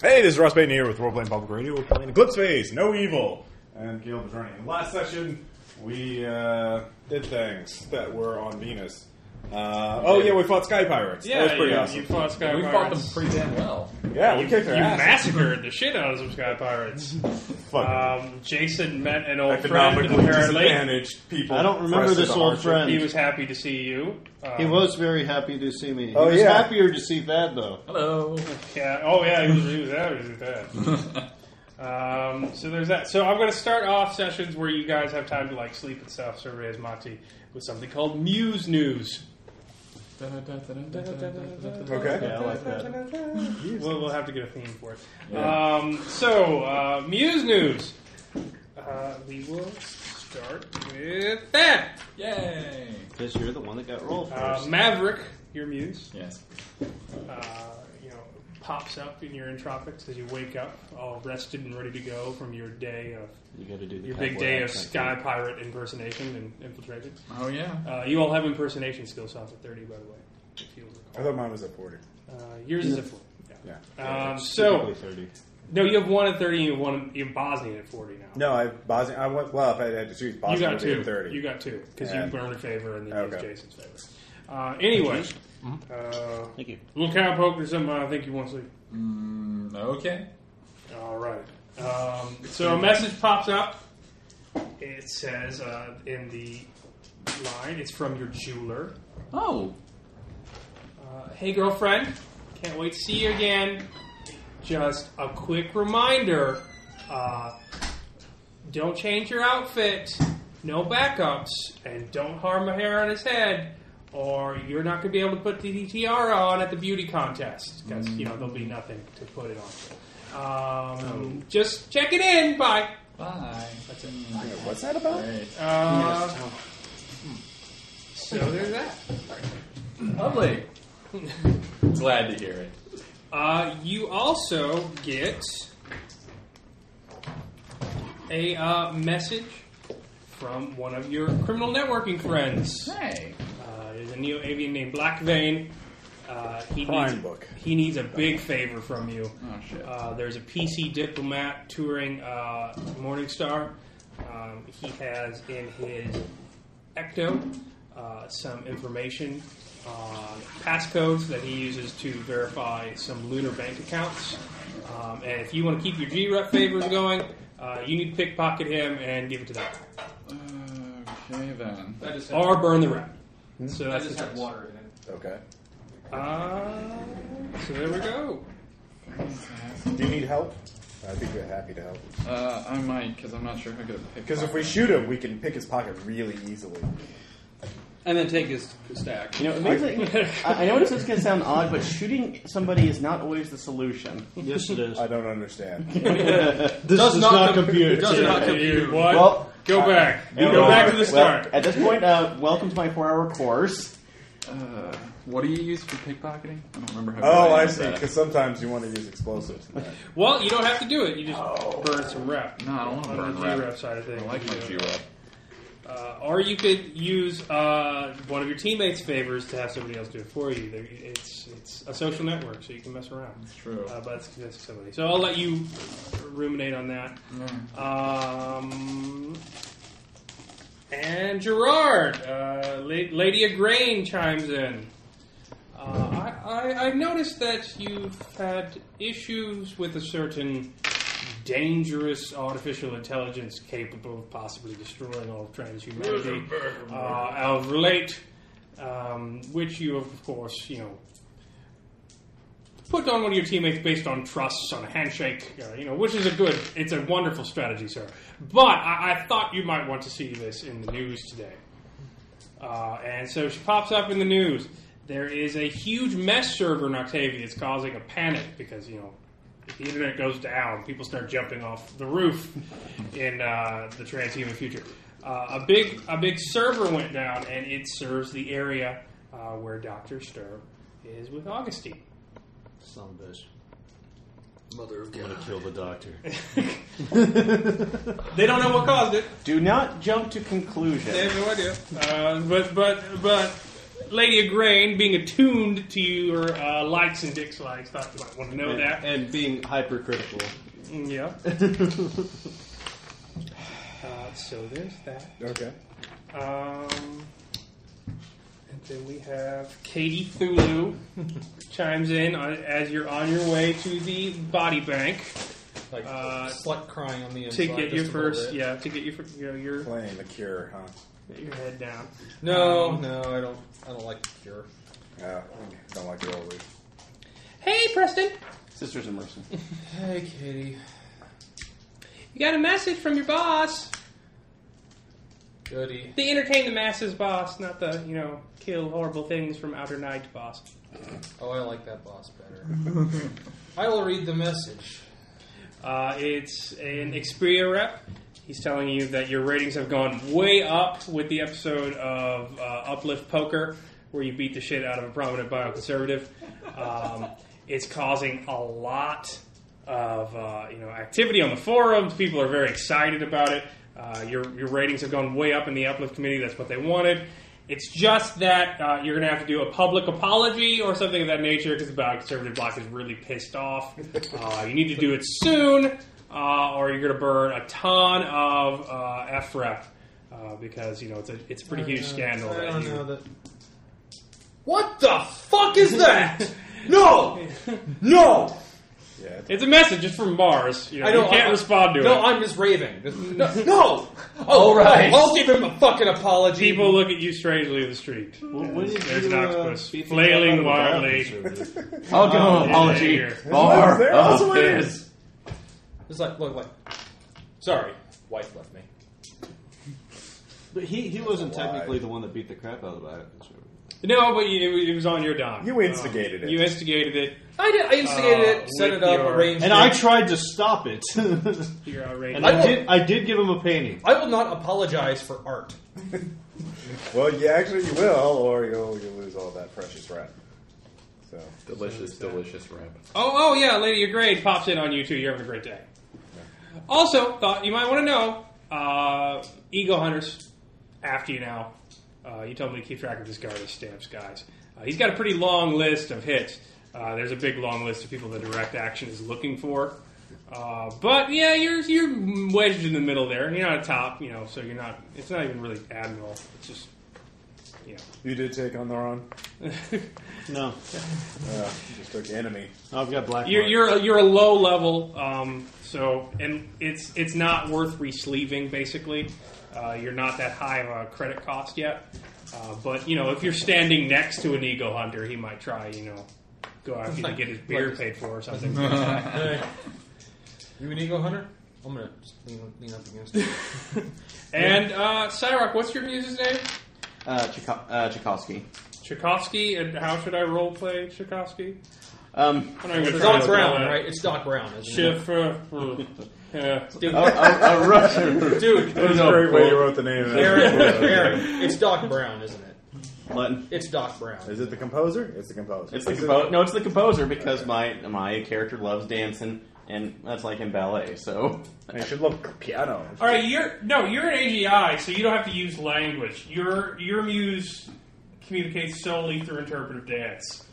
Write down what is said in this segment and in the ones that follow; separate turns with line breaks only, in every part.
Hey, this is Ross Payton here with Roleplaying Public Radio. We're playing Eclipse Phase, No Evil, and Caleb is running. Last session, we uh, did things that were on Venus. Uh, oh yeah, we fought Sky Pirates. that was pretty
you,
awesome.
you fought Sky
We fought them
Pirates.
pretty damn well.
yeah, we
you,
kicked their
you
ass.
massacred the shit out of some Sky Pirates.
Fuck.
Um, Jason met an old friend,
Economically
apparently.
disadvantaged people.
I don't remember
pressed
this
into
old
hardship.
friend.
He was happy to see you. Um,
He was very happy to see me. He
Oh,
was
yeah.
happier to see Thad, though.
Hello.
Yeah. Oh, yeah. He was, he was that. He was that. um, so there's that. So I'm going to start off sessions where you guys have time to like sleep and stuff. So everybody has Monty with something called Muse News.
Okay.
Yeah, I like that.
We'll, we'll have to get a theme for it. Um, so uh, Muse News. Uh, we will start with that.
Yay.
Because you're the one that got rolled
Uh,
first.
Maverick, your muse.
Yes.
uh, you know, pops up in your entropics as you wake up, all rested and ready to go from your day of
You got to do the
your big
cowboy
day of
accent.
sky pirate impersonation and infiltration.
Oh yeah.
Uh, you all have impersonation skill shots at thirty, by the way, if you
I
recall.
thought mine was at forty.
Uh, yours is at four.
Yeah.
Um, so
Typically 30.
no, you have one at thirty, and you have one in Bosnia at forty now.
No, I Bosnia. I went. Well, if I had to choose
you
Bosnia,
got
it would be
two.
at thirty.
You got two because
Yeah.
you burned a favor and then
Okay.
used Jason's favor. Uh, anyway, uh,
Mm-hmm. Thank you.
little cowpoke or something. I think you want to sleep.
Mm, okay.
All right. Um, so a message pops up. It says uh, in the line, it's from your jeweler.
Oh.
Uh, hey, girlfriend. Can't wait to see you again. Just a quick reminder uh, don't change your outfit, no backups, and don't harm a hair on his head. Or you're not going to be able to put the tiara on at the beauty contest because you know there'll be nothing to put it on. Um, Just check it in. Bye.
Bye. That's
Yeah, what's that about?
Great.
Uh, so there's that.
Lovely. Glad to hear it.
Uh, you also get a uh, message from one of your criminal networking friends.
Hey.
Uh, there's a neo avian named Black Vein. Uh, he
Crime
needs,
book.
He needs a big favor from you.
Oh shit.
Uh, there's a PC diplomat touring uh, Morningstar. Um, he has in his ecto uh, some information on passcodes that he uses to verify some lunar bank accounts. Um, and if you want to keep your G rep favors going, uh, you need to pickpocket him and give it to them,
okay then.
I just
or burn the rep. So
I
that's
just
the
had
choice.
water in it.
Okay.
Uh, so there we go.
Do you need help? I think we're happy to help.
Uh, I might, because I'm not sure how good a pick.
Because if we shoot him, we can pick his pocket really easily.
And then take his stack.
You know, it makes it, I I know this is going to sound odd, but shooting somebody is not always the solution.
Yes, it is.
I don't understand.
This does,
not
not
com-
compute.
does
Yeah.
not compute.
What?
Well,
go back. go
well,
back to the
Well,
start.
at this point, uh, welcome to my four-hour course.
Uh, what do you use for pickpocketing? I don't remember how. good
Oh, I
used
see.
that.
Because sometimes you want to use explosives. in that.
Well, you don't have to do it. You just burn some rep.
No, I don't want to
On
burn
the G
rep.
rep side of
I
things.
like my
you know.
G rep.
Uh, or you could use uh, one of your teammates' favors to have somebody else do it for you. There, it's it's a social network, so you can mess around.
It's true.
Uh, but it's convincing somebody. So I'll let you ruminate on that. Um, and Gerard, uh, La- Lady of Grain chimes in. Uh, I, I, I noticed that you've had issues with a certain dangerous artificial intelligence capable of possibly destroying all of transhumanity. Uh, I'll relate, um, which you, have, of course, you know, put on one of your teammates based on trust, on a handshake, uh, you know, which is a good, it's a wonderful strategy, sir. But I, I thought you might want to see this in the news today. Uh, and so she pops up in the news. There is a huge mess server in Octavia that's causing a panic because, you know, if the internet goes down, people start jumping off the roof in uh, the transhuman future. Uh, a big a big server went down, and it serves the area uh, where Doctor Sturm is with Augustine.
Son of a bitch.
Mother of
I'm going to kill the doctor.
They don't know what caused it.
Do not jump to
They
conclusions.
have no idea. Uh, but but but Lady Agrain, being attuned to your uh, likes and dislikes, thought you might want to know
and,
that.
and being hypercritical.
Yeah. Uh, so there's that.
Okay.
Um, and then we have Katie Thulu chimes in on, as you're on your way to the body bank
Like
Uh,
slut crying on the inside.
to get
just
your
a little
first,
bit.
yeah, to get your fir- you know, your
Playing the cure, huh?
your head down.
No,
Um,
Oh, no, I don't. I don't like the cure.
Yeah, I don't like the old leaf.
Hey, Preston,
Sisters of Mercy.
Hey, Katie.
you got a message from your boss.
Goody.
The entertain the masses boss, not the you know kill horrible things from outer night boss.
Oh, I like that boss better. I will read the message.
Uh, it's an Xperia rep. He's telling you that your ratings have gone way up with the episode of uh, Uplift Poker, where you beat the shit out of a prominent bioconservative. Um, it's causing a lot of uh, you know activity on the forums. People are very excited about it. Uh, your your ratings have gone way up in the Uplift committee. That's what they wanted. It's just that uh, you're going to have to do a public apology or something of that nature because the conservative block is really pissed off. Uh, you need to do it soon, uh, or you're going to burn a ton of uh, FREP uh, because you know it's a it's a pretty huge scandal.
Uh, I
that
don't
you-
know that. What the fuck is that? no, no.
Yeah,
It's a message. It's from Mars. You, know, you can't
I-
respond to
no,
it.
I'm just raving. No, no. Oh, all
right.
I'll give him a fucking apology.
People look at you strangely in the street.
What, what did
There's
you, uh,
an octopus flailing wildly.
Oh,
I'll give him an
apology.
apology.
yeah, yeah.
That's what it is. That's what
Bar
it
of
is.
fizz.
It's like, look, like, sorry, wife left me.
But he, he wasn't
Why?
technically the one that beat the crap out of the bioconservative.
No, but you, it was on your dime.
You instigated it.
You instigated it.
I did. I instigated
Uh,
it, set
with
it up,
your-
arranged
And
it.
I tried to stop it. and
You're outrageous.
I,
I will-
did I did give him a painting.
I will not apologize for art.
Well, yeah, actually, you will, or you'll you lose all that precious rap. So,
Delicious, delicious wrap.
Oh, oh yeah, Lady of Grade pops in on you too. You're having a great day. Also, thought you might want to know, uh, Ego Hunters, after you now. Uh, you told me to keep track of this guard of stamps, guys. Uh, he's got a pretty long list of hits. Uh, there's a big long list of people that direct action is looking for. Uh, but yeah, you're you're wedged in the middle there. You're not at top, you know, so you're not. It's not even really admiral. It's just, you
you did take on the wrong.
know.
No.
Uh, just took the enemy.
I've got black.
You're
mark.
you're a, you're a low level, um, so and it's it's not worth resleeving. Basically, uh, you're not that high of a credit cost yet. Uh, but you know, if you're standing next to an ego hunter, he might try. You know, go after you to get his beer paid for or something.
Hey, you an ego hunter? I'm gonna just lean, lean up against it.
and uh, Cyrok, what's your muse's name?
Uh, Tchaiko- uh, Tchaikovsky.
Tchaikovsky. And how should I role play Tchaikovsky?
Um,
I'm not even gonna try
Doc
to
Brown,
spell it.
right? It's Doc Brown, isn't it?
Schiffer. Yeah.
a, a, a Russian.
Dude,
That was
Oh,
a great way you wrote the name. Of
Aaron,
that.
Aaron, it's Doc Brown, isn't it?
Button.
It's Doc Brown.
Is it the composer? It's the composer.
It's the
Is it-
compo- No, it's the composer because my my character loves dancing, and that's like in ballet. So
I should look piano.
All right, you're no, you're an AGI, so you don't have to use language. Your your muse communicates solely through interpretive dance.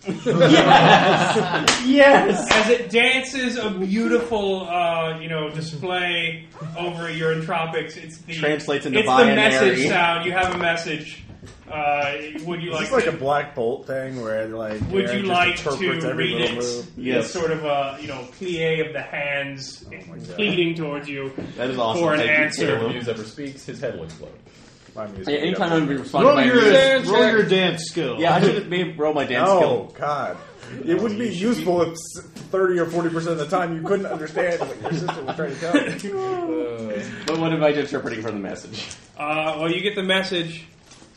yes,
As it dances a beautiful, uh, you know, display over your entropics, it's the
Translates into
it's the
binary.
message sound. You have a message. Uh, would you
Is
like?
this like
to,
a Black Bolt thing where like
would
Aaron
you
just
like
interprets
to
every
read
little
it?
move?
Yes.
It's sort of a you know plie of the hands,
my God.
pleading towards you
that is awesome.
for an
Thank you,
answer.
Caleb.
Muse ever speaks, his head will explode.
My music.
Yeah, anytime I'm responding,
roll
by
your
music-
roll your dance skill.
yeah, I should have maybe roll my dance
Oh
skill.
God! It would be useful if thirty or forty percent of the time you couldn't understand what your sister was trying to tell you.
But what am I interpreting from the message?
Uh, well, you get the message.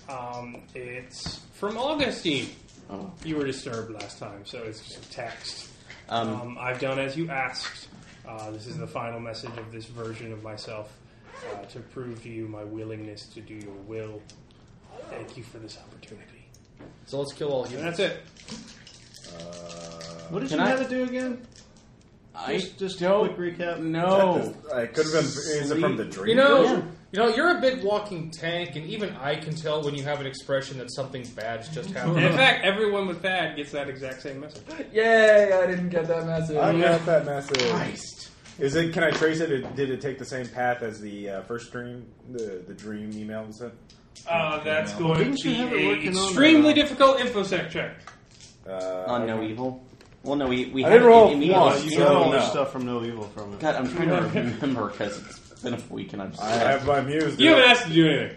Um, it's from Augustine.
Oh.
You were disturbed last time, so it's just a text.
Um,
Um, I've done as you asked. Uh, this is the final message of this version of myself uh, to prove to you my willingness to do your will. Thank you for this opportunity.
So let's kill all
And
humans.
that's it.
What did
Can
you
I-
have to do again?
I
Just, just a
don't
quick recap.
know.
I could have uh, been. Is it from the dream?
You know,
Yeah.
You know, you're a big walking tank, and even I can tell when you have an expression that something bad's just
And in
happened.
fact, everyone with that gets that exact same message.
Yay! I didn't get that message.
I got that message. Is it? Can I trace it? It- Did it take the same path as the uh, first dream? The the dream email was sent.
Uh, that's going
Didn't
to
you have it
be an
working on uh,
extremely
the-
difficult infosec check.
Uh,
On Oh, No Evil? Well, no, we, we
I
had
didn't roll a
it in
one.
Oh,
Evil.
you
So,
got all
no.
your stuff from No Evil from it.
God, I'm trying to remember because it's been a week and I'm just.
I have my muse.
You haven't asked to do anything.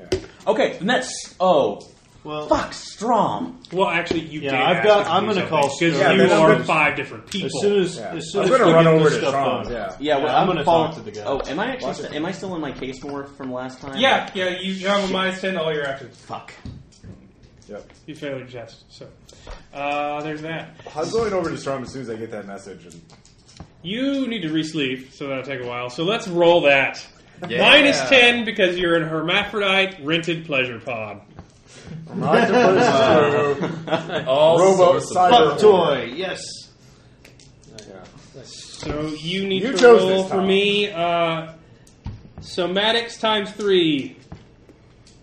Yeah.
okay, and that's. Oh,
Well,
fuck Strom.
well, actually, you
Yeah,
did.
I've
ask
got-
to
I'm
do
gonna
something,
call
because
Strom.
you
Yeah,
are
that's-
five different people.
as soon as,
Yeah.
as soon
I'm
as
gonna
we
run
get
over
this
to
stuff
Tron's,
done.
yeah.
Yeah, well,
I'm gonna
follow-
talk to the guy.
Oh, am I actually? st- am I still in my case more from last time?
yeah, yeah, you have a minus ten to all your actions.
Fuck.
Yep.
You failed your test, so uh, there's that.
I'm going over to Strom as soon as I get that message. And
You need to re-sleep, so that'll take a while. So let's roll that. Minus ten because you're in hermaphrodite rented pleasure pod.
All
Robo
sorts of-
cyber
Fuck toy, yes.
Yeah.
So you need
You
to
chose
roll
this
for
time.
me. Uh, somatics times three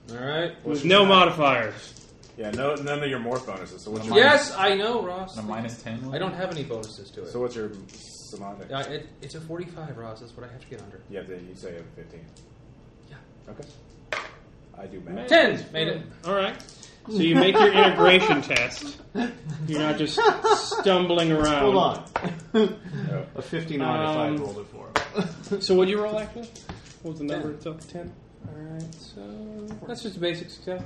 All right.
with no modifiers.
Yeah, no, none of your morph bonuses. So what's your
Yes, I know, Ross.
A minus ten.
I don't have any bonuses to it.
So what's your semantic?
I, it it's a 45, Ross. That's what I have to get under.
Yeah, then you say a fifteen.
Yeah.
Okay. I do math.
Ten made it.
All right. So you make your integration test. You're not just stumbling around.
Hold on.
Yeah.
A 59
Um,
if I rolled it for him.
So what would you roll actually? What was the number itself? Ten. All right. So that's just a basic stuff.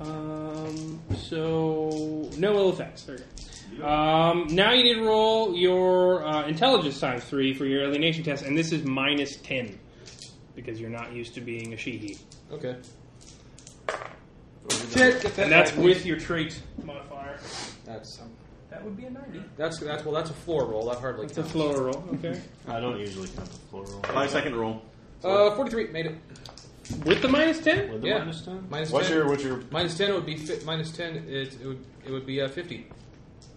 Um. So no ill effects. There you go. Um, now you need to roll your uh, intelligence times three for your alienation test, and this is minus ten because you're not used to being a sheehy,
Okay. Shit, get that
and that's
back.
with your trait modifier.
That's
That would be a ninety.
that's that's well. That's a floor roll. That hardly.
It's a
counts.
floor roll. Okay.
I don't usually count the floor roll.
Five second rule.
Uh, 43 made it.
With the minus ten.
With the
yeah.
minus 10?
Minus
What's
10.
your what's your
Minus ten would be fi- minus ten. It, it would it would be uh, fifty.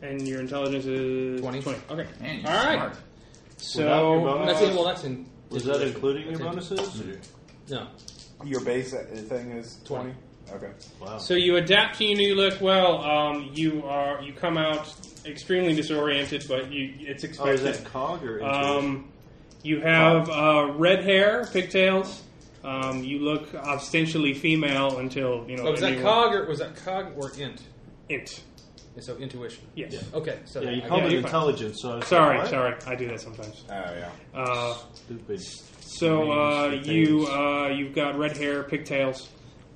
And your intelligence is
20.
Okay.
Man, you're
All right.
smart.
Without your
So
bonus?
And that's in, well, that's in.
Uh, Was that including
That's
your Oh,
in-
bonuses?
No.
your base uh, thing is
20.
Okay.
Wow.
So you adapt to your new look well. Um, you are you come out extremely disoriented, but you it's
oh, is that
expected.
cog or intuition?
um, you have uh, red hair, pigtails. Um, you look ostensibly female until you know.
Oh, was that
anyone-
cog or was that cog or int?
Int.
And So intuition.
Yes.
Okay. So
Yeah, you
I
called
got
it
you're fine.
intelligence, so I was
Sorry,
like, what?
sorry. I do that sometimes.
Oh yeah.
Uh,
Stupid.
So uh,
Names for
you
things.
uh, you've got red hair, pigtails.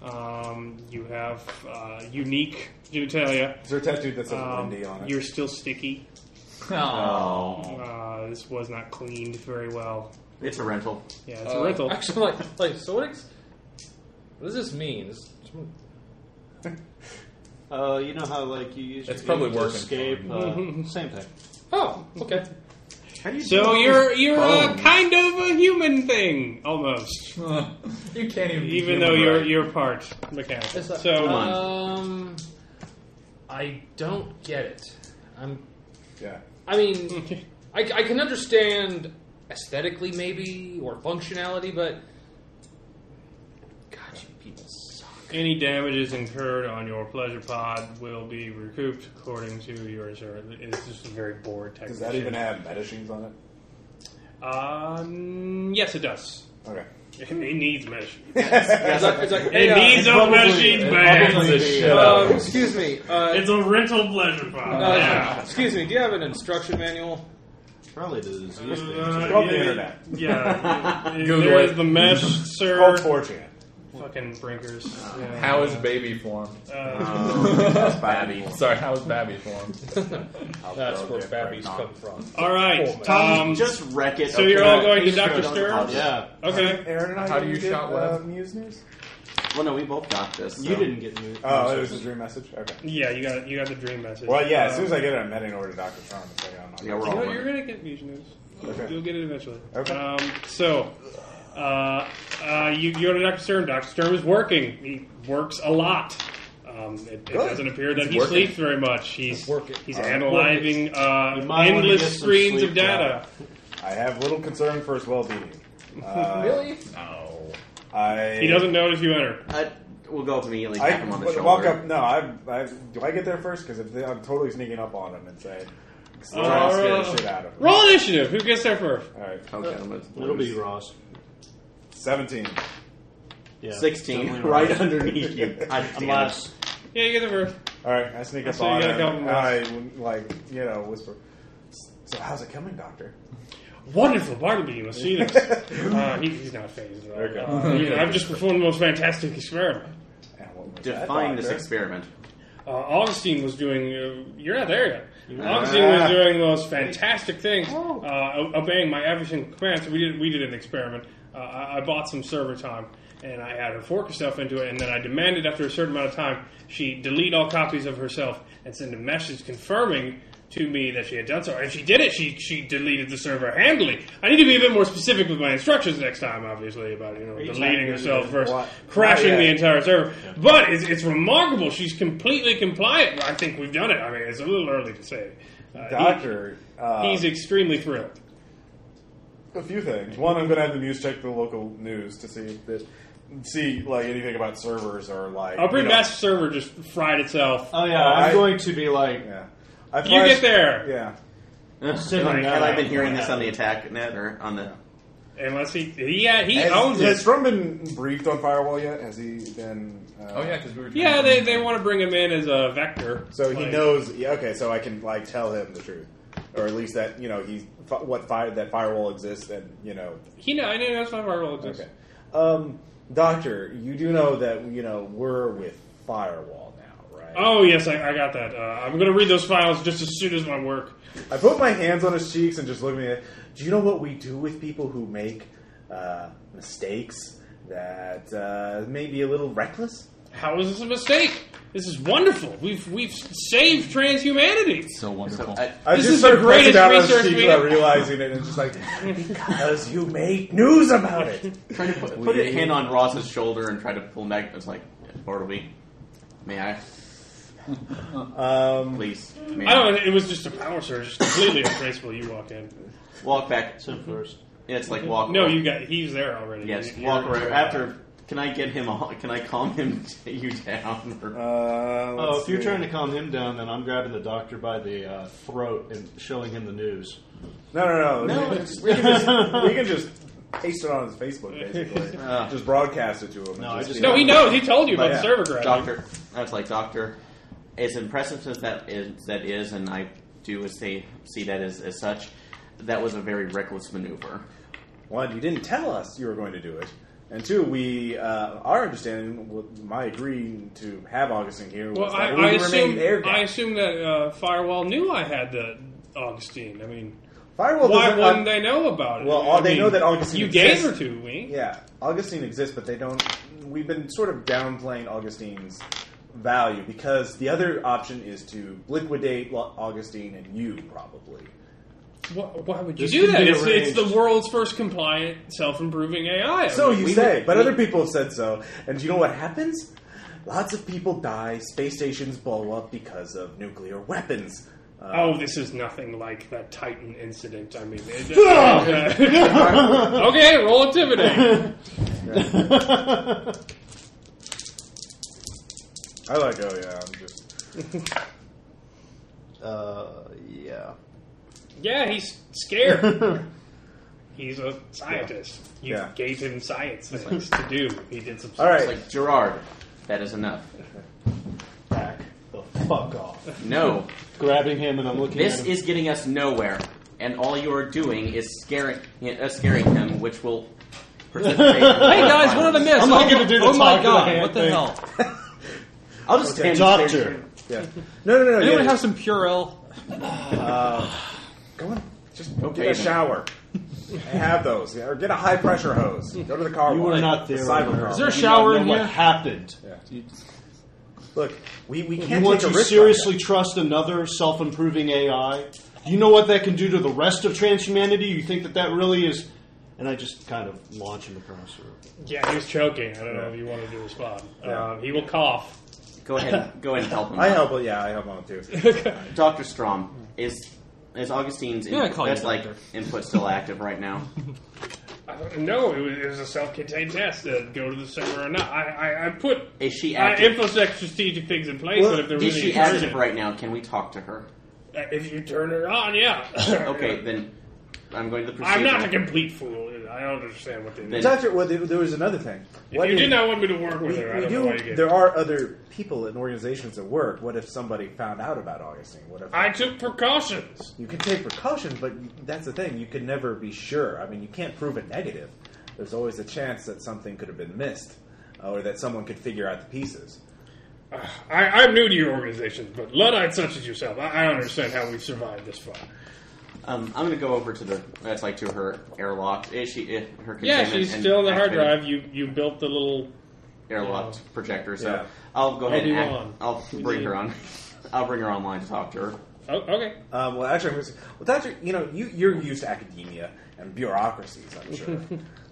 Um, you have uh, unique genitalia.
Is there a tattoo that says
Um,
Wendy on it?
you're still sticky.
Oh,
Uh, this was not cleaned very well.
it's a rental.
Yeah,
it.
it's
Uh,
a rental.
Actually, like, like, so what? Ex- what does this mean? Is,
Uh, you know how like you use
It's
your
probably
aim to
working
escape.
for
Uh, same thing.
oh, okay.
How do you
so
do
you're you're uh,
bones?
kind of a human thing almost,
you can't even. be
even
human
though you're
right.
you're part mechanical.
It's like-
So uh,
Come on.
um, I don't get it. I'm.
yeah.
I mean,
Mm-hmm.
I, I can understand aesthetically maybe or functionality, but God, you people suck.
any damages incurred on your pleasure pod will be recouped according to your insurance. It's just a very bored technician.
Does that even have medicines on it?
Um, yes, it does.
Okay.
It needs mesh.
It's like, it's like, hey,
It
uh,
needs a machine
Probably the
bag.
shit
um,
out of
excuse me. Uh,
It's a rental pleasure pod.
uh,
yeah.
Excuse me. Do you have an instruction manual?
Probably the disease
Uh,
thing.
Go on
yeah,
the internet.
Yeah.
Google
there
it.
is the mesh,
Or
sir.
4chan.
Fucking brinkers. Yeah.
How is baby formed?
Uh,
That's Babby.
Sorry, how is baby formed?
That's
throw
where
that
babbies
right
come from.
all right.
Oh,
um,
Just wreck it.
so you're all going to
Please
Dr.
throw it on
Stern?
the pod.
Yeah,
okay.
Aaron and I
How do
didn't
you
get,
shout
uh,
web?
Muse news?
Well, no, we both got this.
you
so.
didn't get new.
Oh, it was a dream message? Okay.
Yeah, you got you got the dream message.
Well, yeah, as
Uh,
soon as I get it, I'm heading over to Dr. Tron to check out my
Yeah, we're all
No,
right.
you're gonna get Fusion News. You'll-
Okay.
You'll get it eventually.
Okay.
Um, so, uh, uh, you, you go to Dr. Sturm. Dr. Sturm is working. He works a lot. Um, it, it
Good.
doesn't appear that
He's
he
working.
sleeps very much. He's
Working.
he's
All right.
analyzing
You
uh,
might wanna get
endless
some
screens of
sleep,
data.
I have little concern for his well being. Uh,
really? No.
I
He doesn't notice you enter.
I, we'll go up immediately,
I
tap him on the
w-
shoulder.
walk up. No, I, I do I get there first because I'm totally sneaking up on him and saying,
Uh,
trying to scare
roll-
the shit out of him.
Roll initiative. Who gets there first?
All right,
Okay, I'm gonna
It'll be
lose.
Ross.
seventeen.
Yeah,
16,
definitely
right
Ross.
underneath you. God damn it.
Unless
Yeah, you get the first.
All right, I sneak up
So you
on
gotta
him.
go and
and I like you know whisper. So how's it coming, Doctor?
Wonderful, Bartleby, you must see this. uh, he, he's not phased at all.
Okay.
Uh, you know, I've just performed the most fantastic experiment.
And what was that,
Define this
doctor?
experiment.
Uh, Augustine was doing. Uh, you're not there yet. Augustine
Ah.
was doing the most fantastic things,
Oh.
uh, obeying my every single command. So we did we did an experiment. Uh, I, I bought some server time, and I had her fork herself into it, and then I demanded after a certain amount of time she delete all copies of herself and send a message confirming to me that she had done so. And she did it. She she deleted the server handily. I need to be a bit more specific with my instructions next time, obviously, about you know
you
deleting
talking
herself
about
versus
what?
crashing
Not
the
yet.
entire server. But it's, it's remarkable. She's completely compliant. I think we've done it. I mean, it's a little early to say. Uh,
Doctor,
he-
uh,
he's extremely thrilled.
a few things. One, I'm going to have the news check the local news to see if it, see like anything about servers or like.
Our pretty
you know-
vast server just fried itself.
Oh yeah,
Uh,
I'm
I-
going to be like
Yeah, I
you get there
Yeah,
sitting
Like,
there.
Have I been hearing this on the attack net or on the?
unless he yeah he
Has,
owns
has
it.
Strum been briefed on firewall yet? Has he been? Uh,
Oh yeah, because we were. trying
Yeah,
to-
they, they want to bring him in as a vector.
So he
Like,
knows. Yeah, okay, so I can like tell him the truth, or at least that you know he's fi- what fire that firewall exists, and you know.
He know. I know that's why our role exists.
Okay, um, Doctor, you do know that you know we're with firewall now, right?
Oh yes, I, I got that. Uh, I'm gonna read those files just as soon as my work.
I put my hands on his cheeks and just look at me. Do you know what we do with people who make uh, mistakes that uh, may be a little reckless?
How is this a mistake? This is wonderful. We've we've saved transhumanity.
So
So
wonderful.
I,
I
This
just
is the
started
greatest
freaking out on his
research
cheeks
we-
without realizing it, and just like because you made news about it.
trying to put, put a hand on Ross's shoulder and try to pull him back. It's like Bartleby, may I?
Um,
Please, may
I don't. It was just a power surge, just completely untraceable. You walk in.
walk back.
It's him first.
Yeah, It's like walk.
No, you got. He's there already.
Yes,
You-
walk
you're-
right after. Can I get him? All, can I calm him? You down? Or,
Uh,
Oh,
let's
if you're
see.
trying to calm him down, then I'm grabbing the doctor by the uh, throat and showing him the news.
no, no, no,
No,
we,
it's-
we can just, we can just paste it on his Facebook, basically.
Ah.
just broadcast it to him. and
No, I just-
be
No,
like-
he knows. He told you about
Yeah.
the server crash.
Doctor, that's like doctor. As impressive as that is, that is, and I do say see that as, as such. That was a very reckless maneuver.
One, you didn't tell us you were going to do it. And two, we uh, our understanding, with my agreeing to have Augustine here, was
Well,
that
I,
we
I
remained
assume.
air
I
gapped.
assume that uh, Firewall knew I had the Augustine. I mean,
Firewall
why
doesn't-
wouldn't
uh,
they know about it?
Well, all-
I
they
mean,
know that Augustine
You
exists.
gave her to me.
Yeah, Augustine exists, but they don't. We've been sort of downplaying Augustine's value because the other option is to liquidate Lo- Augustine and you probably.
Wh- Why would you
This
do
can
that?
be
It's, it's
arranged.
the world's first compliant, self-improving AI. I
So
mean,
you
we-
say, but
we-
other people have said so. And you know what happens? Lots of people die. Space stations blow up because of nuclear weapons. Uh,
Oh, this is nothing like that Titan incident. I mean, it- uh, okay, roll intimidate.
I like. Oh yeah, I'm just.
Uh, yeah.
Yeah, he's scared. He's a scientist. You
Yeah.
gave him science things to do. He did some.
All
It's
right.
like Gerard, that is enough.
Back the fuck off.
No,
Grabbing him and I'm looking
this
at him.
is getting us nowhere, and all you are doing is scaring uh, scaring him, which will. precipitate-
Hey guys, what did I miss?
I'm not gonna do the
Oh
talk
my
to the
god,
hand
what the
thing.
hell?
I'll just
Okay,
stand
Doctor.
Yeah. No, no, no. yeah, Uh,
Anyone have some Purell?
Go on. Just
Okay,
get a
then.
shower. I have those. Yeah, or get a high pressure hose. Go to the car.
You
wash.
were not there.
The cyber car.
Is there a
You
shower
don't
in
know
here?
What happened?
wash. Look, we, we
You
can't
want
take a
to
risk.
seriously trust another self-improving AI? Do you know what that can do to the rest of transhumanity? You think that that really is? And I just kind of launch him across the room.
Yeah, he was choking. I don't know if you wanted to respond.
Yeah.
Um, he will cough.
Go ahead, go ahead and help him.
I help. Yeah, I help on too.
Doctor Strom is is Augustine's
Yeah, I
input,
call you
that's like
doctor.
input still active right now.
I, no, it was, it was a self-contained test to go to the server or not. I, I, I put
Is she
I
active?
infosec strategic things in place, but if they're
Is
really
she
urgent,
active right now? Can we talk to her?
uh, if you turn her on, yeah.
Okay, then I'm going to the
I'm not a
procedure.
complete fool. I don't understand what they mean.
Then-
Doctor, well, there, there was another thing.
If you did not want me to work with
we,
her, I
we
don't know why you
do.
gave
There are other people and organizations at work. What if somebody found out about Augustine? What if
I took precautions.
you can take precautions, but you, that's the thing. You can never be sure. I mean, you can't prove a negative. There's always a chance that something could have been missed, uh, or that someone could figure out the pieces.
I, I'm new to your organization, but Luddites such as yourself, I, I don't understand how we survived this far.
Um, I'm going to go over to the. That's like to her airlock. Is she eh, her?
Yeah,
containment
she's
and
still in the hard
activate
drive. You you built the little.
Airlocked projector. So
Yeah.
I'll go ahead
I'll be
and act-
on.
I'll
We
bring
need-
her on. I'll bring her online to talk to her.
Oh, okay.
Um, well, actually, I'm gonna say, well, Doctor, you know, you, you're used to academia and bureaucracies, I'm sure,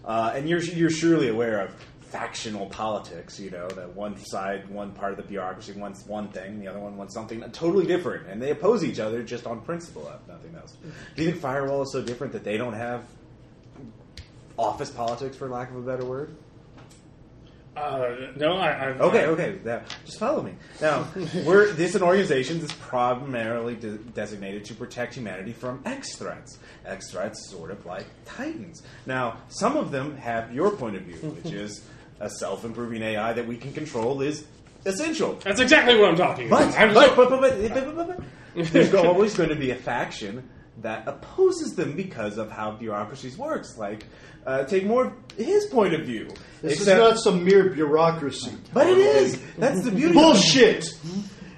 uh, and you're you're surely aware of factional politics. You know that one side, one part of the bureaucracy wants one thing, the other one wants something totally different, and they oppose each other just on principle, if nothing else. Do you think Firewall is so different that they don't have office politics, for lack of a better word?
Uh, no, I, I've
Okay,
I-
okay. Now, just follow me. Now, we're this is an organization that's primarily de- designated to protect humanity from X threats. X threats, sort of like Titans. Now, some of them have your point of view, which is a self-improving AI that we can control is essential.
That's exactly what I'm talking
But
about. I'm
but,
so-
but, but, but, but, but, but there's go- always going to be a faction that opposes them because of how bureaucracies works. Like, uh, take more of his point of view.
This
Except-
is not some mere bureaucracy.
but it is. That's the beauty. of it.
Bullshit!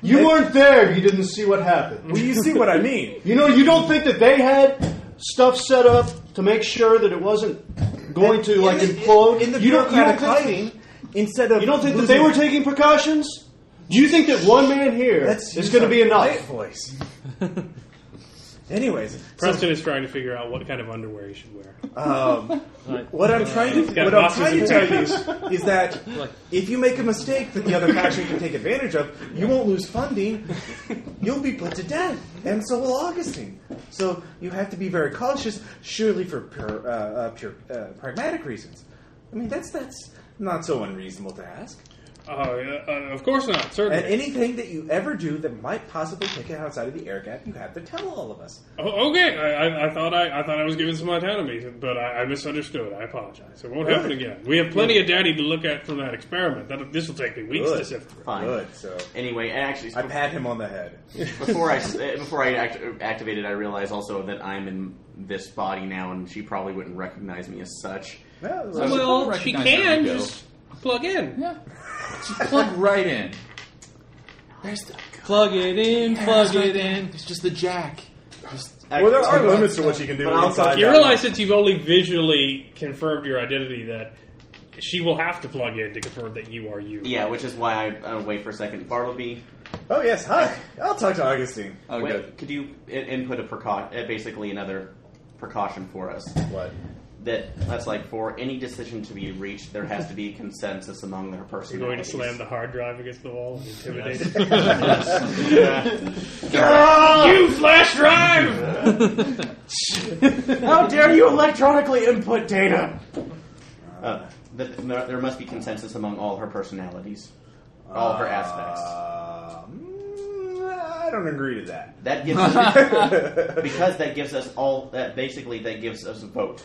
You weren't there. You didn't see what happened.
Well, you see what I mean.
You know, you don't think that they had stuff set up to make sure that it wasn't going to like
in the-
implode.
in the
you don't, you don't
bureaucratic
think,
lighting. Instead of
you don't think that
losing-
they were taking precautions? Do you think that one man here
Let's
is
use
going to
our quiet
be enough?
voice. Anyways,
Preston is trying to figure out what kind of underwear he should wear.
um, what I'm trying to
got
what I'm
boxes
trying to
of
tell you is, is that if you make a mistake that the other faction can take advantage of, you won't lose funding. You'll be put to death, and so will Augustine. So you have to be very cautious, surely for pure, uh, uh, pure uh, pragmatic reasons. I mean, that's that's not so unreasonable to ask.
Uh, uh, of course not,
And
certainly.
anything that you ever do that might possibly take it outside of the air gap, you have to tell all of us.
Oh, okay, I, I, I thought I, I thought I was given some autonomy, but I, I misunderstood. I apologize. It won't happen
Good.
again. We have plenty of daddy to look at from that experiment. That this will take me weeks to
Good.
sift through.
Fine.
Good. So
Anyway, and actually,
I pat him on the head.
before I s- eh, before I act- activated, I realized also that I'm in this body now, and she probably wouldn't recognize me as such.
Well,
So-
well,
Well, she
Recognize
can
that we go.
just plug in.
Yeah. Just plug right in.
Plug it in. Plug it
in. It's just the jack.
well, there are limits to what you can do
But I'll
inside.
talk-
You
that
realize since you've only visually confirmed your identity that she will have to plug in to confirm that you are you.
Yeah, which is why I uh, wait for a second. Bartleby,
line. Oh yes, hi. I'll talk to Augustine.
Oh,
wait,
good.
could you i- input a precaution, uh, basically another precaution for us?
What?
That that's like for any decision to be reached, there has to be consensus among their
You're going to
personalities.
slam the hard drive against the wall and intimidate it. You flash drive!
How dare you electronically input data? Uh, that there there must be consensus among all her personalities, all her aspects.
Um, I don't agree to that.
That gives us, because that gives us all that basically that gives us a vote.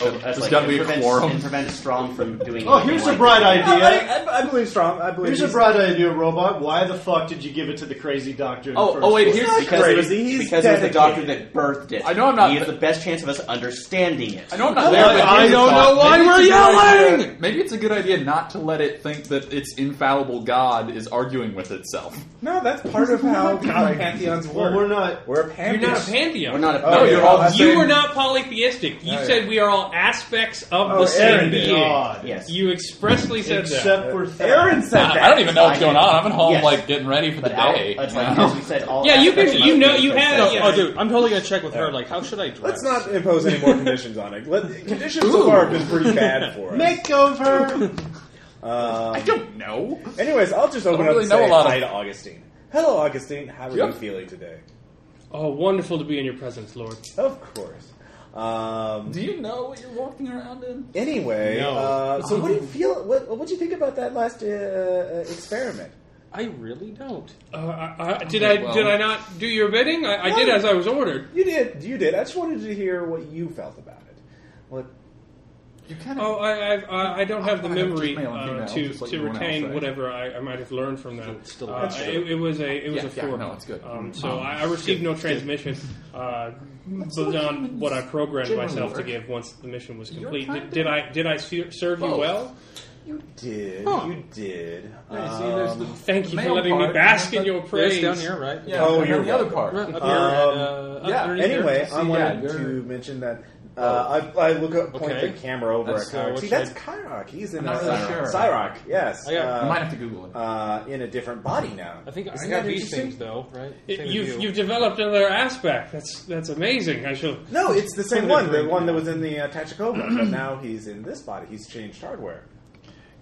Oh, that's
There's gotta
and
be a
prevents,
quorum.
And prevents Strong from doing.
Oh,
anything
here's a
like
bright
that.
No, I,
idea.
I- I believe strong. I believe
Here's a
he's-
bright idea, robot. Why the fuck did you give it to the crazy doctor? in the
Oh,
first
oh wait,
place?
here's
not
because it was,
crazy, he's
because it was the doctor
dedicated.
that birthed it.
I know I'm not-
He has the best chance of us understanding it.
I know I'm
I
not there, but
don't
here's a
know
thought.
why
Maybe
we're
it's a good
yelling!
idea- Maybe it's a good idea not to let it think that its infallible god is arguing with itself.
No, that's part of how God pantheons work.
Well, we're not.
We're a
You're
pantheon.
not a pantheon.
We're not a.
Oh,
no,
yeah.
you're all-
That's
you
saying-
are not polytheistic.
Oh,
You
yeah.
said we are all aspects of
Oh,
the same
Aaron did.
being.
God.
Yes.
You expressly said
Except for
Aaron said that.
I don't even know what's going on. I've been home
Yes.
like getting ready for the
but out-
day.
It's
you
like
know?
as we said, all.
Yeah, you
aspects
can-
must
you
be
know you had
consensus.
it.
Yeah.
Oh, dude, I'm totally gonna check with her. Like, how should I dress?
Let's not impose any more conditions on it. Let, conditions so far have been pretty bad for us.
makeover.
Um,
I don't know.
Anyways, I'll just open
Don't
up
really
and
know
say
a lot
hi
of-
to Augustine. Hello, Augustine. How are
Yep.
you feeling today?
that. Oh, wonderful to be in your presence, Lord.
Of course. Um,
Do you know what you're walking around in?
anyway,
No.
uh, so what do you feel? What what do you think about that last uh, uh, experiment?
I really don't.
Uh, I, I, did
Okay,
I
well.
did I not do your bidding? I, I did as I was ordered.
You did, you did. I just wanted to hear what you felt about it. What?
You kind of.
Oh, I I've, I I don't have the
I have
memory
Gmail and
uh,
Gmail,
to
just like
to
everyone else,
retain
right?
whatever I, I might have learned from that.
Still- still-
Uh,
That's true.
it, it was a it was
Yeah,
a
yeah,
four.
no, it's good.
Um, so I, I received no transmission uh, beyond what I programmed
generally
myself to
work.
give once the mission was complete.
kind
Did, did I did I ser- serve you
Both.
well?
You did.
Huh.
You did.
I see, there's the
Thank you for
male
letting me
part,
bask in
and then
your
the-
Yeah, it's
praise.
down here, right?
Yeah,
Oh,
and
you're
then the other
welcome.
part.
Right, up
Um,
here, uh,
yeah.
underneath there.
Anyway, I
See,
wanted
yeah, you're-
to mention that uh, I, I look up, point
Oh. Okay.
the camera over
That's,
at
uh,
Kyrok.
what
See,
you
that's
had-
Kyrok. He's in a,
not really sure.
Cyrok, yes.
I got-
I might
Uh,
have to Google it.
uh, in a different body now.
Oh, I think
Isn't
I got
that
these
interesting?
things though, right?
It-
Same as
you've
you.
you've developed another aspect. That's that's amazing. I shall.
No, it's the same
Put it
one, the
right
one
now.
that was in the uh, Tachikoma, but now he's in this body. He's changed hardware.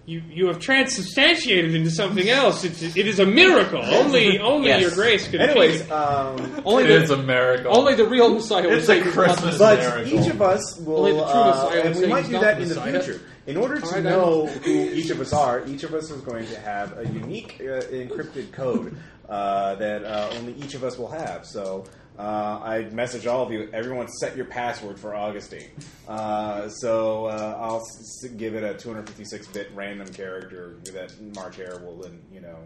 You, you have transubstantiated into something else. It, it is a miracle. Only only
Yes.
your grace could achieve
Anyways,
it.
um,
only
It's
the,
a miracle.
only the real Messiah would
It's a
say this
Christmas
must-
but
Miracle.
each of us
Only
will,
the true
uh,
Messiah
and
would
we
say
might
he's
do
not
that
the
in the
Messiah.
future. In order to
All right, I-
know who each of us are, each of us is going to have a unique uh, encrypted code uh, that uh, only each of us will have. So. Uh, I message all of you. Everyone, set your password for Augustine. Uh, so uh, I'll s- s- give it a 256-bit random character that March Air will, then you know,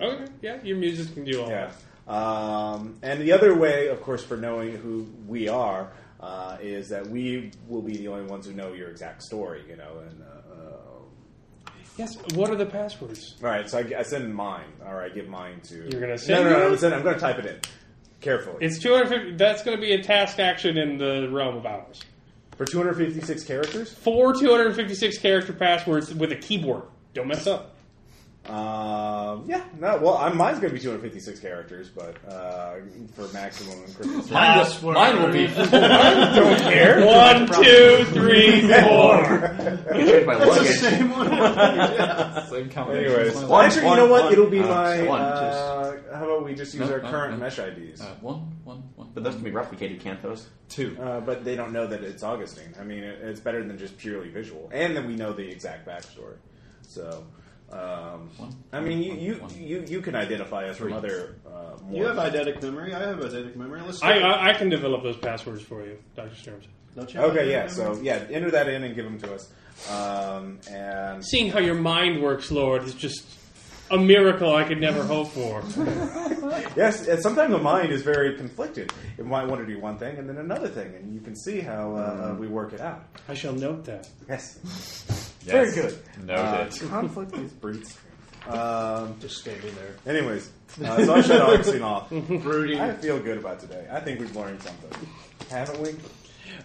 uh,
Okay, yeah, your music can do all
yeah.
that.
Um, and the other way, of course, for knowing who we are uh, is that we will be the only ones who know your exact story, you know. And uh, uh,
Yes. What are the passwords?
all right, so I, I send mine. All right, I give mine to.
You're gonna send
no, no, no.
yours?
I'm, send- I'm going to type it in carefully
It's 250. That's going to be a task action in the realm of ours.
for 256 characters.
Four 256 character passwords with a keyboard. Don't mess up.
Um, yeah, no. Well, I, mine's going to be 256 characters, but uh, for maximum encryption.
mine, will, mine will be.
don't care.
One, two, three, four.
Check my luggage.
Same one.
Same Uh, combination.
Anyways,
Mine-
actually, you know what?
one,
It'll be
uh,
my.
one,
uh, how about we just use
No,
our
no,
current
no.
mesh IDs?
Uh, one, one, one.
But those can be replicated, can't those?
two.
Uh, but they don't know that it's Augustine. I mean, it, it's better than just purely visual, and then we know the exact backstory. So, um, I mean, you you, you you can identify us from other. Uh, more
You have eidetic memory. I have eidetic memory. Let's
I,
do it.
I, I can develop those passwords for you, Doctor Sturms.
Don't you have
okay,
eidetic
yeah.
memory?
So yeah, enter that in and give them to us. Um, and
Seeing how your mind works, Lord, is just a miracle I could never hope for.
yes, and sometimes the mind is very conflicted. It might want to do one thing and then another thing, and you can see how uh, we work it out.
I shall note that.
Yes,
Mm.
very
Yes.
good. Uh,
Noted.
conflict is breeds. Um,
Just standing there.
anyways, uh, so I shut Augustine off.
Brooding.
I feel good about today. I think we've learned something, haven't we?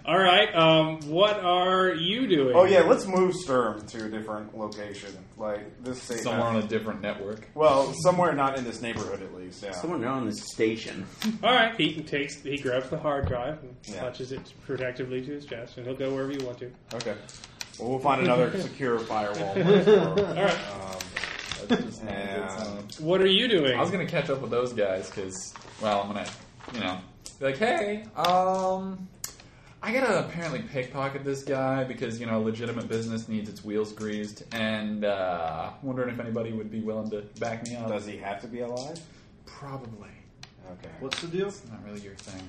All right. Um, what are you doing?
Oh yeah, let's move Sturm to a different location. Like this state.
Somewhere on a different network.
well, somewhere not in this neighborhood at least. Yeah.
Someone on the station.
All right. He takes. He grabs the hard drive and
Yeah.
clutches it protectively to his chest, and he'll go wherever you want to.
Okay. Well, we'll find another secure firewall. All
All right.
And
What are you doing?
I was gonna catch up with those guys because, well, I'm gonna, you know, be like, hey, um, I gotta apparently pickpocket this guy because you know, legitimate business needs its wheels greased, and uh, wondering if anybody would be willing to back me up.
does he have to be alive?
Probably.
Okay.
What's the deal?
It's not really your thing.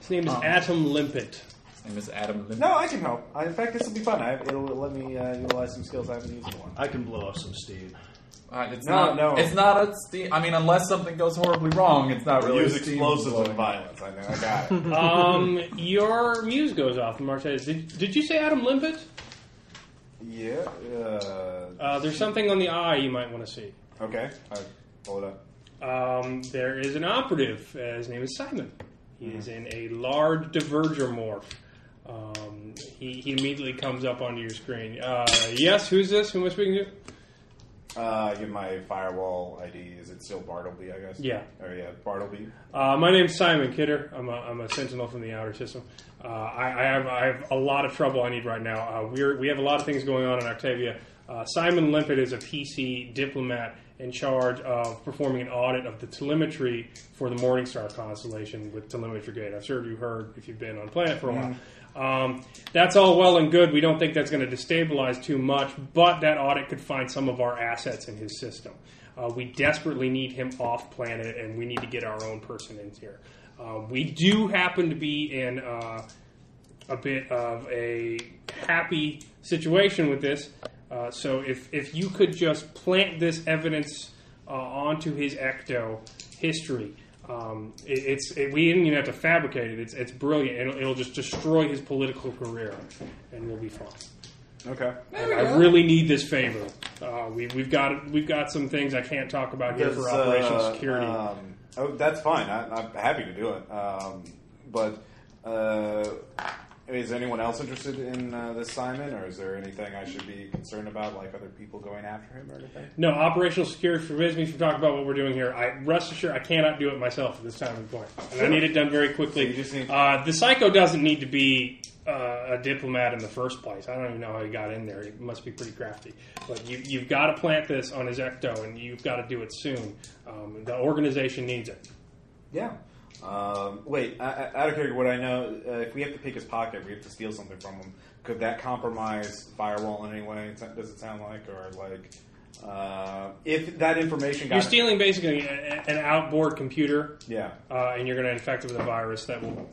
His name is
um,
Atom Limpet.
His name is Adam. Lim-
No, I can help. I, in fact, this will be fun. I, it'll let me uh, utilize some skills I haven't used in a while.
I can blow off some steam.
Uh, it's
No,
not.
no.
It's not a steam. I mean, unless something goes horribly wrong, it's not really.
Use
a steam
explosives
blowing.
and violence. I know. I got it.
Um, your muse goes off, and Martez. Did, did you say Adam Limpet?
yeah. Uh,
Uh, there's something on the eye you might want to see.
okay. I pull it up.
Um, there is an operative. Uh, his name is Simon. He is in a large diverger morph. Um, he, he immediately comes up onto your screen. Uh, yes, who's this? Who am I speaking to?
Uh, give my firewall ID. Is it still Bartleby? I guess.
Yeah.
Oh yeah, Bartleby.
Uh, my name's Simon Kidder. I'm a, I'm a sentinel from the outer system. Uh, I, I, have, I have a lot of trouble I need right now. Uh, we're, we have a lot of things going on in Octavia. Uh, Simon Limpet is a PC diplomat in charge of performing an audit of the telemetry for the Morningstar constellation with Telemetry Gate. I'm sure you heard if you've been on planet for a while. Um, that's all well and good. We don't think that's going to destabilize too much, but that audit could find some of our assets in his system. Uh, we desperately need him off planet, and we need to get our own person in here. Uh, we do happen to be in. Uh, a bit of a happy situation with this. Uh, so if if you could just plant this evidence uh, onto his ecto history, um, it, it's it, we didn't even have to fabricate it. It's it's brilliant. It'll, it'll just destroy his political career, and we'll be fine.
Okay.
And I really need this favor. Uh, we, we've got we've got some things I can't talk about here for
Does, uh,
operational security.
um, oh, that's fine. I, I'm happy to do it. Um, but uh, is anyone else interested in uh, this Simon, or is there anything I should be concerned about, like other people going after him or anything?
no, operational security forbids me from talking about what we're doing here. I rest assured, I cannot do it myself at this time and point, and I need it done very
So you
quickly.
just need-
uh, the psycho doesn't need to be uh, a diplomat in the first place. I don't even know how he got in there. It must be pretty crafty. But you, you've got to plant this on his ecto, and you've got to do it soon. Um, the organization needs it.
Yeah. Um, wait, I, I, out of character, would I know uh, if we have to pick his pocket, we have to steal something from him? Could that compromise firewall in any way? It's- Does it sound like, or like, uh, if that information got
You're stealing basically a- a- an outboard computer,
Yeah.
uh, and you're going to infect it with a virus that will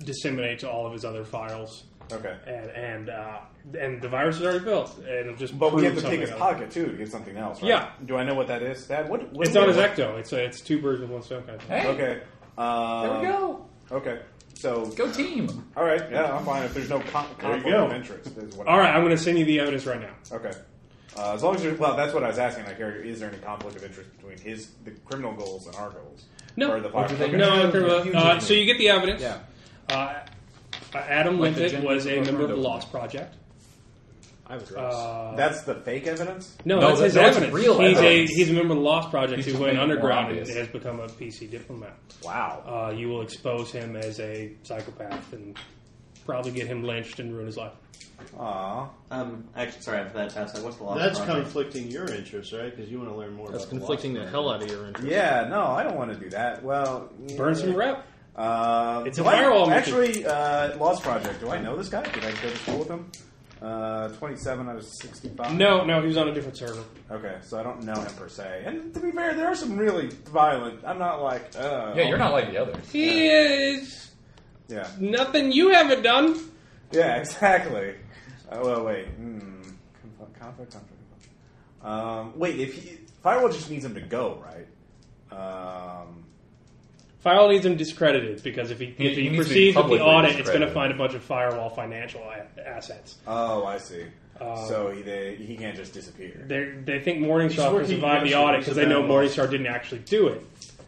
disseminate to all of his other files.
Okay.
and and uh, and the virus is already built. and It'll just
But we
prove
have to
something
take his
else.
pocket too to get something else. Right?
Yeah.
Do I know what that is? That what? what
It's on his ecto. It's a, it's two birds with one stone kind of thing.
Hey,
Okay. Um,
there we go.
Okay. So
Go team.
all right. Yeah, I'm fine. If there's no con-
There you
conflict of
go.
interest, is what.
All right, I'm going to send you the evidence right now.
Okay. Uh, as long as you're, well, that's what I was asking. Like, here, is there any conflict of interest between his the criminal goals and our goals?
No.
Or the fire-
do they-
okay.
No, uh, so you get the evidence.
Yeah.
Uh, uh, Adam
Like the
Limpet
gender
was a
of
member of the
Orlando.
Lost Project.
I was
Uh,
That's the fake evidence.
no,
No,
that's
that-
his
that's
evidence.
real
he's
evidence.
a he's a member of the Lost Project
He's
who
just
went
making it more
underground and
obvious.
has become a PC diplomat.
Wow.
Uh, you will expose him as a psychopath and probably get him lynched and ruin his life.
Aw.
Um, actually, sorry, after that test, what's the last
That's
project?
conflicting your interests, right? Because you want to learn more.
That's
about the
conflicting
law.
the hell out of your interest.
Yeah. No, I don't want to do that. Well, yeah.
Burn some rep.
Uh,
It's
do
a
I-
firewall method.
Actually, uh, Lost Project. Do I know this guy? Did I go to school with him? Uh, Twenty-seven out of sixty-five.
No, no, he was on a different server.
Okay, so I don't know him per se. And to be fair, there are some really violent. I'm not like. Uh,
Yeah, you're not like the others.
He is
Yeah.
nothing you haven't done.
Yeah, exactly. Oh, well, wait. Hmm. Conflict, conflict, conflict. Um, wait, if he, Firewall just needs him to go, right? Um,
Firewall needs him discredited because if he,
He-
if
he
he,
needs to be
proceeds with the
publicly
audit, it's going to
discredited.
find a bunch of firewall financial a- assets.
oh, I see.
Uh,
so he they, he can't just disappear.
They they think
He's
Morningstar can
working
survive the
against
audit
us
because they know
about-
Morningstar didn't actually do it,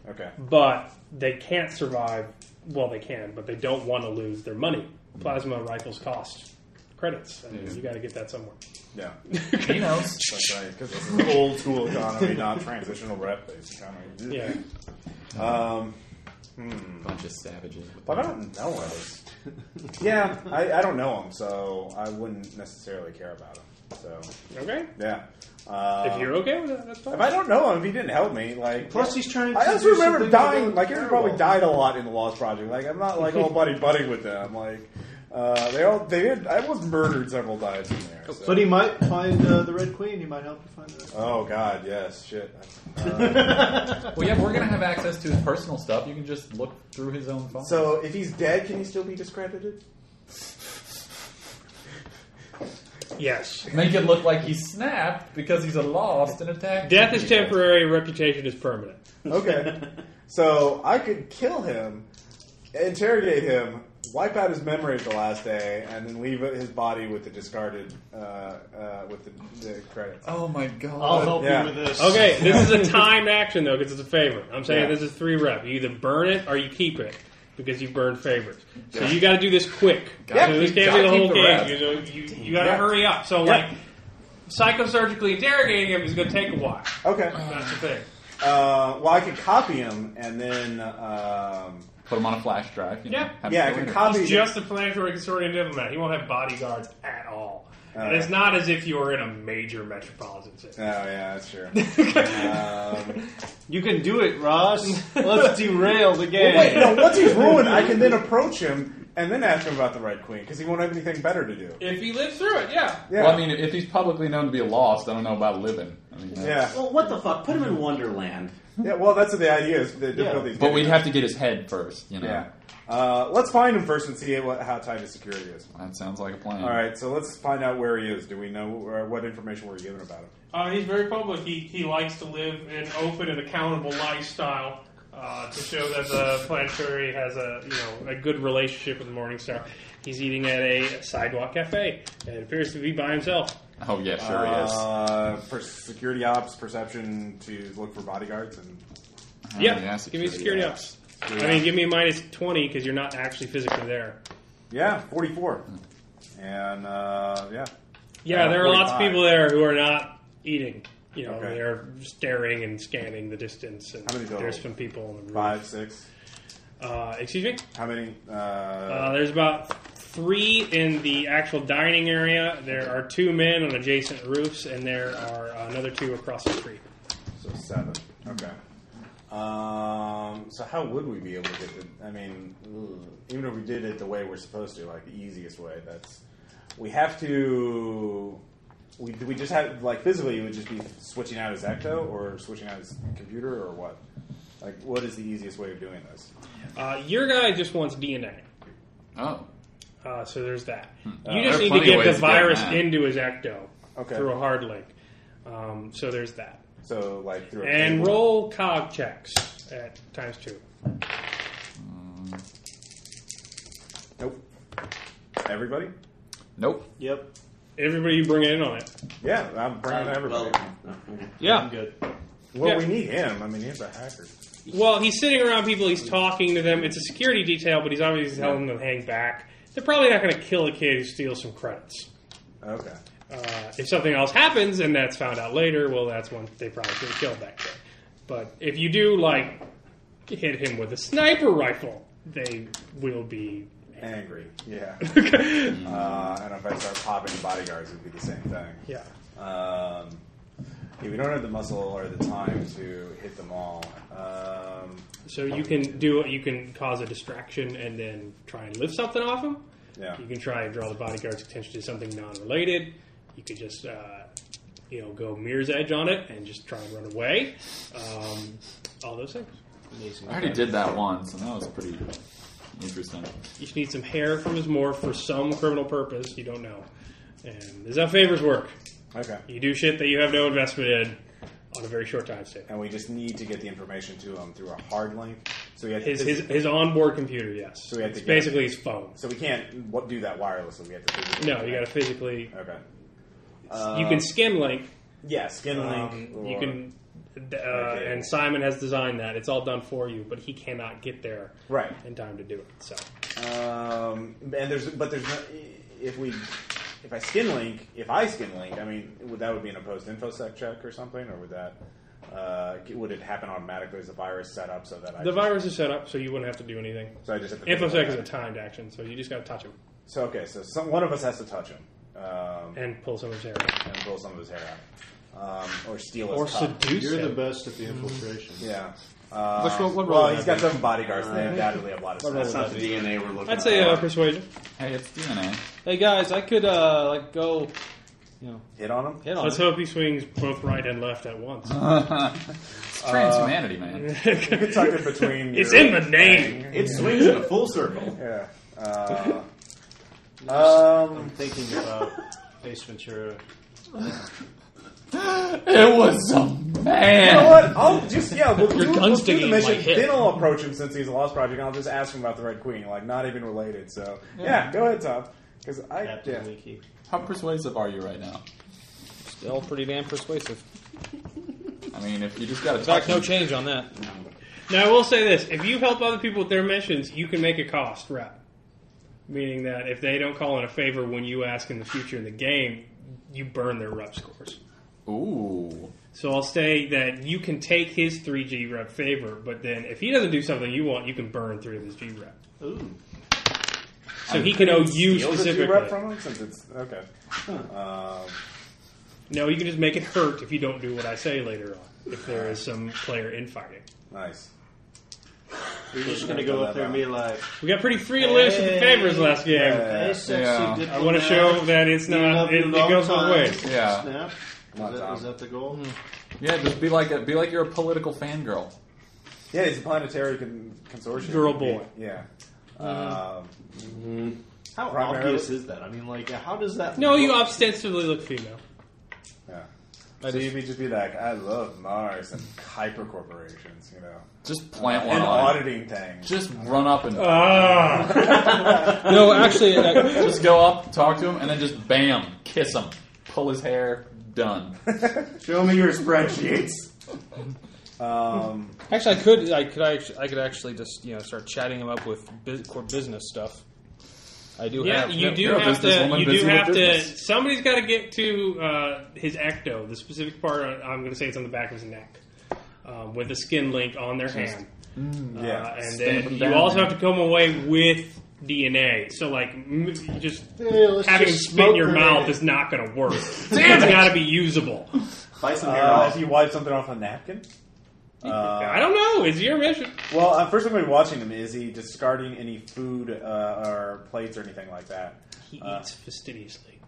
Okay.
hmm. but they can't survive. Well, they can, but they don't want to lose their money. Plasma rifles cost credits, and you got to get that somewhere.
Yeah.
He knows.
That's right. Because this is old school economy, not transitional rep based economy.
Yeah,
Um,
Bunch of savages.
but I don't know him. yeah, I, I don't know him, so I wouldn't necessarily care about him. So
okay.
yeah. Uh,
If you're okay with that, that's fine.
If I don't know him, if he didn't help me, like
Plus, he's trying. to
I also
do
remember
something about
dying. Like everyone probably
Firewall.
died a lot in the Lost Project. Like I'm not like all buddy buddy with them. Like uh, they all they did. I was murdered several times in there. so-
But he might find uh, the Red Queen. He might help you find the Red Queen.
oh God, yes, shit.
Well, yeah, we're gonna have access to his personal stuff. You can just look through his own phone.
So if he's dead, can he still be discredited?
yes,
make it look like he snapped because he's a lost and attacked.
death is
people.
temporary. Reputation is permanent.
Okay, so I could kill him, interrogate him, wipe out his memory of the last day, and then leave his body with the discarded uh, uh, with the, the credits.
Oh my god.
I'll help
Yeah.
you with this.
Okay, this is a timed action though because it's a favorite. I'm saying
Yeah.
this is three rep. You either burn it or you keep it because you burned favorites. So you got to do this quick.
Gotta
so this
keep-
can't be
gotta
the whole
keep the
game.
rep.
You, know, you, you got to
Yeah.
hurry up. So like psychosurgically interrogating him is going to take a while.
Okay.
That's the thing.
Uh, well, I could copy him and then. Um,
Put him on a flash drive. You know,
Yeah.
have
yeah, I
him
could
later.
copy.
He's just a planetary consortium diplomat. He won't have bodyguards at all.
Uh.
And it's not as if you were in a major metropolitan city.
Oh, yeah, that's true. um,
You can do it, Ross. Let's derail the game.
wait, no. Once he's ruined, I can then approach him and then ask him about the right queen because he won't have anything better to do.
If he lives through it, yeah.
Yeah.
Well, I mean, if he's publicly known to be lost, I don't know about living. I mean, that's-
yeah.
Well, what the fuck? Put him in Wonderland.
Yeah, well, that's the idea is the difficulty.
But we'd have to get his head first, you know.
Yeah. Uh, let's find him first and see what, how tight his security is.
That sounds like a plan.
All right, so let's find out where he is. Do we know uh, what information we're given about him?
Uh, he's very public. He, he likes to live an open and accountable lifestyle uh, to show that the planetary has a you know a good relationship with the Morningstar. He's eating at a sidewalk cafe and appears to be by himself.
Oh yeah, sure
Uh, per- security ops perception to look for bodyguards and
he is.
yeah,
Oh,
give me security ops. I mean, give me a minus twenty because you're not actually physically there.
yeah, forty four,
Hmm.
and uh, yeah,
Yeah,
Uh,
there are lots of
45.
people there who are not eating. You know,
Okay.
they're staring and scanning the distance. And
How many total?
there's some people in the room.
five, six.
Uh, excuse me.
How many? Uh,
Uh, there's about three in the actual dining area. There are two men on adjacent roofs, and there are another two across the street.
so seven. Okay. Um, so how would we be able to get? The, I mean, ugh, even if we did it the way we're supposed to, like the easiest way, that's we have to. We, do we just have like physically? It would just be switching out his ecto or switching out his computer or what? Like, what is the easiest way of doing this?
Uh, your guy just wants DNA,
Oh,
uh, so there's that.
Uh,
You
there are
just need to
plenty
get
ways
the
to get
virus
that.
into his ecto
Okay.
through a hard link. Um, so there's that.
So like through a
And
cable-
roll cog checks at times two.
Nope. Everybody?
nope.
Yep.
Everybody you bring in on it.
Yeah, I'm bringing everybody.
Um, Well,
Well,
okay.
Yeah. good.
yeah.
we need him. I mean, he's a hacker.
Well, he's sitting around people. He's talking to them. It's a security detail, but he's obviously telling them to hang back. They're probably not going to kill a kid who steals some credits.
Okay.
Uh, if something else happens and that's found out later, well, that's when they probably should have killed that kid. But if you do like hit him with a sniper rifle, they will be.
Angry. Yeah.
yeah.
Uh, and if I start popping bodyguards, it would be the same thing. Um, yeah, we don't have the muscle or the time to hit them all. Um,
So you can do you can cause a distraction and then try and lift something off him.
yeah.
You can try and draw the bodyguard's attention to something non-related. You could just, uh, you know, go mirror's edge on it and just try and run away. Um, all those things.
Amazing.
I already did that once, and that was pretty interesting.
You just need some hair from his morph for some criminal purpose you don't know. And is how favors work.
Okay.
You do shit that you have no investment in on a very short time span.
And we just need to get the information to him through a hard link. So we have to.
His, his, his onboard computer, yes.
So we have to
it's
get-
basically his phone.
so we can't what, do that wirelessly. We have to. physically
No, you
connect.
gotta physically.
Okay. Um,
you can skim link.
Yeah, skin link.
Um,
or-
you can, uh,
Uh, Okay.
and Simon has designed that. It's all done for you, but he cannot get there
Right.
in time to do it. So
Um, and there's, but there's no, if we, if I skin link, if I skin link, I mean, would that would be an opposed infosec check or something, or would that, uh, would it happen automatically as a virus set up so that I,
the virus is set up so you wouldn't have to do anything.
so I just have to
InfoSec is a timed action, so you just got to touch him
So okay, so some, one of us has to touch him, um,
and pull someone's hair.
and pull some of his hair out, um, or steal his
Or
cup.
seduce
You're the
him.
best at the infiltration.
Yeah. Um,
Let's roll- what roll
well,
is
he's got
that
some bodyguards. and They undoubtedly have a lot of
That's
stuff.
not the DNA we're looking
I'd say
for.
uh, persuasion.
Hey, it's DNA.
Hey guys, I could uh like go, you know,
Hit on him.
hit on.
Let's
it.
hope he swings both right and left at once.
Oh,
it's transhumanity, man.
It's tucked in between.
it's
your-
in the name.
it swings in a full circle.
Yeah. Uh, um.
I'm thinking about Ace Ventura.
Uh, It was a man.
You know what? I'll just yeah. We'll, do,
gun
we'll do the
stinging
mission.
might hit.
Then I'll approach him since he's a lost project. and I'll just ask him about the Red Queen. Like not even related. So yeah, go ahead, Tom. Because I
Captain
yeah.
Leaky.
How persuasive are you right now?
Still pretty damn persuasive.
I mean, if you just got to
In fact,
touch
no
him,
change on that.
Now I will say this: if you help other people with their missions, you can make a cost rep. Meaning that if they don't call in a favor when you ask in the future in the game, you burn their rep scores.
ooh,
So I'll say that you can take his 3G rep favor, but then if he doesn't do something you want, you can burn three of his G rep.
Ooh.
So he can owe you
Deal that
specifically.
rep from him since it's okay. Um,
No, you can just make it hurt if you don't do what I say later on. If there is some player infighting,
nice.
You're just gonna go up there and be like,
we got pretty free and loose with the favors last game.
"Hey, sexy
Yeah.
diplomat,
I want to show that it's
you
not.
love
It,
your
it
long
goes Hmm. both
time."
ways.
Yeah.
Snap.
on,
Is that,
Tom.
is that the goal?
Yeah, just be like a, be like you're a political fangirl.
Yeah, he's a planetary con- consortium.
Girl, boy.
Yeah.
Mm-hmm.
Um,
How
Primarily-
obvious is that? I mean, like,
uh,
how does that?
No, Oh, you ostensibly look female.
yeah. So you could just be like, I love Mars and hyper corporations, you know,
Just plant one
and
on.
auditing things.
Just run up and
Ah,
No, actually, uh,
just go up, talk to him, and then just bam, kiss him, pull his hair. Done.
Show me your spreadsheets.
Um,
actually, I could, I could, actually, I could actually just you know start chatting him up with bu- core business stuff. I do
yeah,
have.
you do
you're a
have to.
businesswoman
You
busy
do
with
have to.
business.
Somebody's got to get to uh, his ecto, the specific part. On, I'm going to say it's on the back of his neck, um, with a skin link on their hand.
yeah.
Uh, and
Stamp
then
them
you
down,
also
man.
have to come away with DNA. So, like, m- just
Hey, let's
having
just
spit in
smoke
your mouth
grenade
is not going to work. it's got to be usable.
Buy some hair
Oh.
Uh,
oil.
if you wipe something off a napkin. Uh,
I don't know. It's your mission.
Well, uh, first I'm going to be watching him. Is he discarding any food uh, or plates or anything like that?
He
Uh,
eats fastidiously.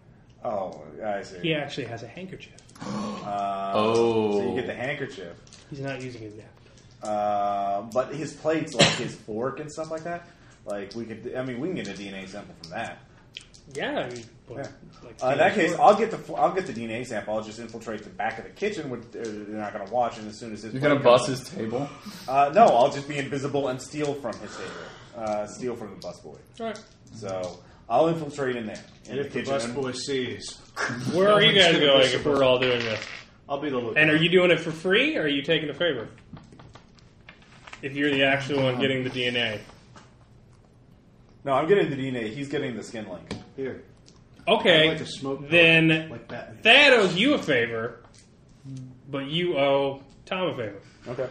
Oh, I see.
He actually has a handkerchief.
Uh,
Oh.
So you get the handkerchif.
He's not using his napkin.
Uh, but his plates, like his fork and stuff like that, like we could. I mean, we can get a DNA sample from that.
Yeah. I mean, well,
Yeah.
like,
Uh, in that case, I'll get the fl- I'll get the DNA sample. I'll just infiltrate the back of the kitchen, which they're they're not going to watch. And as soon as his
You're gonna
plate
bust
comes-
his table.
Uh, no, I'll just be invisible and steal from his table. Uh, steal from the busboy.
All right.
So I'll infiltrate in there in
And
the
if the
kitchen.
bus boy sees,
Where are you guys
gonna
going if
disapprove.
we're all doing this?
I'll be the lookout.
And are you doing it for free, or are you taking a favor? If you're the actual one getting the DNA.
no, I'm getting the DNA. He's getting the skin link.
here?
Okay.
I'd like to smoke
then
like Batman.
that owes you a favor, but you owe Tom a favor.
Okay.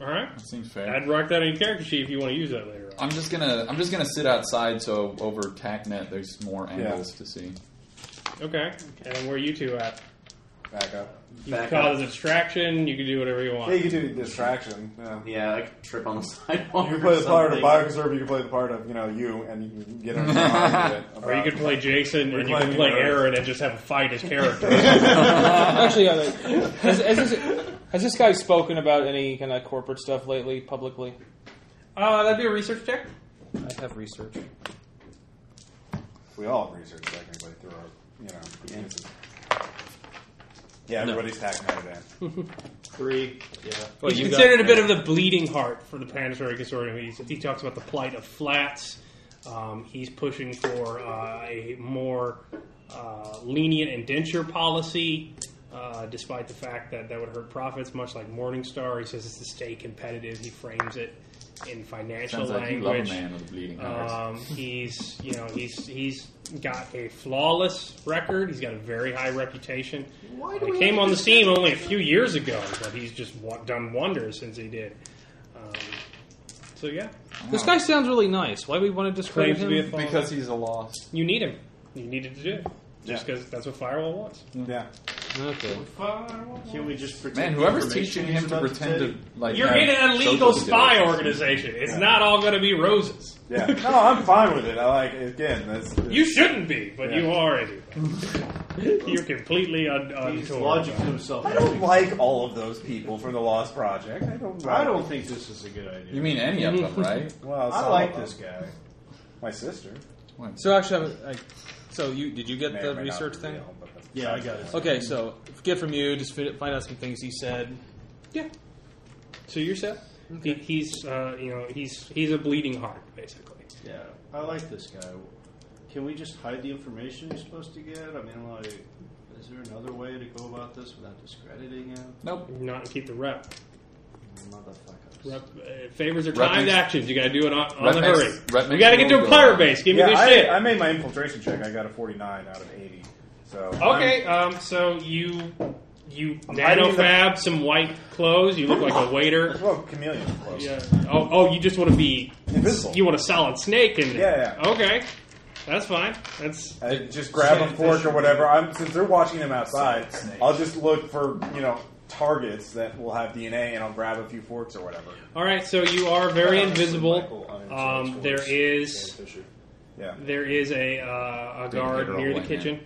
All right.
Seems fair.
I'd rock that on your character sheet if you want to use that later on.
I'm just gonna I'm just gonna sit outside so over TACnet there's more angles to see.
Okay. And where are you two at?
Back up.
You can
Back
cause
up.
a distraction. You can do whatever you
Yeah,
want.
you can do distraction. Yeah.
Yeah, like trip on the sidewalk.
You
or
can play the part of
something.
Bioconserve, you can play the part of, you know, you, and you can get on your mind with it.
Or you could play Jason and you
playing
can play
heroes.
Aaron and just have a fight as characters.
actually, uh, has, has, this, has this guy spoken about any kind of corporate stuff lately publicly?
uh, that'd be a research check.
I have research.
We all have research technically through our, you know, penises. Yeah, everybody's tacking out of that.
Three. Yeah.
He's
you
considered a bit of the bleeding heart for the Planetary Consortium. He's, he talks about the plight of flats. Um, he's pushing for uh, a more uh, lenient indenture policy, uh, despite the fact that that would hurt profits, much like Morningstar. He says it's to stay competitive. He frames it in financial
Sounds like you love a
language.
man with a bleeding heart.
Um, he's you know he's he's got a flawless record. He's got a very high reputation. Why he came on the scene only a few years ago, but he's just wa- done wonders since he did. Um, so yeah,
This guy sounds really nice. Why do we want to discredit
claims to be a
him?
flawless.
because he's a loss.
you need him. You needed to do it just because that's what firewall wants.
Yeah.
Okay.
Firewall.
Can we just
Man,
pretend?
whoever's
information
teaching
he's
him to
about
pretend to
take?
like
You're
have
in an
social
illegal
skills.
spy organization. It's not all going to be roses.
Yeah. No, I'm fine with it. I like, again, that's.
You shouldn't be, but you
Yeah.
are anyway. You're completely un- un-
He's logic to himself.
I don't like all of those people from the Lost Project. I don't like
I don't think this is a good idea.
You mean any of them, right?
Well, it's
I
all
like
of
this
them.
guy.
My sister.
So actually, I, I, so you did you get
May or
the
may not
research
be
thing?
real, but that's-
Yeah, I got it.
Okay, so get from you. Just fi- find out some things he said.
Yeah. So you're set. He, he's uh, you know he's he's a bleeding heart basically.
Yeah, I like this guy. Can we just hide the information you're supposed to get? I mean, like, is there another way to go about this without discrediting him?
Nope.
Not keep the rep.
Motherfuckers.
Rep uh, favors are
Rep
timed
makes-
actions. You got to do it on, on
Rep
the
makes-
hurry.
rep
we
makes
got to get to a
gold
player
go.
base. Give
Yeah,
me this
I,
shit.
I made my infiltration check. I got a 49 out of 80. So
okay. Um. So you you
hiding
nano
in the-
fab some white clothes. You look like a waiter.
I'm, well, chameleon. Close.
Yeah. Oh, oh, you just want to be
Invisible.
you want a solid snake in there.
Yeah, yeah.
Okay. That's fine. That's
I just grab a fork or whatever. I'm since they're watching them outside. I'll just look for you know targets that will have DNA, and I'll grab a few forks or whatever.
all right. So you are very invisible.
Michael,
Um, there is
Yeah,
there is a uh, a guard
hit her
near the
all in
kitchen.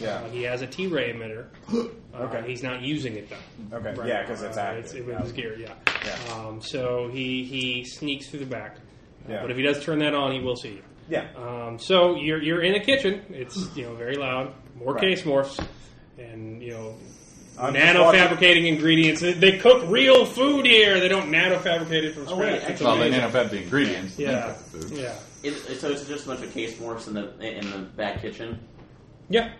yeah,
Uh, he has a T-ray emitter. Uh,
Okay.
He's not using it though.
okay, yeah, because it's
Uh, it's, it
active.
was gear, yeah.
Yeah.
Um, so he he sneaks through the back. Uh,
Yeah.
But if he does turn that on, he will see you.
Yeah,
Um, so you're you're in the kitchen. It's you know very loud. More
Right.
case morphs, and you know
I'm just
nano
watching-
fabricating ingredients. They- They cook real food here. They don't nano fabricate it from
Oh, wait,
scratch.
actually,
Well, they nanofed the ingredients. they
yeah,
nanofed the food.
yeah,
is- so it's just a bunch of case morphs in the in the back kitchen.
yeah.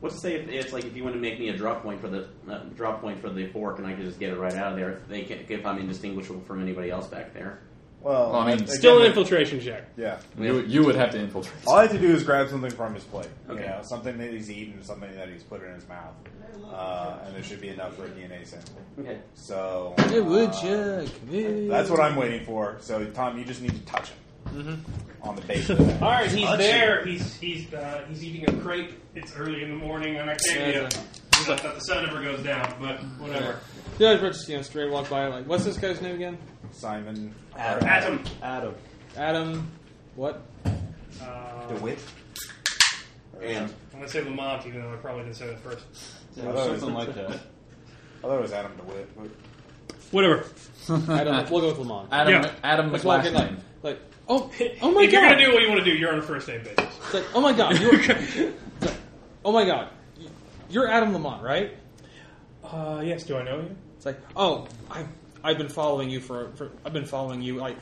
What's to say if it's like if you want to make me a drop point for the uh, drop point for the fork and I can just get it right out of there? If they can, if I'm indistinguishable from anybody else back there.
well,
Well, I mean,
again,
Still an infiltration check.
Yeah,
You, you would have to infiltrate.
all I have to do is grab something from his plate.
Okay.
You know, something that he's eaten, something that he's put in his mouth, uh, and there should be enough for a DNA sample.
Okay.
So
would
uh,
you?
That's what I'm waiting for. So Tom, you just need to touch him on the base. Of
Mm-hmm. All
that.
right, he's
Touch
there. He's he's uh, he's eating a crepe. It's early in the morning on Octavia. Not that the sun ever goes down, but whatever.
Yeah, I'd just you know straight walk by like, what's this guy's name again?
Simon
Atom.
Adam.
Adam, what?
Uh,
DeWitt.
And
I'm gonna say Lamont, even though I probably didn't say that first.
Something like that.
I thought it was Adam DeWitt. But
Whatever.
Adam, we'll go with Lamont.
Adam,
Yeah.
Adam
Let's walk
McLaughlin.
in like, like, oh, oh my
if you're
god!
gonna do what you want to do, you're on a first name basis.
It's like, oh my god, you're, it's like, oh my god, you're Adam Lamont, right?
Uh, yes. Do I know you?
It's like, oh, I've, I've been following you for, for, I've been following you. Like,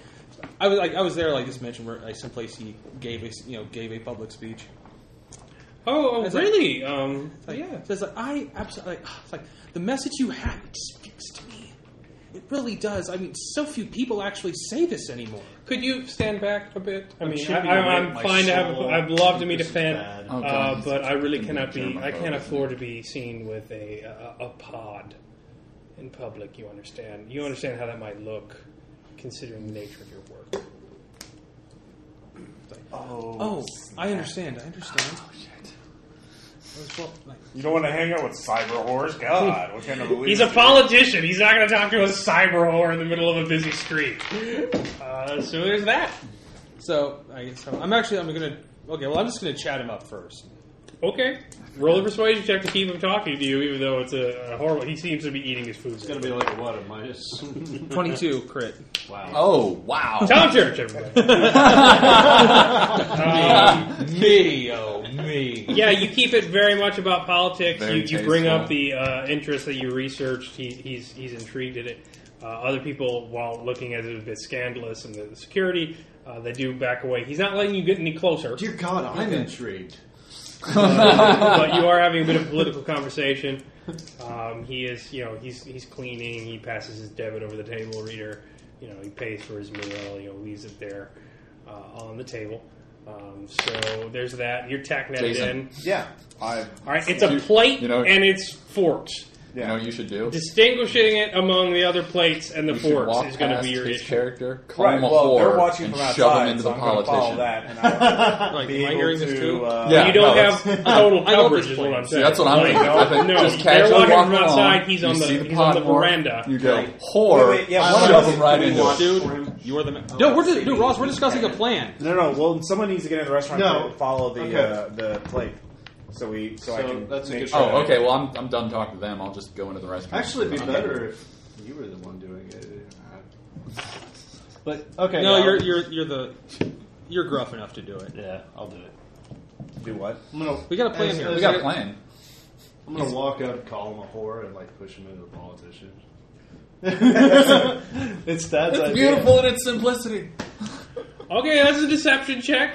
I was like, I was there, like this mentioned, where like someplace he gave a, you know, gave a public speech.
Oh, oh
It's like-
really? um,
It's like,
yeah.
so it's like I absolutely, like, it's like the message you have it speaks to me. It really does. I mean, so few people actually say this anymore.
Could you stand back a bit? I mean, I,
chipping
I,
away
I'm
at my
fine to have. A,
soul.
I'd love to meet a
This is
fan,
bad.
Oh,
uh,
God.
but I really cannot be.
German
I can't
phobic.
afford to be seen with a a, a pod in public. You understand? You understand how that might look, considering the nature of your work.
Oh, I understand. I understand. Oh shit. well, like,
you don't want to hang out with cyber whores. God, what kind of elite-
He's a politician. He's not going to talk to a cyber whore in the middle of a busy street. Uh, so there's that.
so I guess I'm, I'm actually I'm gonna okay. Well, I'm just gonna chat him up first.
Okay. Roll a persuasion check to keep him talking to you, even though it's a, a horrible. He seems to be eating his food.
It's gonna be like a what? A minus?
Twenty two crit.
wow.
Oh, wow.
Tom Church, everybody.
me, oh me.
yeah, you keep it very much about politics.
Very
you, you bring
tasteful.
up the uh, interest that you researched. He, he's he's intrigued at it. Uh, other people, while looking at it a bit scandalous and the security, uh, they do back away. He's not letting you get any closer.
Dear God, I'm intrigued.
but you are having a bit of political conversation. Um, he is, you know, he's he's cleaning. He passes his debit over the table reader. You know, he pays for his meal. You know, leaves it there uh, on the table. Um, so there's that. You're tack netted
Jason.
in.
Yeah, I.
All right, it's a plate
you know-
and it's forks.
You know what you should do?
Distinguishing it among the other plates and the
You should
forks
walk
is going to
past
be your
his
issue.
character, call
Right.
him a
Well,
whore,
they're watching
and
from
shove him
outside,
into
so
the
I'm gonna follow
politician.
that, and I'll
Like,
be
am I
able
hearing
to,
this too?
Uh,
Yeah.
you don't
no,
have total
I love
coverage,
this
is what
plane.
I'm
See,
saying.
that's what I'm
Like,
thinking. I think
no,
just
they're
casually
walking
walk
from
along,
outside. He's
you
on
see
the,
the
he's on the
pod walk,
veranda.
You go, whore,
Wait, wait, yeah, one
shove
of
him right into it.
Dude, you are the man. No, we're just, dude, Ross. We're discussing a plan.
No, no. Well, someone needs to get in the restaurant
No.
to follow the
Okay.
uh, the plate. So we, so, I
So
can.
that's a
make
good
sure
Oh,
that-
okay, well, I'm, I'm done talking to them. I'll just go into the restaurant.
Actually, it'd be
I'm-
better if you were the one doing it. But okay.
No,
yeah,
you're you're you're the you're gruff enough to do it.
Yeah, I'll do it.
Do what?
I'm gonna.
We got a plan
as-
here.
as
We got
I-
a plan.
I'm gonna walk up, call him a whore, and like push him into the politician. it's that.
It's beautiful in its simplicity.
Okay, that's a deception check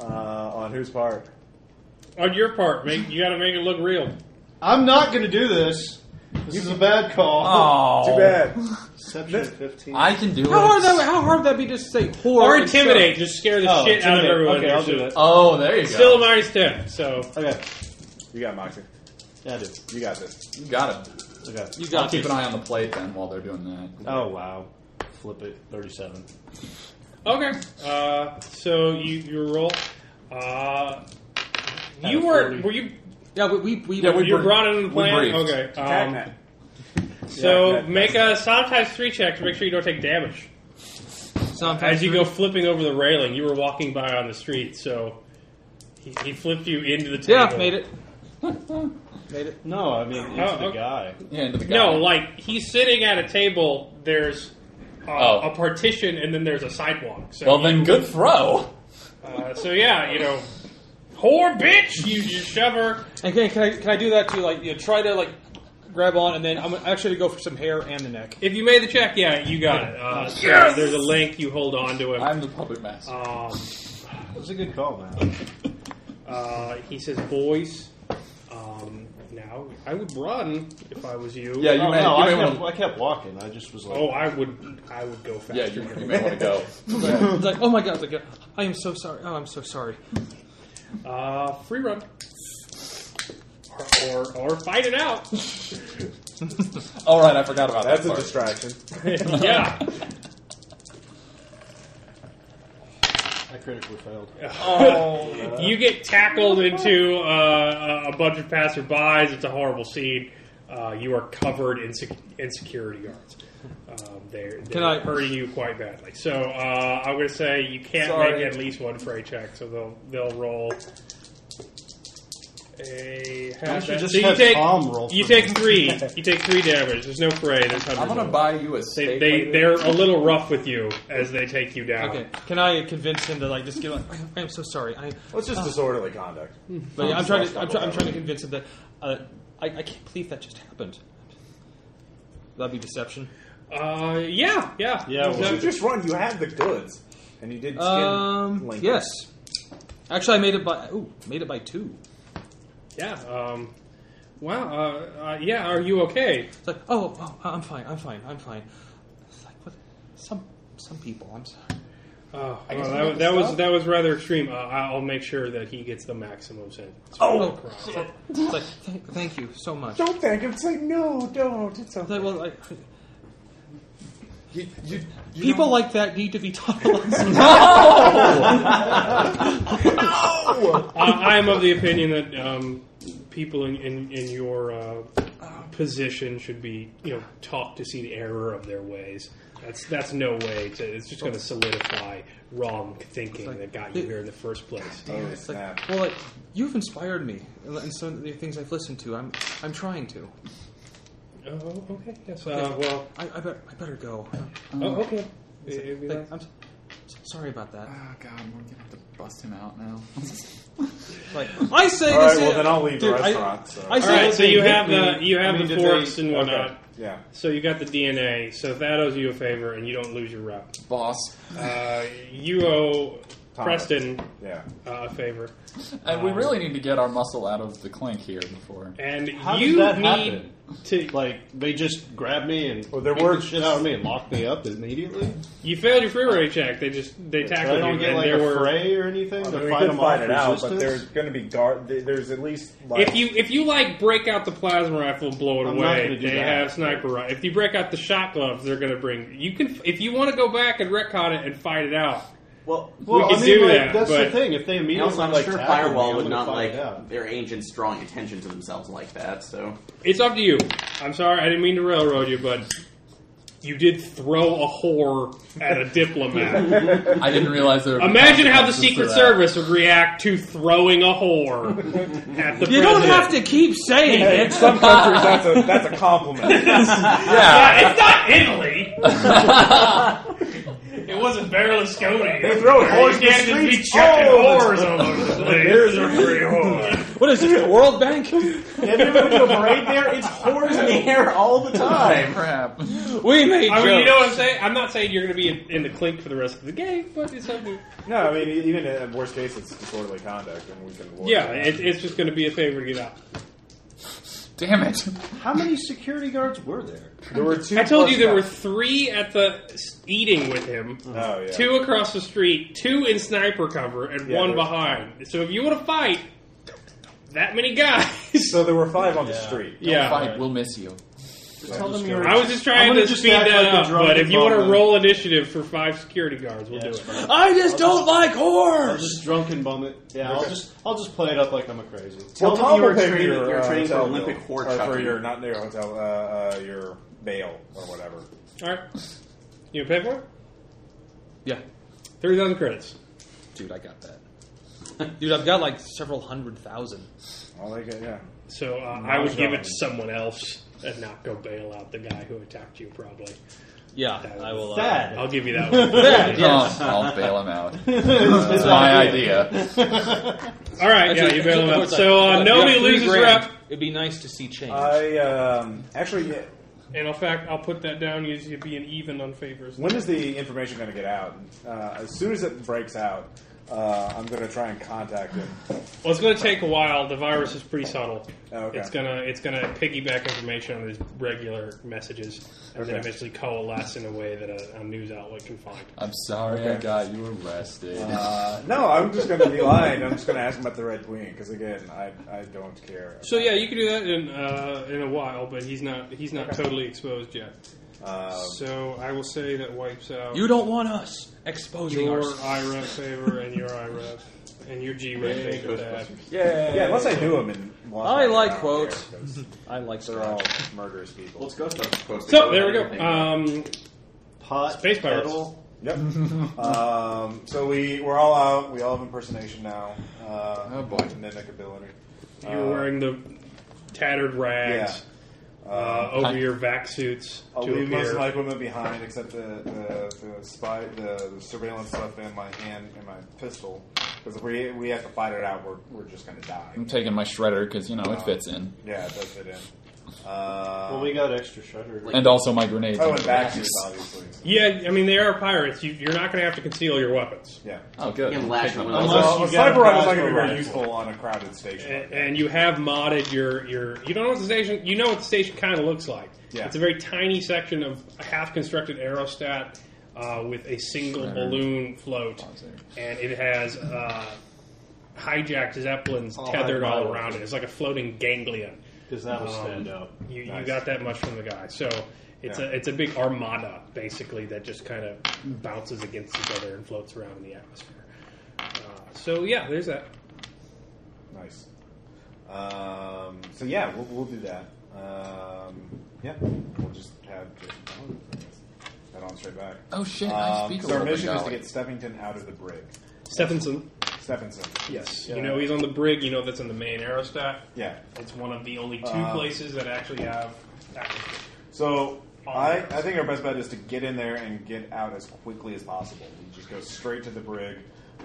Uh, on whose part?
on your part. Make, you got to make it look real.
I'm not gonna do this. This is a bad call.
Oh,
Too bad.
Deception at 15.
I can do
How hard
it.
that? How hard would that be just to say whore
Or
and stuff?
intimidate. Just scare the
Oh,
shit out of
intimidate.
everyone.
Okay, I'll do
You're
that.
Oh, there you go.
Still a minus 10, so.
Okay.
You got Moxie.
Yeah, I do.
You got this.
you got it.
Okay.
You
I'll
got
keep
this.
an eye on the plate then while they're doing that.
Oh wow. Flip it. 37.
Okay. Uh, so you you roll. Uh, you were were you
Yeah, we we, we
Yeah, we-
you
briefed.
brought it in the
We
plan?
briefed.
Okay.
Tag
Um,
that.
so
Yeah, that-
make a sometimes three check to make sure you don't take damage
sometimes
as you go flipping over the railing. You were walking by on the street, so he, he flipped you into the
Yeah,
table.
made it. made it.
No, I mean it's
Oh,
the
okay.
guy.
Yeah, into the guy.
No, like he's sitting at a table. There's a,
Oh.
a partition, and then there's a sidewalk. So
Well, then good throw.
Uh, so yeah, you know, whore bitch, you, you shove her.
And can, can I can I do that too? Like you know, try to like grab on, and then I'm actually gonna go for some hair and the neck.
If you made the check, yeah, you got it. Uh, so There's a link. You hold on to him.
I'm the puppet master.
Um,
That was a good call, man.
uh, he says, "Boys, um, now I would run if I was you.
yeah, you
No,
may,
no,
you
I,
may want
kept,
to.
I kept walking. I just was like,
Oh, I would. I would go faster.
Yeah, you, you may want to go.
It's like, oh my god, it's like, I am so sorry. Oh, I'm so sorry.
Uh, free run, or or, or fight it out.
All right, I forgot about
That's
that
a
part.
distraction.
yeah.
I critically failed. Oh,
You get tackled into uh, a- a bunch of passerbys. It's a horrible scene. Uh, you are covered in, sec- in security guards. Um, they're they're
Can I-
hurting you quite badly. So uh, I'm going to say you can't
Sorry.
make at least one fray check. So they'll they'll roll. A half
you
that-
just
so you
have
take
Tom roll
you
for
take three you take three damage. There's no fray. There's hundred.
I'm gonna
total.
buy you a
They,
steak.
they
later.
they're a little rough with you as they take you down.
Okay, can I convince him to like just get like, I am so sorry. I,
Well, it's just disorderly conduct.
like, I'm trying to I'm, try, I'm trying to convince him that uh, I, I can't believe that just happened. That'd be deception.
Uh, yeah, yeah,
Yeah, well,
You
Exactly.
just run. You have the goods, and you did skin
Um,
Lincoln.
yes. Actually, I made it by ooh, made it by two.
Yeah. Um, wow. Uh, uh, yeah. Are you okay?
It's like, oh, oh, I'm fine, I'm fine, I'm fine. It's like, what? Some some people. I'm sorry.
Oh, well,
guess we
that, was-
have to
that was
stop.
that was rather extreme. Uh, I- I'll make sure that he gets the maximum sentence.
Oh,
It's like, th- thank you so much.
don't thank him. It's like no, don't.
It's
It's
like,
okay.
well, like,
You- you- you
people
know-
like that need to be taught a lesson.
Uh, I am of the opinion that um, people in in, in your uh, position should be you know taught to see the error of their ways. That's that's no way to. It's just going to solidify wrong thinking that got you here in the first place.
Holy
It's like,
snap.
well, like, you've inspired me, and and some of the things I've listened to, I'm I'm trying to.
Oh, okay. Yes. Uh, well.
I I, bet I better go.
Oh, okay. If you
Like,
like-
I'm s- s- sorry about that.
Oh god, we're gonna have to bust him out now.
Like, I say
All
this.
right, well
is-
then I'll leave the
dude, I-
restaurant. so.
I
All
say
right, so you
hit
have the
me.
you
I
have
mean,
the
did they-
forks and whatnot.
Okay, Yeah.
So you got the DNA. So if that owes you a favor, and you don't lose your rep.
Boss.
Uh, you owe
Thomas.
Preston
Yeah.
uh, a favor,
And we really need to get our muscle out of the clink here before.
and
How
you
did that
need
happen?
to.
Like they just grabbed me and
Well, there
beat
were-
the shit out of me and locked me up immediately.
You failed your free rate check. They just they
So
tackled
I
you,
don't get
and
like
there
a
were.
fray or anything
I mean,
to
we
fight
could
them
fight
off
it out, but
resistance?
there's going to be guard. there- There's at least like
If you if you like break out the plasma rifle, and blow it
I'm not
away.
gonna do
They
that.
have sniper rifle. If you break out the shot gloves, they're going to bring. You can if you want to go back and retcon it and fight it out.
well,
well,
we could
I mean,
do
like,
that,
That's
but-
the thing. If they
And
immediately
also, I'm
like
sure
tackled me,
Firewall
I'm
would
gonna
not
fight
like
it out.
their agents drawing attention to themselves like that. So
It's up to you. I'm sorry, I didn't mean to railroad you, but you did throw a whore at a diplomat.
I didn't realize there. Were
Imagine how the
consequences to
Secret
that.
Service would react to throwing a whore at the
You don't
president.
have to keep saying
in
it.
some countries that's a that's a compliment.
Yeah, it's not Italy. it wasn't Berlusconi. They
throw whores in the
be
streets.
chucking
Oh,
whores all over the place. Here's a free whore.
What is this? The World Bank?
Everybody with a parade there, it's horrible.
in the air all the time.
Crap.
We made
I mean, you
jokes.
know what I'm saying? I'm not saying you're going to be in, in the clink for the rest of the game, but it's something.
No, I mean even at worst case, it's disorderly conduct, and we can. work
Yeah,
on
it, it's just going to be a favor to get out.
Damn it.
How many security guards were there?
There were two.
I told you
plus
there were
guys.
three at the s- eating with him,
Oh yeah.
two across the street, two in sniper cover, and
Yeah,
one
there was-
behind. So if you want to fight that many guys,
So there were five on the street.
Don't
yeah,
fight. We'll miss you.
Just tell them you're.
I was just trying
I'm gonna
to
just
speed
act
that
like a
up,
drunk
but if you want to
bum.
roll initiative for five security guards, we'll do
it's
it.
I just don't like
I'll
whores.
just drunken bum it. Yeah, I'll just I'll just play it up like I'm a crazy.
Tell
Well,
them you were
pay
training, you were
uh,
training for
hotel
Olympic
bill.
whore
Or for
chucking.
your not your hotel, uh, uh, your bail or whatever.
All right, you gonna pay for it?
Yeah,
Three thousand credits.
dude, I got that. Dude, I've got like several hundred thousand.
Oh,
Well, they get yeah.
So uh, I would give it to someone else and not go bail out the guy who attacked you. Probably.
Yeah, I will. Uh,
Dad,
I'll give you that one.
yes.
I'll, I'll bail him out. That's my idea.
All right, yeah, you bail him out. So uh,
Look, you have
nobody
three
loses
grand.
rep.
It'd be nice to see change.
I um, actually, yeah,
And in fact, I'll put that down as you being even on favors.
when is the information going to get out? Uh, as soon as it breaks out, uh, I'm going to try and contact him.
Well, it's going to take a while. The virus is pretty subtle.
Oh, okay.
It's gonna it's gonna piggyback information on his regular messages, and then
Okay.
eventually coalesce in a way that a, a news outlet can find.
I'm sorry I
Okay.
got you arrested.
Uh, no, I'm just going to be lying. I'm just going to ask him about the Red Queen because again, I I don't care.
So yeah, you can do that in uh, in a while, but he's not he's not totally exposed yet.
Um,
so I will say that wipes out
you don't want us exposing
your
ourselves.
IREF favor and your IREF and your GREF favor. Dad.
yeah, yeah. Unless I knew him, and
I like
don't
quotes.
care, 'cause
I like
They're
Scott.
all murderous people.
Let's go.
So there we go. Um,
pot,
Space pirates.
kettle.
Yep. um, so we we're all out. We all have impersonation now. Uh,
Oh, boy.
Mimic ability. Uh,
you're wearing the tattered rags uh, over
I-
your vac suits
I'll
to
leave most
appear.
of my equipment behind, except the, the, the spy, the, the surveillance stuff, and my hand and my pistol. Because if we we have to fight it out, we're, we're just gonna die.
I'm taking my shredder because, you know, it fits in.
Yeah, it does fit in. Uh,
Well, we got extra shutter.
And also my grenades.
oh,
and
and back shoes, obviously.
yeah, I mean they are pirates. You, you're not going to have to conceal your weapons,
Yeah.
Oh, good.
And lash
Pick 'em
when
up.
I was-
Unless
Well,
you
a
got
sniper
a
rifle's not gonna be
plasma
very
rifle.
useful on a crowded station.
Eh.
and, and you have modded your your. You don't know what the station. You know what the station kind of looks like.
Yeah.
It's a very tiny section of a half-constructed aerostat uh, with a single balloon float, and it has uh, hijacked zeppelins tethered
high
all
miles.
around it. It's like a floating ganglion.
Because that'll stand out.
You, you
Nice.
got that much from the guy. So it's
Yeah.
a it's a big armada basically that just kind of bounces against each other and floats around in the atmosphere. Uh, so yeah, there's that.
Nice. Um, so yeah, we'll, we'll do that. Um, yeah, we'll just have Jason head on straight back.
Oh, shit. I
Um,
speak a
so our
little
mission is to
Bengali.
get Steffington out of the brig.
Stephenson.
Stephenson.
Yes, you know he's on the brig. You know that's in the main aerostat.
Yeah.
It's one of the only two
Uh,
places that actually have. atmosphere.
So I, I think our best bet is to get in there and get out as quickly as possible. We just go straight to the brig,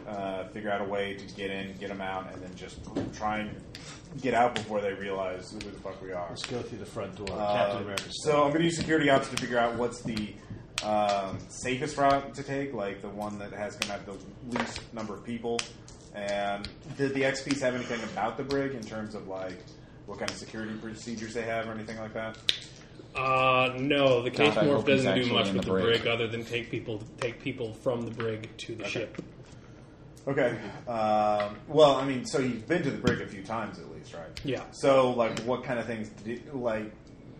uh, figure out a way to get in, get them out, and then just try and get out before they realize who the fuck we are.
Let's go through the front door.
Uh,
Captain America.
So I'm going to use security ops to figure out what's the um, safest route to take, like the one that has going to have the least number of people. And did the XPs have anything about the brig in terms of like what kind of security procedures they have or anything like that?
Uh, no, the case
God, I
morph
hope he's
doesn't do
actually
much
in
with the
the
brig.
brig.
other than take people take people from the brig to the ship.
Okay. Um, well, I mean, so you've been to the brig a few times at least, right?
Yeah.
So like, what kind of things do, like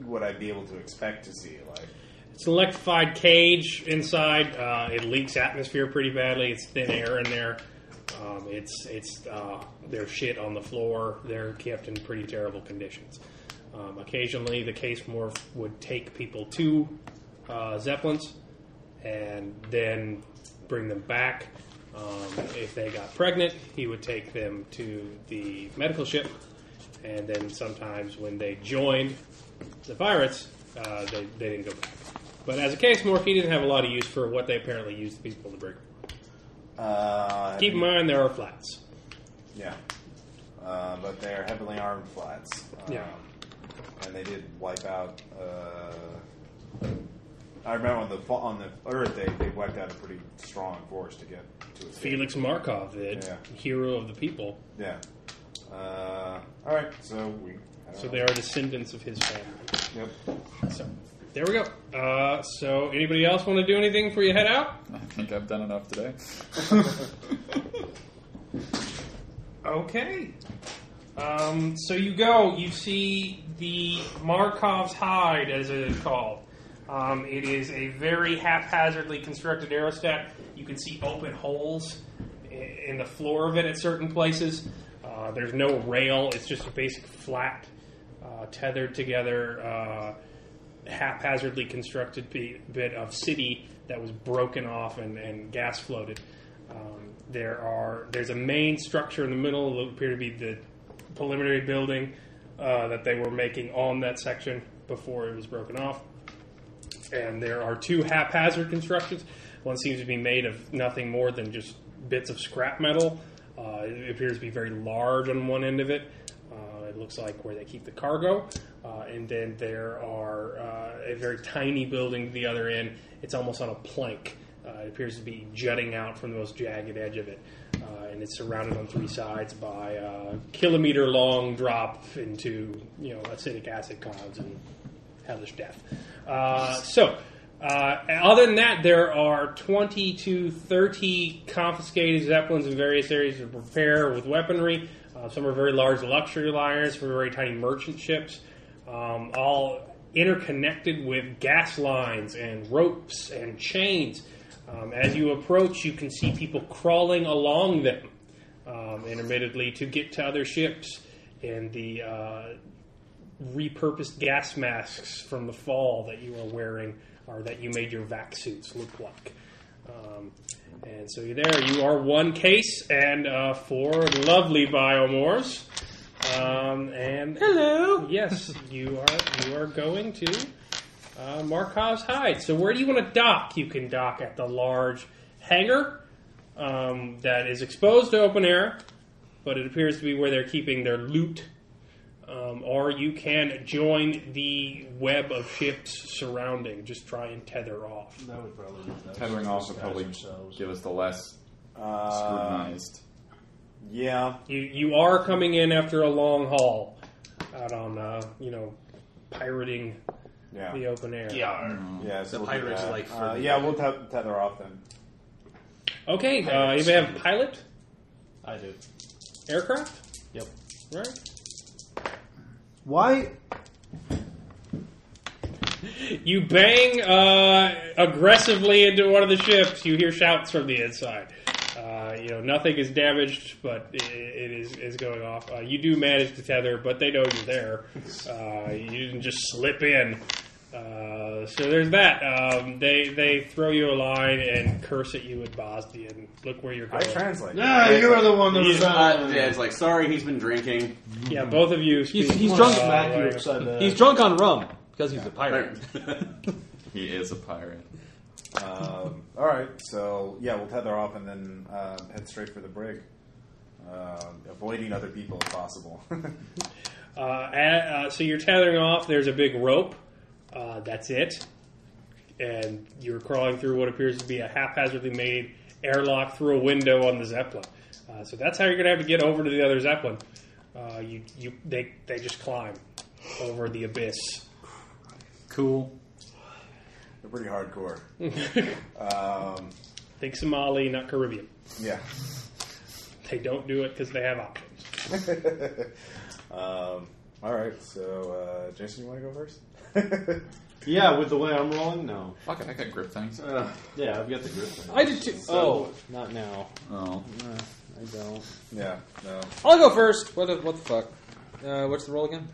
would I be able to expect to see? Like,
It's an electrified cage inside. Uh, it leaks atmosphere pretty badly. It's thin air in there. Um, it's it's uh, there's shit on the floor. They're kept in pretty terrible conditions. Um, occasionally, the case morph would take people to uh, zeppelins and then bring them back. Um, if they got pregnant, he would take them to the medical ship, and then sometimes when they joined the pirates, uh, they, they didn't go back. But as a case, Morphe didn't have a lot of use for what they apparently used the people to bring.
uh,
Keep in mind, there are flats.
yeah. Uh, but they're heavily armed flats. Um,
Yeah.
And they did wipe out. Uh, I remember on the fa- on the Earth, they, they wiped out a pretty strong force to get to escape.
Felix Markov, the
Yeah.
hero of the people,
Yeah. Uh, all right. So we. I don't
so
know.
they are descendants of his family.
Yep.
So there we go. Uh, so anybody else want to do anything before you head out?
I think I've done enough today.
Okay. Um, so you go. You see the Markov's hide, as it is called. Um, it is a very haphazardly constructed aerostat. You can see open holes i- in the floor of it at certain places. Uh, there's no rail; it's just a basic flat, uh, tethered together, uh, haphazardly constructed pi- bit of city that was broken off and, and gas floated. Um, there are there's a main structure in the middle that appear to be the preliminary building uh, that they were making on that section before it was broken off. And there are two haphazard constructions. One seems to be made of nothing more than just bits of scrap metal. Uh, it appears to be very large on one end of it. Uh, it looks like where they keep the cargo. Uh, and then there are uh, a very tiny building to the other end. It's almost on a plank. Uh, it appears to be jutting out from the most jagged edge of it. Uh, and it's surrounded on three sides by a kilometer long drop into, you know, acidic acid clouds and hellish death. Uh, so, uh, other than that, there are 20 to 30 confiscated Zeppelins in various areas of repair with weaponry. Uh, some are very large luxury liners, some are very tiny merchant ships, um, all interconnected with gas lines and ropes and chains. Um, as you approach, you can see people crawling along them um, intermittently to get to other ships. And the uh, repurposed gas masks from the fall that you are wearing or that you made your vac suits look like. Um, and so you're there. You are one case and uh, four lovely biomores. Um, and hello. Yes, you are. You are going to uh, Markov's hide. So where do you want to dock? You can dock at the large hangar um, that is exposed to open air, but it appears to be where they're keeping their loot um, or you can join the web of ships surrounding. Just try and tether off.
That would probably
Tethering off would probably give us the less
Uh,
scrutinized.
yeah.
You you are coming in after a long haul, out on uh, you know pirating
Yeah.
the open air.
Yeah,
The
so we'll do
pirates
that.
like for
Uh,
the-
yeah, we'll te- tether off then.
Okay. Uh, you may have pilot
I do.
aircraft,
Yep.
right?
Why?
You bang uh, aggressively into one of the ships. You hear shouts from the inside. Uh, you know nothing is damaged, but i it is is going off. Uh, you do manage to tether, but they know you're there. Uh, you didn't just slip in. Uh, so there's that. Um, they they throw you a line and curse at you in Bosnian. Look where you're
I
going.
translate.
Ah, you're the one that was.
Uh, yeah, it's like, sorry, he's been drinking.
yeah, both of you. Speak,
he's drunk,
uh,
Mac, you
like-
were upside down.
He's drunk on rum because he's a pirate.
He is a pirate.
Um, all right, so yeah, we'll tether off and then uh, head straight for the brig, uh, avoiding other people if possible.
Uh, a- uh, so you're tethering off. There's a big rope. Uh, that's it. And you're crawling through what appears to be a haphazardly made airlock through a window on the Zeppelin. Uh, so that's how you're going to have to get over to the other Zeppelin. Uh, you, you, they, they just climb over the abyss.
Cool.
They're pretty hardcore.
Think Somali, not Caribbean.
Yeah.
They don't do it because they have options.
um, all right, so uh, Jason, you want to go first?
yeah, with the way I'm rolling, no.
Fuck it, I got grip things.
Uh,
Yeah, I've got the grip. thing.
I did too. oh, not now.
Oh.
I don't.
yeah. No.
I'll go first. What the, what the fuck? Uh, what's the roll again?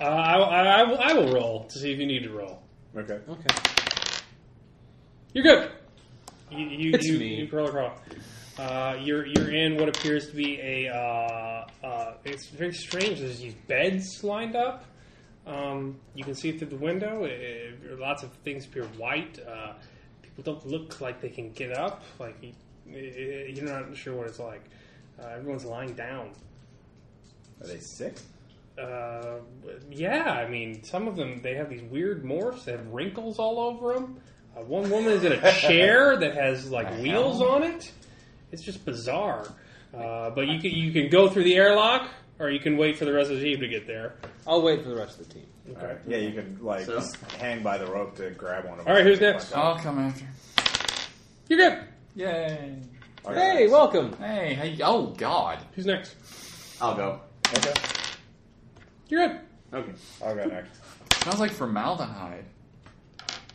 Uh, I, I- I will- I will roll to see if you need to roll.
Okay.
Okay. You're good.
You you
It's
you,
me.
you crawl across. Uh, you're you're in what appears to be a uh, uh, it's very strange. There's these beds lined up. Um, you can see it through the window. It- it- lots of things appear white. Uh, people don't look like they can get up. Like you, you- you're not sure what it's like. Uh, everyone's lying down.
Are they sick?
Uh, yeah, I mean, some of them they have these weird morphs that have wrinkles all over them. Uh, one woman is in a chair that has like wheels on it. It's just bizarre. Uh, but you can you can go through the airlock, or you can wait for the rest of the team to get there.
I'll wait for the rest of the team.
Okay.
All right. Yeah, you can like
So?
s- hang by the rope to grab one of them.
All right, who's next?
I'll come after.
You're good.
Yay.
All
Uh,
right.
Hey, welcome.
Hey, hey, oh god.
Who's next?
I'll go.
Okay.
You're good.
Alright.
Okay, I'll go next.
Sounds like formaldehyde.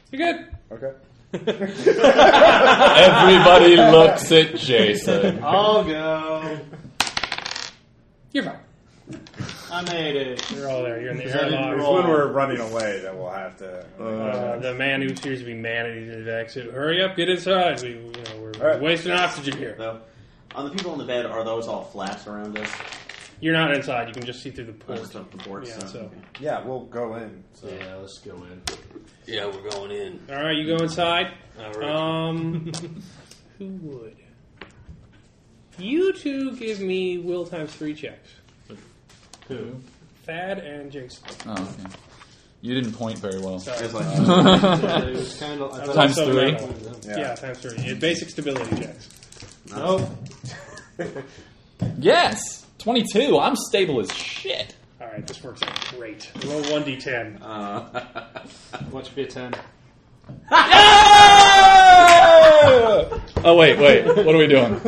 You're good.
Okay.
Everybody looks at Jason.
Oh,
I'll go.
You're fine.
I made it.
You're all there. You're in the
It's
airlock.
when we're running away that we'll have to.
Uh, the man who appears to be mad at his exit. Hurry up, get inside. We, you know, we're
All right.
wasting oxygen here.
Though, on the people in the bed, are those all flaps around us?
You're not inside. You can just see through the
Or
port.
just up the board?
Yeah,
so-
so-
yeah, we'll go in. So.
Yeah, let's go in.
Yeah, we're going in.
All right, you go inside.
All
Um, who would? You two give me will times three checks.
Who?
Thad and Jason. Uh,
Oh, okay. You didn't point very well.
Sorry.
It's like-
It was kind of. I thought
Times
So
three.
many. Yeah. times three. Yeah, basic stability checks.
Nope.
Yes! 22. I'm stable as shit.
All right, this works out great. Roll one d10.
Uh,
Watch it be a ten.
Oh, wait, wait. What are we doing?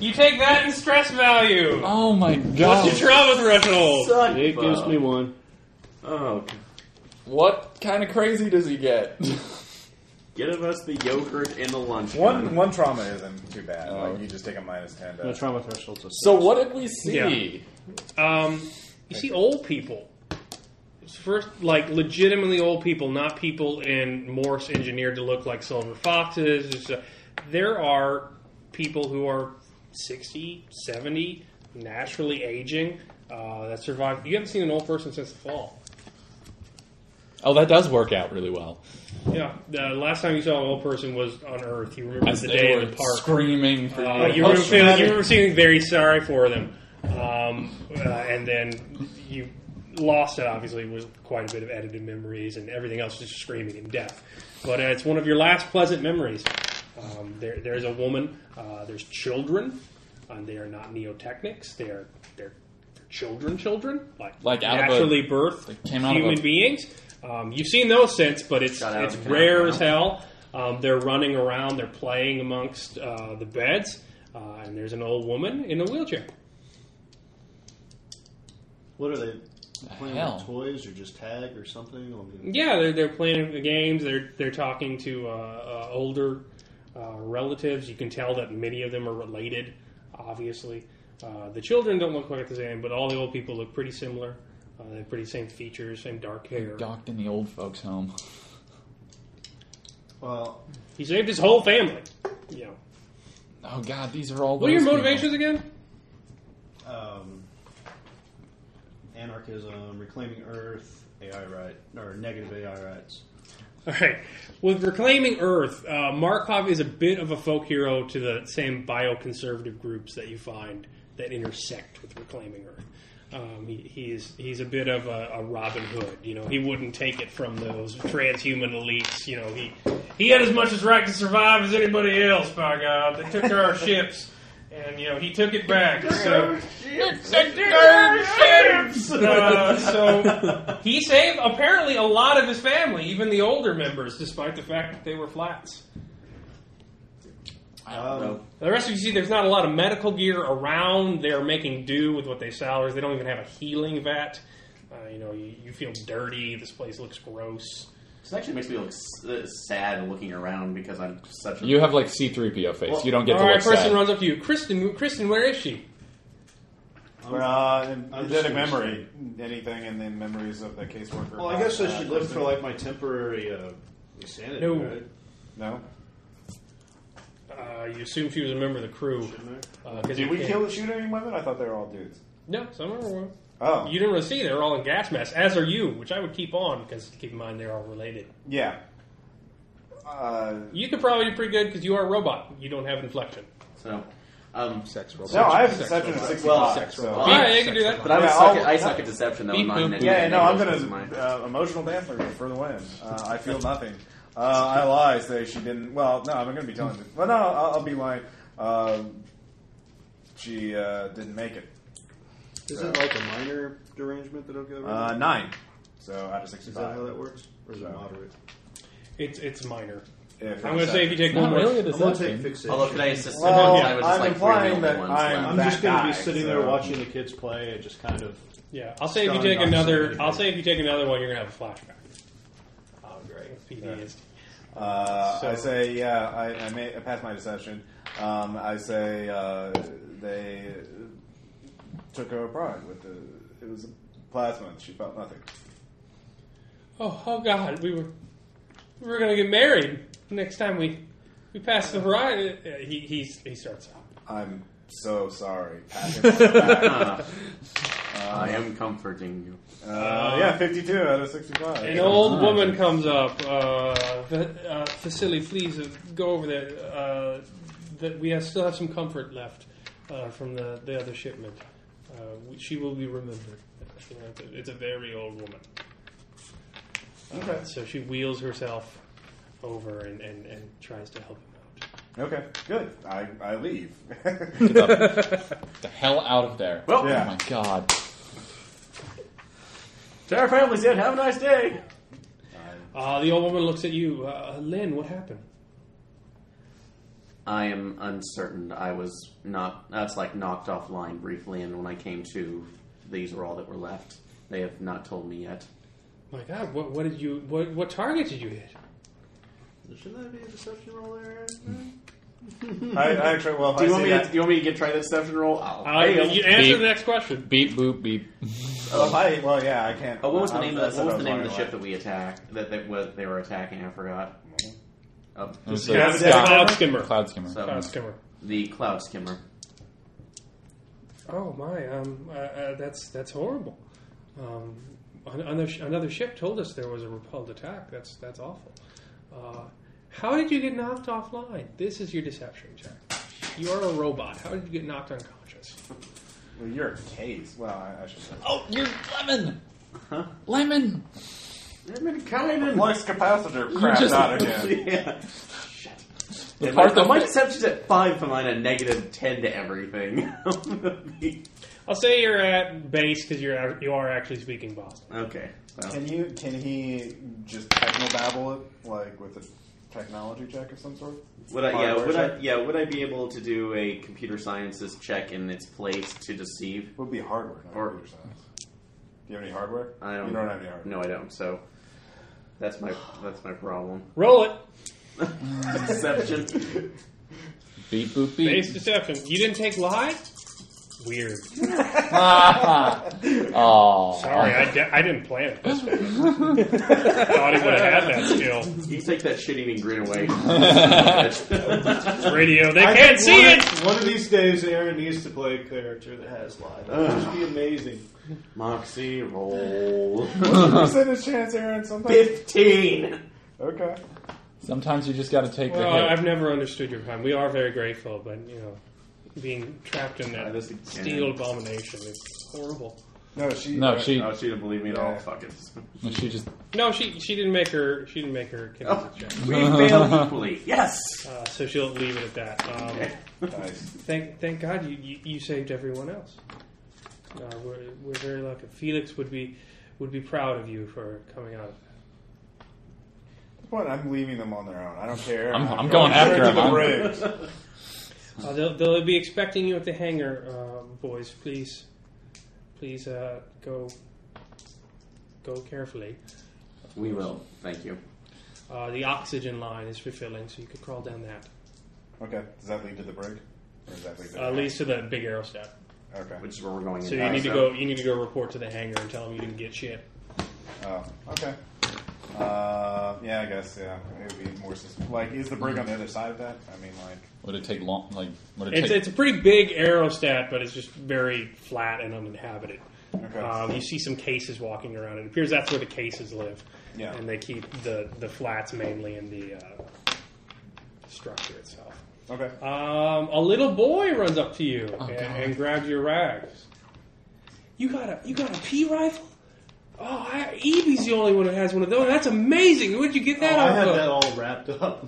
You take that in stress value.
Oh my god.
What's your trauma threshold?
Son
It
of
gives
a-
me one.
Oh, God.
What kind of crazy does he get?
Get of us the yogurt and the lunch.
One one trauma isn't too bad.
Oh.
Like you just take a minus ten.
My
To,
trauma threshold's a six.
so what did we see?
Um, you see old people. It's First, like legitimately old people, not people in Morse engineered to look like silver foxes. It's, uh, there are people who are 60, 70, naturally aging uh, that survive. You haven't seen an old person since the fall.
Oh, that does work out really well.
Yeah, the last time you saw an old person was on Earth. You remember
As
the
they
day
were
in the park.
Screaming for
Uh,
you.
you, were
Oh,
feeling, you
shit.
were feeling very sorry for them, um, uh, and then you lost it. Obviously, with quite a bit of edited memories and everything else, just screaming in death. But uh, it's one of your last pleasant memories. Um, there, there's a woman. Uh, there's children, and they are not neotechnics. They are they're, they're children, children like,
Like out of a-
naturally birthed
like came out of
human
a-
beings. Um, you've seen those since, but it's
Got out
it's
of the canal,
rare
yeah.
as hell. Um, they're running around, they're playing amongst uh, the beds, uh, and there's an old woman in a wheelchair.
What are they playing
hell?
with toys or just tag or something? I mean,
Yeah, they're, they're playing the games. They're they're talking to uh, uh, older uh, relatives. You can tell that many of them are related. Obviously, uh, the children don't look quite the same, but all the old people look pretty similar. Uh, they have pretty same features, same dark hair.
Docked in the old folks' home.
well,
He saved his whole family. You know.
Oh god, these are all.
What are your
those people.
motivations again?
um, anarchism, reclaiming Earth, AI right or negative AI rights.
All right. With Reclaiming Earth, uh, Markov is a bit of a folk hero to the same bioconservative groups that you find that intersect with Reclaiming Earth. Um, he, he's he's a bit of a, a Robin Hood, you know. He wouldn't take it from those transhuman elites, you know. He he had as much as right to survive as anybody else. By God, they took our ships, and you know he took it back. So uh, so he saved apparently a lot of his family, even the older members, despite the fact that they were flats.
Um,
The rest of you see, there's not a lot of medical gear around. They're making do with what they salvage. They don't even have a healing vat. Uh, you know, you, you feel dirty. This place looks gross.
This actually makes me look s- uh, sad looking around because I'm such a.
You have like C3PO face. you don't get
All
to
right,
look
person
sad.
runs up to you. Kristen, Kristen, where is she?
uh, in,
I'm
in
just-
memory, anything in the memories of the caseworker.
well, I guess I
Uh,
should look for
person?
like my temporary uh, insanity.
No.
Right?
No.
Uh, you assume she was a member of the crew.
Shouldn't
Uh, 'cause
Did
you
we
can't-
kill shoot any women? I thought they were all dudes.
No, some of them were.
Oh,
You didn't really see. They're all in gas masks, as are you, which I would keep on because keep in mind they're all related.
yeah. Uh,
You could probably do pretty good because you are a robot. You don't have inflection.
So, um,
Sex robot.
no, I have deception at sixty-five.
Well,
so.
well,
Yeah,
I-
you can do that.
but I, would
Yeah,
suck
I'll-
at, I suck at deception though. in
Beep,
mine,
boop.
and
Yeah,
and
no, I'm
negatives
gonna
is mine.
uh, emotional damper for the win. Uh, I feel nothing. Uh, I lie, say she didn't. Well, no, I'm gonna be telling. Well, no, I'll, I'll be lying. Um, she uh, didn't make it.
Is it like a minor derangement that I've got?
Uh, nine. So out of
is that how
sixty-five.
that works, or is it
No.
moderate?
It's it's minor.
If
I'm going to say if you take one more.
really a
I'm gonna take
deception.
fixation.
Although could I assist him?
Well,
I
I'm
was just like three
implying
rolling
that
ones
I'm-
I'm
left.
just going to be
That guy, uh,
sitting there
so-
watching the kids play and just kind of.
Yeah, I'll say if you
Stunned
take another.
on
I'll say if you take another one, you're going to have a flashback.
Oh, great.
With PTSD.
Uh, I
So-
say, yeah, I, I, may, I pass my deception. Um, I say uh, they took her abroad with the. It was plasma, and she felt nothing.
Oh, oh God, we were we were going to get married next time we we pass the horizon. Uh, he he's, he starts out.
I'm so sorry. Pat him on the back.
I am comforting you.
Uh, yeah, 52 out of 65.
An old woman comes up. Uh, Va- uh, Vasily, please uh, go over there. Uh, that we have, still have some comfort left uh, from the, the other shipment. Uh, we, she will be remembered. You know, It's a, it's a very old woman. Uh, so she wheels herself over and, and, and tries to help him
Okay, good. I, I leave.
the hell out of there.
Well,
Yeah.
Oh my god.
to our families, yet have a nice day.
out. Uh, the old woman looks at you. Uh, Lynn, what happened?
I am uncertain. I was not. That's like knocked offline briefly, and when I came to, these were all that were left. They have not told me yet.
My God, what, what did you? What, what target did you hit?
Should that be a deception roll, Aaron?
I, I actually, well, if
Do you
I
want
see
me? To,
that,
do you want me to get try that deception roll? I'll
Uh,
fail.
you answer
Beep.
the next question.
Beep boop beep.
well, if I, well, yeah, I can't.
Oh, what was the
I
name of that?
said
What was
I
the name of the
wondering
ship that we attacked? That that what they were attacking? I forgot. Uh,
It was
so-
a
Yeah,
sky-
Cloud skimmer.
Cloud skimmer.
so,
Cloud skimmer.
the cloud skimmer.
Oh my, um, uh, uh, that's that's horrible. Um, an- another, sh- another ship told us there was a repelled attack. That's that's awful. Uh, how did you get knocked offline? This is your deception check. You are a robot. How did you get knocked unconscious?
why. Well, you're a case. Well, I, I should say.
Oh, you're lemon. Lemon.
Flux capacitor
crap just- out
again.
yeah.
The
And
part
my,
that
my deception's at five for mine, a negative ten to everything.
I'll say you're at base because you're at- you are actually speaking Boston.
okay. Well,
Can you? Can he just technobabble it like with a technology check of some sort?
would I? Yeah.
Hardware
Would I?
check?
Yeah. Would I be able to do a computer sciences check in its place to deceive?
It would be hardware, not
Or-
computer science. Do you have any hardware?
I don't.
You don't have any hardware.
No, I don't. So that's my that's my problem.
Roll it.
Deception.
Beep boop
Base
beep.
deception. You didn't take lie. Weird.
Oh.
Sorry, I, di- I didn't plan it. This way. Thought he would have had that skill.
you take that shit eating grin away.
Radio. They
I
can't
think
see
one
it.
of- One of these days, Aaron needs to play a character that has live. That would just be amazing.
Moxie roll.
Percentage chance, Aaron. Sometimes.
Fifteen.
Okay.
Sometimes you just got to take
Well,
the hit.
I've never understood your kind. We are very grateful, but you know, being trapped in
Try
that
this again.
steel abomination is horrible.
No, she. uh,
No, she
Oh, she didn't believe me at all. Fuck it.
she just
No, she she didn't make her she didn't make her kid
Oh.
check,
We failed equally. Yes.
uh, so she'll leave it at that. Um,
Nice.
Thank thank God you you, you saved everyone else. Uh, we're we're very lucky. Felix would be would be proud of you for coming out of that.
What? I'm leaving them on their own. I don't care.
I'm- I'm going after
straight
him. I'm-
To the bridge.
Uh, they'll, they'll be expecting you at the hangar, uh, boys. Please, please uh, go go carefully.
We will. Thank you.
Uh, the oxygen line is fulfilling, so you could crawl down that.
okay. Does that lead to the brig? Or does that lead to the
Uh, leads to the big arrow step.
Okay.
Which is where we're going.
So you
in.
need to go. You need to go report to the hangar and tell them you didn't get shit.
Oh, okay. Uh, yeah, I guess. Yeah, it would be more. sus- Like, is the brig on the other side of that? I mean, like,
would it take long like would it
It's
take
it's a pretty big aerostat, but it's just very flat and uninhabited.
Okay.
Um, you see some cases walking around. It appears that's where the cases live,
Yeah.
and they keep the the flats mainly in the uh, structure itself.
okay.
Um, a little boy runs up to you and, and grabs your rags. You got a you got a pea rifle? Oh, I, Evie's the only one who has one of those. That's amazing. Where'd you get that?
Oh, I
off
had
of?
that all wrapped up.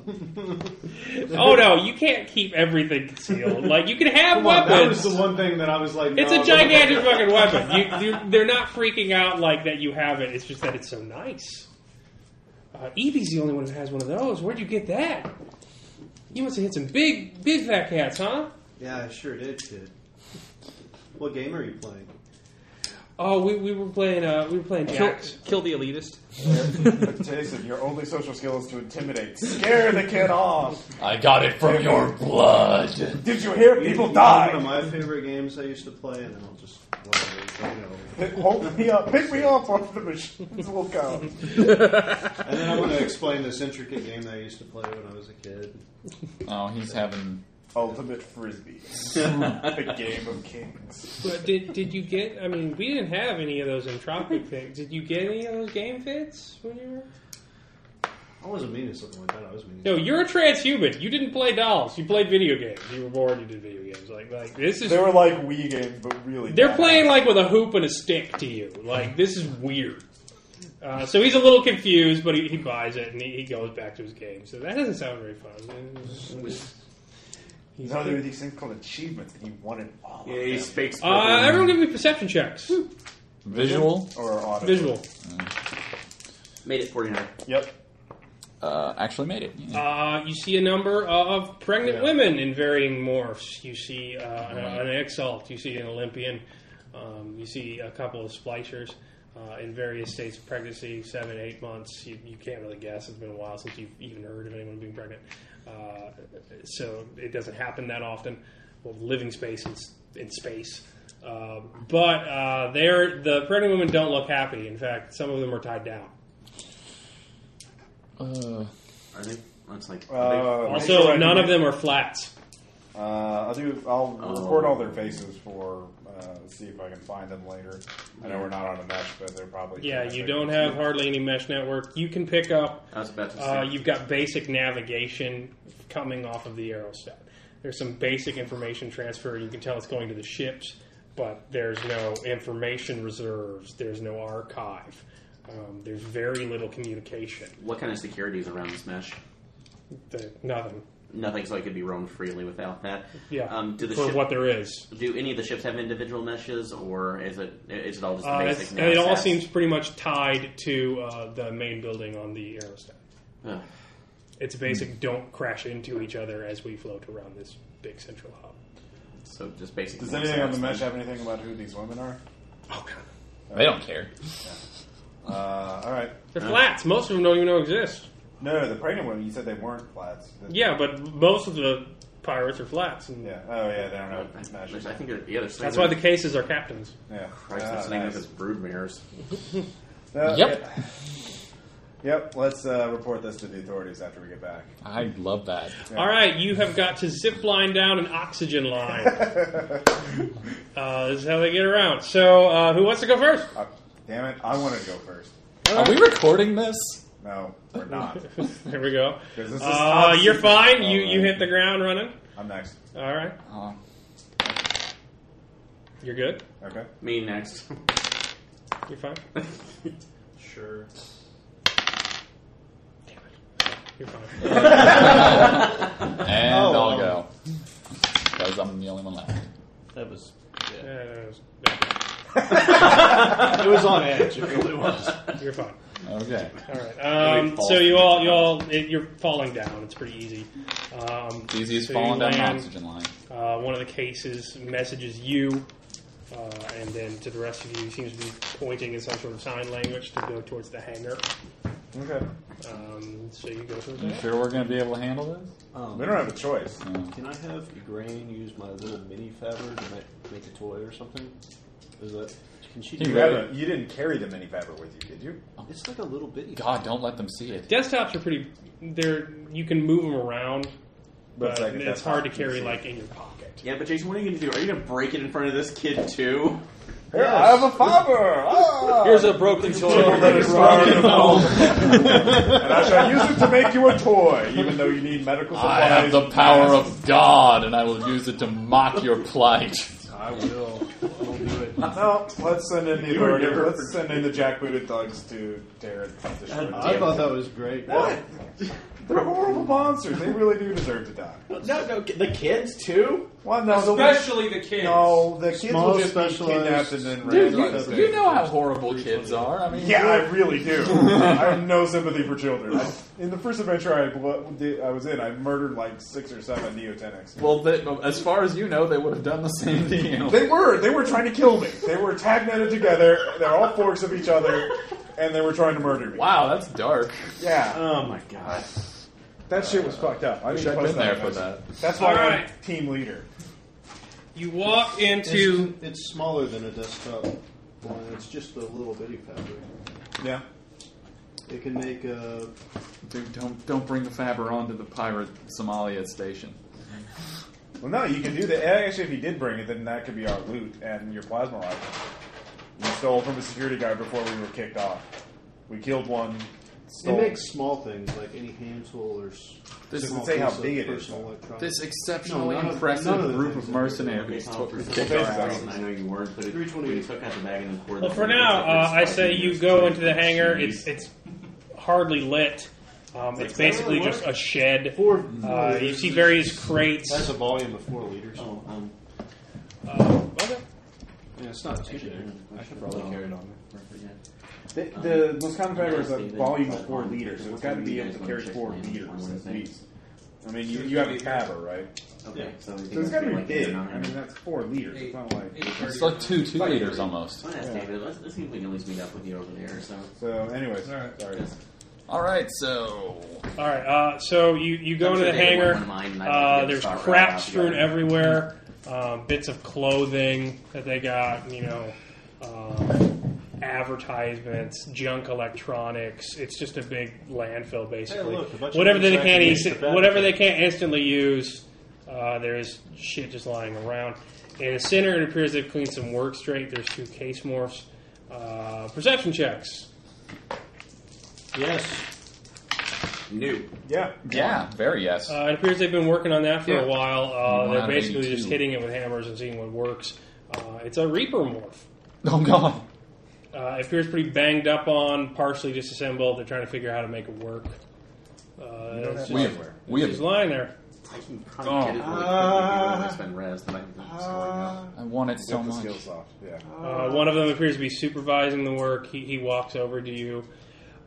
Oh no, you can't keep everything concealed. Like you can have
Come on, that was
weapons.
the one thing that I was like,
it's
no,
a gigantic fucking weapon. You, you, they're not freaking out like that you have it. It's just that it's so nice. uh, Evie's the only one who has one of those. Where'd you get that? You must have hit some big, big fat cats, huh?
Yeah, I sure did, kid. What game are you playing?
Oh, we, we were playing uh, we were playing jacks.
Kill the elitist.
Jason, your only social skill is to intimidate. Scare the kid off.
I got it from your blood.
Did you hear? People
One of
die.
my favorite games I used to play, and then I'll just. Well, you know.
Hold me up. Pick me up off the machines. We'll go.
And then I'm going to explain this intricate game that I used to play when I was a kid.
Oh, he's having.
Ultimate frisbee. the game of kings.
But did did you get? I mean, we didn't have any of those entropic fits. Did you get any of those game fits when you were?
I wasn't meaning something like that. I was meaning.
No, you're a transhuman. You didn't play dolls. You played video games. You were born. You did video games. Like like this is.
They were like Wii games, but really.
They're
bad.
playing like with a hoop and a stick to you. Like this is weird. Uh, so he's a little confused, but he, he buys it and he, he goes back to his game. So that doesn't sound very fun.
He's out there with these things called achievements that you wanted all of them.
speaks.
Uh, everyone, give me perception checks.
Visual?
Or audio.
Visual.
Made it 49.
Yep.
Uh, actually made it. Yeah.
Uh, you see a number of pregnant women in varying morphs. You see uh, an exalt. You see an Olympian. Um, you see a couple of splicers uh, in various states of pregnancy, seven, eight months. You, you can't really guess. It's been a while since you've even heard of anyone being pregnant. Uh, so it doesn't happen that often. Well, living space in, in space. Uh, but uh, they're, the pregnant women don't look happy. In fact, some of them are tied down.
Uh,
Are they? That's like.
Uh, make sure
Also,
I
none
do-
of them are flats.
Uh, I'll do. I'll
Oh.
report all their faces for. Uh, see if I can find them later. I know we're not on a mesh, but they're probably.
Yeah, you don't have hardly any mesh network. You can pick up.
I was about to say.
Uh, you've got basic navigation coming off of the aerostat. There's some basic information transfer. You can tell it's going to the ships, but there's no information reserves. There's no archive. Um, there's very little communication.
what kind of security is around this mesh?
The, nothing
Nothing, so I could be roamed freely without that.
Yeah.
Um, do the
for
ship,
what there is.
do any of the ships have individual meshes, or is it is it all just
Uh,
the
it's-
basic?
and it all
NASAS?
seems pretty much tied to uh, the main building on the aerostat.
Ugh.
It's basic.
Hmm.
Don't crash into each other as we float around this big central hub.
so just basic.
Does
NASAS
anything on the
then.
mesh have anything about who these women are?
they don't care.
Uh, all right.
They're flats. Most of them don't even know exist.
No, the pregnant women. You said they weren't flats.
Yeah, but most of the pirates are flats, and
Yeah. Oh yeah, they don't
I,
have
I
meshes.
think they're, yeah, they're
that's why the cases are captains.
Yeah.
Christ,
Ah,
that's the name of
nice.
his brood mirrors.
Uh,
Yep.
yeah. Yep. Let's uh, report this to the authorities after we get back.
I love that.
All right, you have got to zip line down an oxygen line. uh, this is how they get around. So, uh, who wants to go first?
Uh, damn it! I wanted to go first.
Uh,
Are we recording this?
No, we're not.
Here we go.
'Cause this is
Uh,
top
you're
secret.
fine. You you
All right.
hit the ground running.
I'm next.
All right,
Oh,
you're good.
Okay.
Me next.
You're fine.
Sure.
You're fine.
and
Oh,
I'll
um,
go. Because I'm the only one left.
That was.
Uh,
It was on edge. It really was.
you're fine.
Okay.
All right. Um,
Really falls
so you
from
all
the
you all it, you're falling down. It's pretty easy. Um,
It's easy as
so you
falling down an
land.
oxygen line.
Uh, one of the cases messages you, uh, and then to the rest of you, he seems to be pointing in some sort of sign language to go towards the hangar.
Okay.
Um, so you go towards
You
that.
sure we're going to be able to handle this?
Um,
We don't have a choice.
Can I have Igraine use my little mini fabber to make, make a toy or something? Is that? Can she
Can
do
You,
you
that?
grab
haven't- you didn't carry the mini fabric with you, did you?
It's like a little bitty.
God, don't let them see it.
Desktops are pretty. They're you can move them around, but
it's
it's,
like a desktop,
hard to
you can
carry
see
like in your pocket.
Yeah, but Jason, what are you going to do? Are you going to break it in front of this kid too?
Here, I have a fiber. Ah!
Here's a broken
That
toy.
is broken and I shall use it to make you a toy, even though you need medical supplies.
I have the power of God, and I will use it to mock your plight.
I will. I'll do it.
No, let's send in the
You were
authority.
never-
Let's send in the jackbooted thugs to tear it to
I
shit.
thought that was great.
What?
They're horrible monsters. They really do deserve to die.
No, no, the kids too.
Well, no, the-
Especially the kids.
no, the kids
Small
will just be
specialized-
kidnapped and then
Dude,
randomized.
you, you know how horrible kids are. I mean,
Yeah, I really do. I have no sympathy for children. I- In the first adventure I, bl- did- I was in, I murdered like six or seven neotenics.
well, they, as far as you know, they would have done the same to you.
They were. They were trying to kill me. They were tag netted together. They're all forks of each other, and they were trying to murder me.
Wow, that's dark.
Yeah,
Oh my god.
that shit was fucked up. I
Wish
didn't
I'd
post
been there for
post.
that.
That's why
All
I'm
right.
team leader.
You walk into.
It's, it's smaller than a desktop one. It's just a little bitty fabric.
Yeah.
It can make a.
Dude, don't don't bring the Faber onto the pirate Somalia station.
Well, no, you can do that. Actually, if you did bring it, then that could be our loot and your plasma rifle. We stole from a security guard before we were kicked off. We killed one. Stole.
It makes small things like any hand tool or. s-
This
small
doesn't say how
piece of
big it is,
personal
though.
electronics.
This exceptionally
No, none of-
impressive
none of the
group
things
of
that we did.
mercenaries
Tom,
took
Oh, for
kicked
some
our
Faces.
ass.
reason, I know you weren't, but it, when you took out the bag and the cord.
Well, for now, uh, I say you go into the hangar. It's it's hardly lit. Um, it's basically just a shed.
Four.
Uh, you see various crates.
That's a volume of four liters.
Oh, um,
Uh, okay.
Yeah, it's not too big.
I should probably carry it on.
The, the Wisconsin Faber is a volume of four liters, so it's got to be able to carry four liters at least. I mean, you, you have a Faber, right?
Okay, so,
So it's got to be big. I mean, that's four liters. It's not like.
It's like two two liters almost.
Let's David. Let's, let's see if we can at least meet up with you over there. So,
So, anyways,
All right.
sorry.
All right, so
All right. Uh, so you you go
I'm
into
sure
the
they
hangar.
want mine, and I'd like
Uh,
to
there's
start right
crap
off,
strewn
yeah.
everywhere. Um, bits of clothing that they got. You know. Um, advertisements, junk electronics. It's just a big landfill, basically.
look, a bunch of
whatever they
things I
can't
can
eas-
use to
whatever they can't instantly use, uh, there's shit just lying around. In the center, it appears they've cleaned some work straight. There's two case morphs. Uh, perception checks.
Yes.
new.
Yeah.
yeah, very yes.
Uh, it appears they've been working on that for a
Yeah.
while. Uh,
Wow,
they're basically
82.
just hitting it with hammers and seeing what works. Uh, it's a Reaper morph.
Oh god.
Uh, it appears pretty banged up on, partially disassembled. They're trying to figure out how to make it work. Uh, it's
We
just,
have we
it's just
have.
lying there.
I can probably
Oh.
get it really quickly. Uh, spend rest, and I can keep scoring up.
I want it so
Get the
much.
skills off. Yeah.
Ah.
Uh, one of them appears to be supervising the work. He, he walks over to you.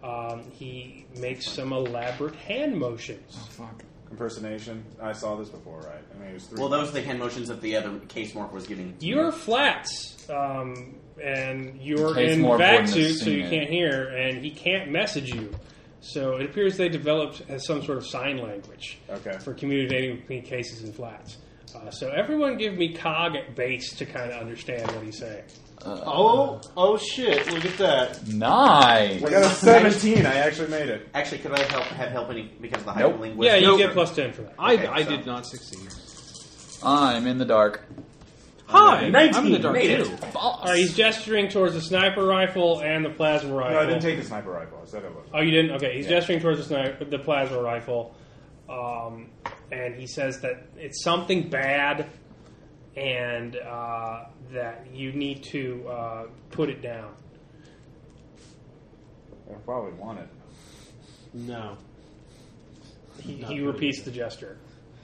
Um, he makes some elaborate hand motions.
Fuck.
Impersonation. I saw this before, right? I mean, it was three.
Well, those are the hand motions that the other case morph was giving.
You're flats, um, and you're
Case
in
Morph
vac
wouldn't have
suit, so
seen
you
it.
can't hear, and he can't message you. So it appears they developed as some sort of sign language
Okay.
for communicating between cases and flats. Uh, so everyone give me cog at base to kind of understand what he's saying.
Oh, oh shit! Look at that.
Nice.
I got a 17. I actually made it.
Actually, could I help have help any because of the
Nope.
hyperlinguistic?
yeah, you
Nope.
get plus 10 for that.
I,
Okay,
I
so-
did not succeed.
I'm in the dark.
Hi, I'm in the dark
made it.
too.
Boss.
All right, he's gesturing towards the sniper rifle and the plasma rifle.
No, I didn't take the sniper rifle. I said I was.
Oh, you didn't? Okay, he's gesturing towards the, sniper, the plasma rifle, um, and he says that it's something bad, and uh, that you need to uh, put it down.
I probably want it.
No.
He,
Not
he
putting
repeats the gesture.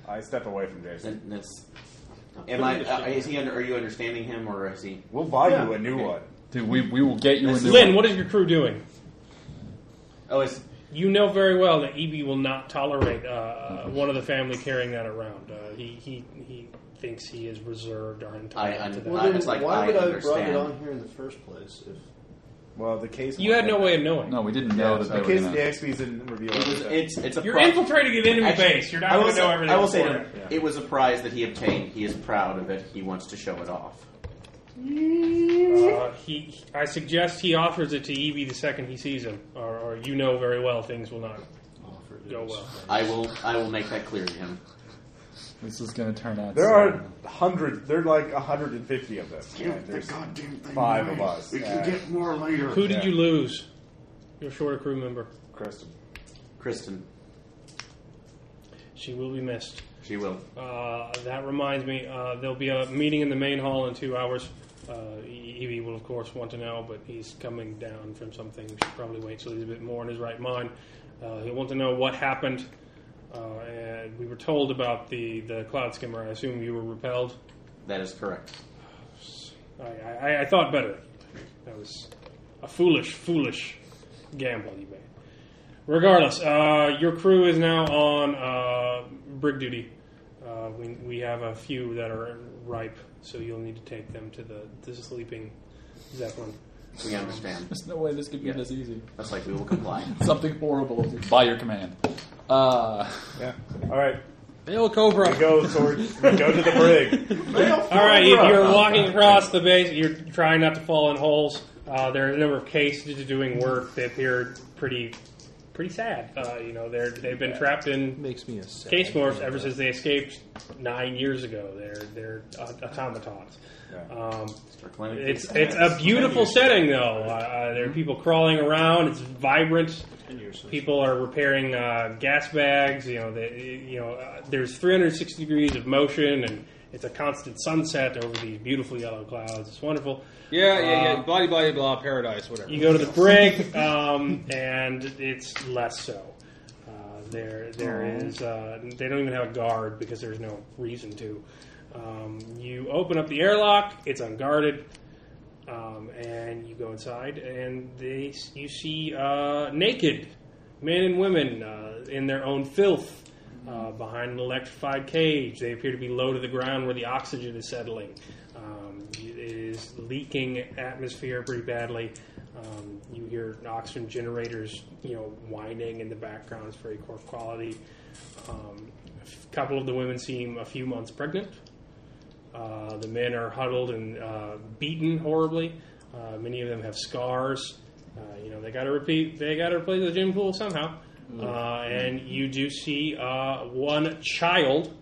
I stepped away from Jason.
Then That's. Am I? Uh, is he? Under, are you understanding him, or is he?
We'll buy
Yeah.
you a new one.
Dude, we, we will get you a new
Lynn,
one.
what is your crew doing?
Oh, is
You know very well that EB will not tolerate uh,
Mm-hmm.
one of the family carrying that around. Uh, he, he, he thinks he is reserved or entitled
I-
to that.
Well,
Well,
it's
then
like,
why
I
would I have brought
understand.
it on here in the first place? If
Well, the case.
You had no way of knowing.
No, we didn't know
Yeah,
that they
the
were
case
gonna-
of the XP's didn't reveal
it was?
everything.
It's it's a.
You're
pro-
infiltrating an enemy
Actually,
base. You're not
I will
going to
say-
know everything.
I will say
for
to
it.
him, it was a prize that he obtained. He is proud of it. He wants to show it off.
Uh, he, I suggest he offers it to Evie the second he sees him, or, or you know very well things will not go well.
I will. I will make that clear to him.
This is going to turn out.
There
so-
are hundreds. There are like 150 of them. and there's
goddamn thing.
five of us.
We
Yeah.
can get more later.
Who did
Yeah.
you lose? Your shorter crew member.
Kristen.
Kristen,
She will be missed.
she will.
Uh, that reminds me, uh, there'll be a meeting in the main hall in two hours. Uh, Evie will, of course, want to know, but he's coming down from something. We should probably wait till he's a bit more in his right mind. Uh, he'll want to know what happened. Uh, and we were told about the, the cloud skimmer. I assume you were repelled.
That is correct.
I, I, I thought better. That was a foolish, foolish gamble you made. Regardless, uh, your crew is now on uh, brig duty. Uh, we, we have a few that are ripe, so you'll need to take them to the, to the sleeping Zeppelin.
We understand.
There's no way this could be this easy.
That's like we will comply.
Something horrible by your command. Uh,
Yeah. All right.
Bill Cobra.
We go towards. We go to the brig.
All right, you, you're walking across the base. You're trying not to fall in holes. Uh, there are a number of cases doing work. They appear pretty, pretty sad. Uh, you know, they're they've been trapped in
Makes me a sad.
case morphs ever since they escaped nine years ago. They're they're au- automatons. Um, it's it's a beautiful setting though. Uh,
Mm-hmm.
there are people crawling around. It's vibrant. People are repairing uh, gas bags. You know, they, you know. Uh, there's 360 degrees of motion, and it's a constant sunset over these beautiful yellow clouds. It's wonderful.
Yeah, yeah, yeah.
Uh,
Blah, blah, blah, paradise, whatever.
You go to the brig, um, and it's less so. Uh, there, there is. Uh, they don't even have a guard because there's no reason to. Um, you open up the airlock. It's unguarded, um, and you go inside, and they you see uh, naked men and women uh, in their own filth. Uh, behind an electrified cage, they appear to be low to the ground where the oxygen is settling. Um, it is leaking atmosphere pretty badly. Um, you hear oxygen generators, you know, whining in the background. It's very poor quality. Um, a couple of the women seem a few months pregnant. Uh, the men are huddled and uh, beaten horribly. Uh, many of them have scars. Uh, you know, they got to repeat. They got to replace the gym pool somehow.
Mm-hmm.
Uh, and you do see uh, one child.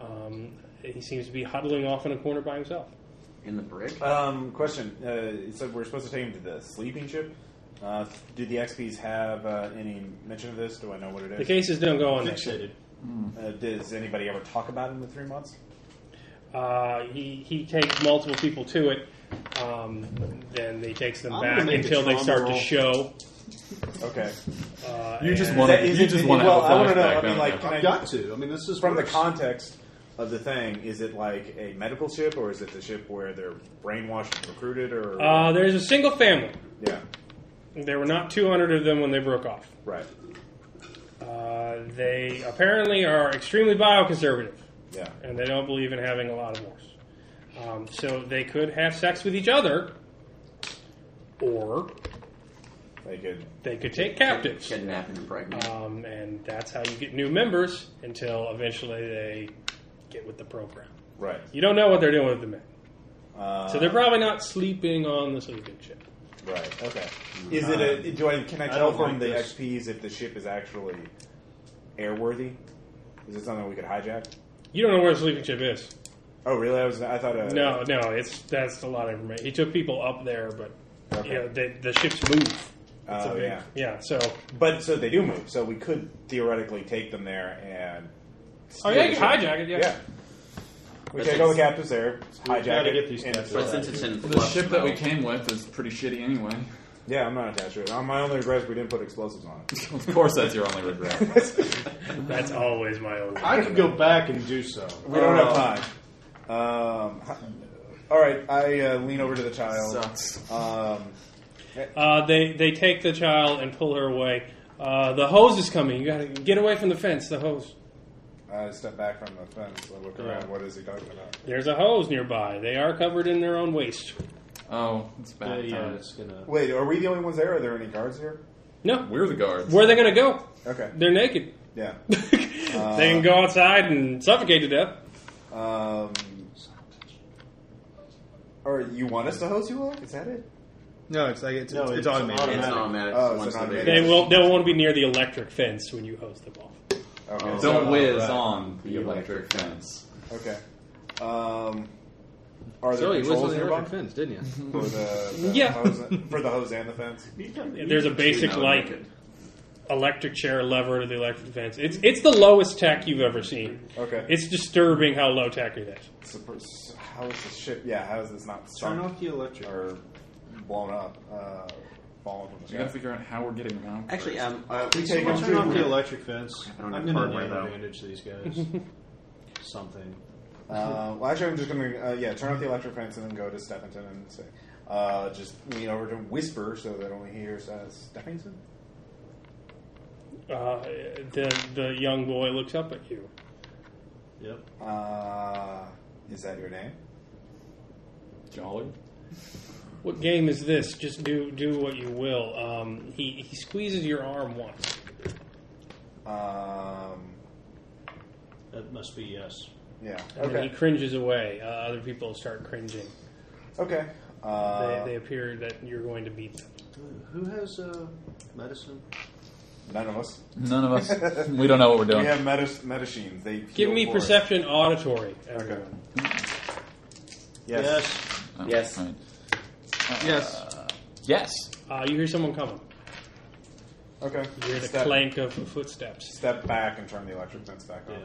Um, he seems to be huddling off in a corner by himself.
In the brick?
Um, question. Uh, it said we're supposed to take him to the sleeping ship. Uh, do the XPs have uh, any mention of this? Do I know what it
The
is?
cases don't go on. next.
Fixated.
Uh, does anybody ever talk about him in three months?
Uh, he he takes multiple people to it. Um, then he takes them
I'm gonna
back
make a
until they
trauma
start to
roll.
show.
Okay.
Uh,
you just
and-
want to.
Is
You
it-
just want to.
well, I
want
wanna
to
know, I mean, like, Can I-
I've got to. I mean, this is
From the
worse.
context of the thing, is it like a medical ship, or is it the ship where they're brainwashed and recruited, or
Uh, there's a single family.
yeah,
There were not 200 of them when they broke off.
right,
Uh, they apparently are extremely bioconservative,
yeah,
and they don't believe in having a lot of wars. Um, so they could have sex with each other, or
they could.
they could take captives.
Kidnapping and pregnant.
Um, and that's how you get new members until eventually they get with the program.
Right.
You don't know what they're doing with the men.
Uh,
So they're probably not sleeping on the sleeping ship.
right. Okay. Is it a? Do I? Can I
I
tell
don't
from
like
the
this.
XPs if the ship is actually airworthy? Is it something we could hijack?
You don't know where the sleeping ship is.
Oh, really? I was. I thought. Uh,
No, no, it's that's a lot of information. He took people up there, but
Okay.
you know, the, the ships move. It's a
Oh,
big-
yeah.
yeah. So,
But so they do move. So we could theoretically take them there and.
oh
steal
yeah, you
the
can
ship.
hijack it. Yeah.
Yeah. We take all the captives there, hijack
gotta
it,
get these
and-
captives.
but since it's in
The
flux
ship that we
mode-
came with is pretty shitty anyway.
Yeah, I'm not attached to it. Uh, My only regret is we didn't put explosives on it.
Of course, that's your only regret.
That's always my own.
I could go back and do so.
We don't have time. Um, all right, I uh, lean over to the
Oh,
child.
Sucks.
Um,
Uh, they they take the child and pull her away. Uh, the hose is coming. You gotta get away from the fence. The hose.
I step back from the fence. I look around. What is he talking about?
There's a hose nearby. They are covered in their own waste.
Oh, it's bad.
Yeah, yeah,
times.
it's gonna.
Wait, are we the only ones there? Are there any guards here?
No,
We're the guards.
where are they gonna go?
Okay.
They're naked.
Yeah.
they can go outside and suffocate to death.
Um, or you want us to hose you up? Is that it?
No, it's like it's,
No,
it's,
it's
it's automated.
It's an automatic.
Oh, it's
once
an
the
automatic.
They
baby-
will. They won't be near the electric fence when you hose them off.
Okay.
Don't whiz
right.
on the electric fence.
Okay. Um, are there
So you
controls
whistled the
nearby?
electric fence, didn't you?
For the, the
Yeah.
hose, for the hose and the fence.
There's a basic
No,
like
naked.
electric chair lever to the electric fence. It's it's the lowest tech you've ever seen.
Okay.
It's disturbing how low tech it is.
It's the first- how is this ship? Yeah, how is this not
Turn
sunk
off the electric.
or blown up? Uh, fall into
We
the
gotta
sky.
figure out how we're getting around.
Actually,
first.
um, uh,
We take
so
them
what's
turn
wrong
off the
with-
electric fence.
I don't
I'm going
have
to
hardware,
name
though.
advantage these guys. Something.
Uh, well, actually, I'm just going to uh, yeah turn off the electric fence and then go to Stephenson and say, uh, just lean over to whisper so that only he hears uh, Stephenson.
Uh, the the young boy looks up at you.
Yep.
Uh, is that your name?
um,
jolly.
What game is this? Just do do what you will. Um, he he squeezes your arm once.
Um,
That must be yes.
yeah.
And then he
Okay.
cringes away. Uh, other people start cringing.
Okay. Uh,
they, they appear that you're going to beat them.
Who has uh, medicine?
none of us.
None of us. we don't know what we're doing.
We have medis- medicines. They
Give
heal
me
for us.
perception auditory. Everyone.
Okay. Yes.
Oh,
Yes.
right.
Yes.
Yes.
Uh, you hear someone coming.
Okay.
You hear the
Step,
clank of footsteps.
step back and turn the electric fence back on.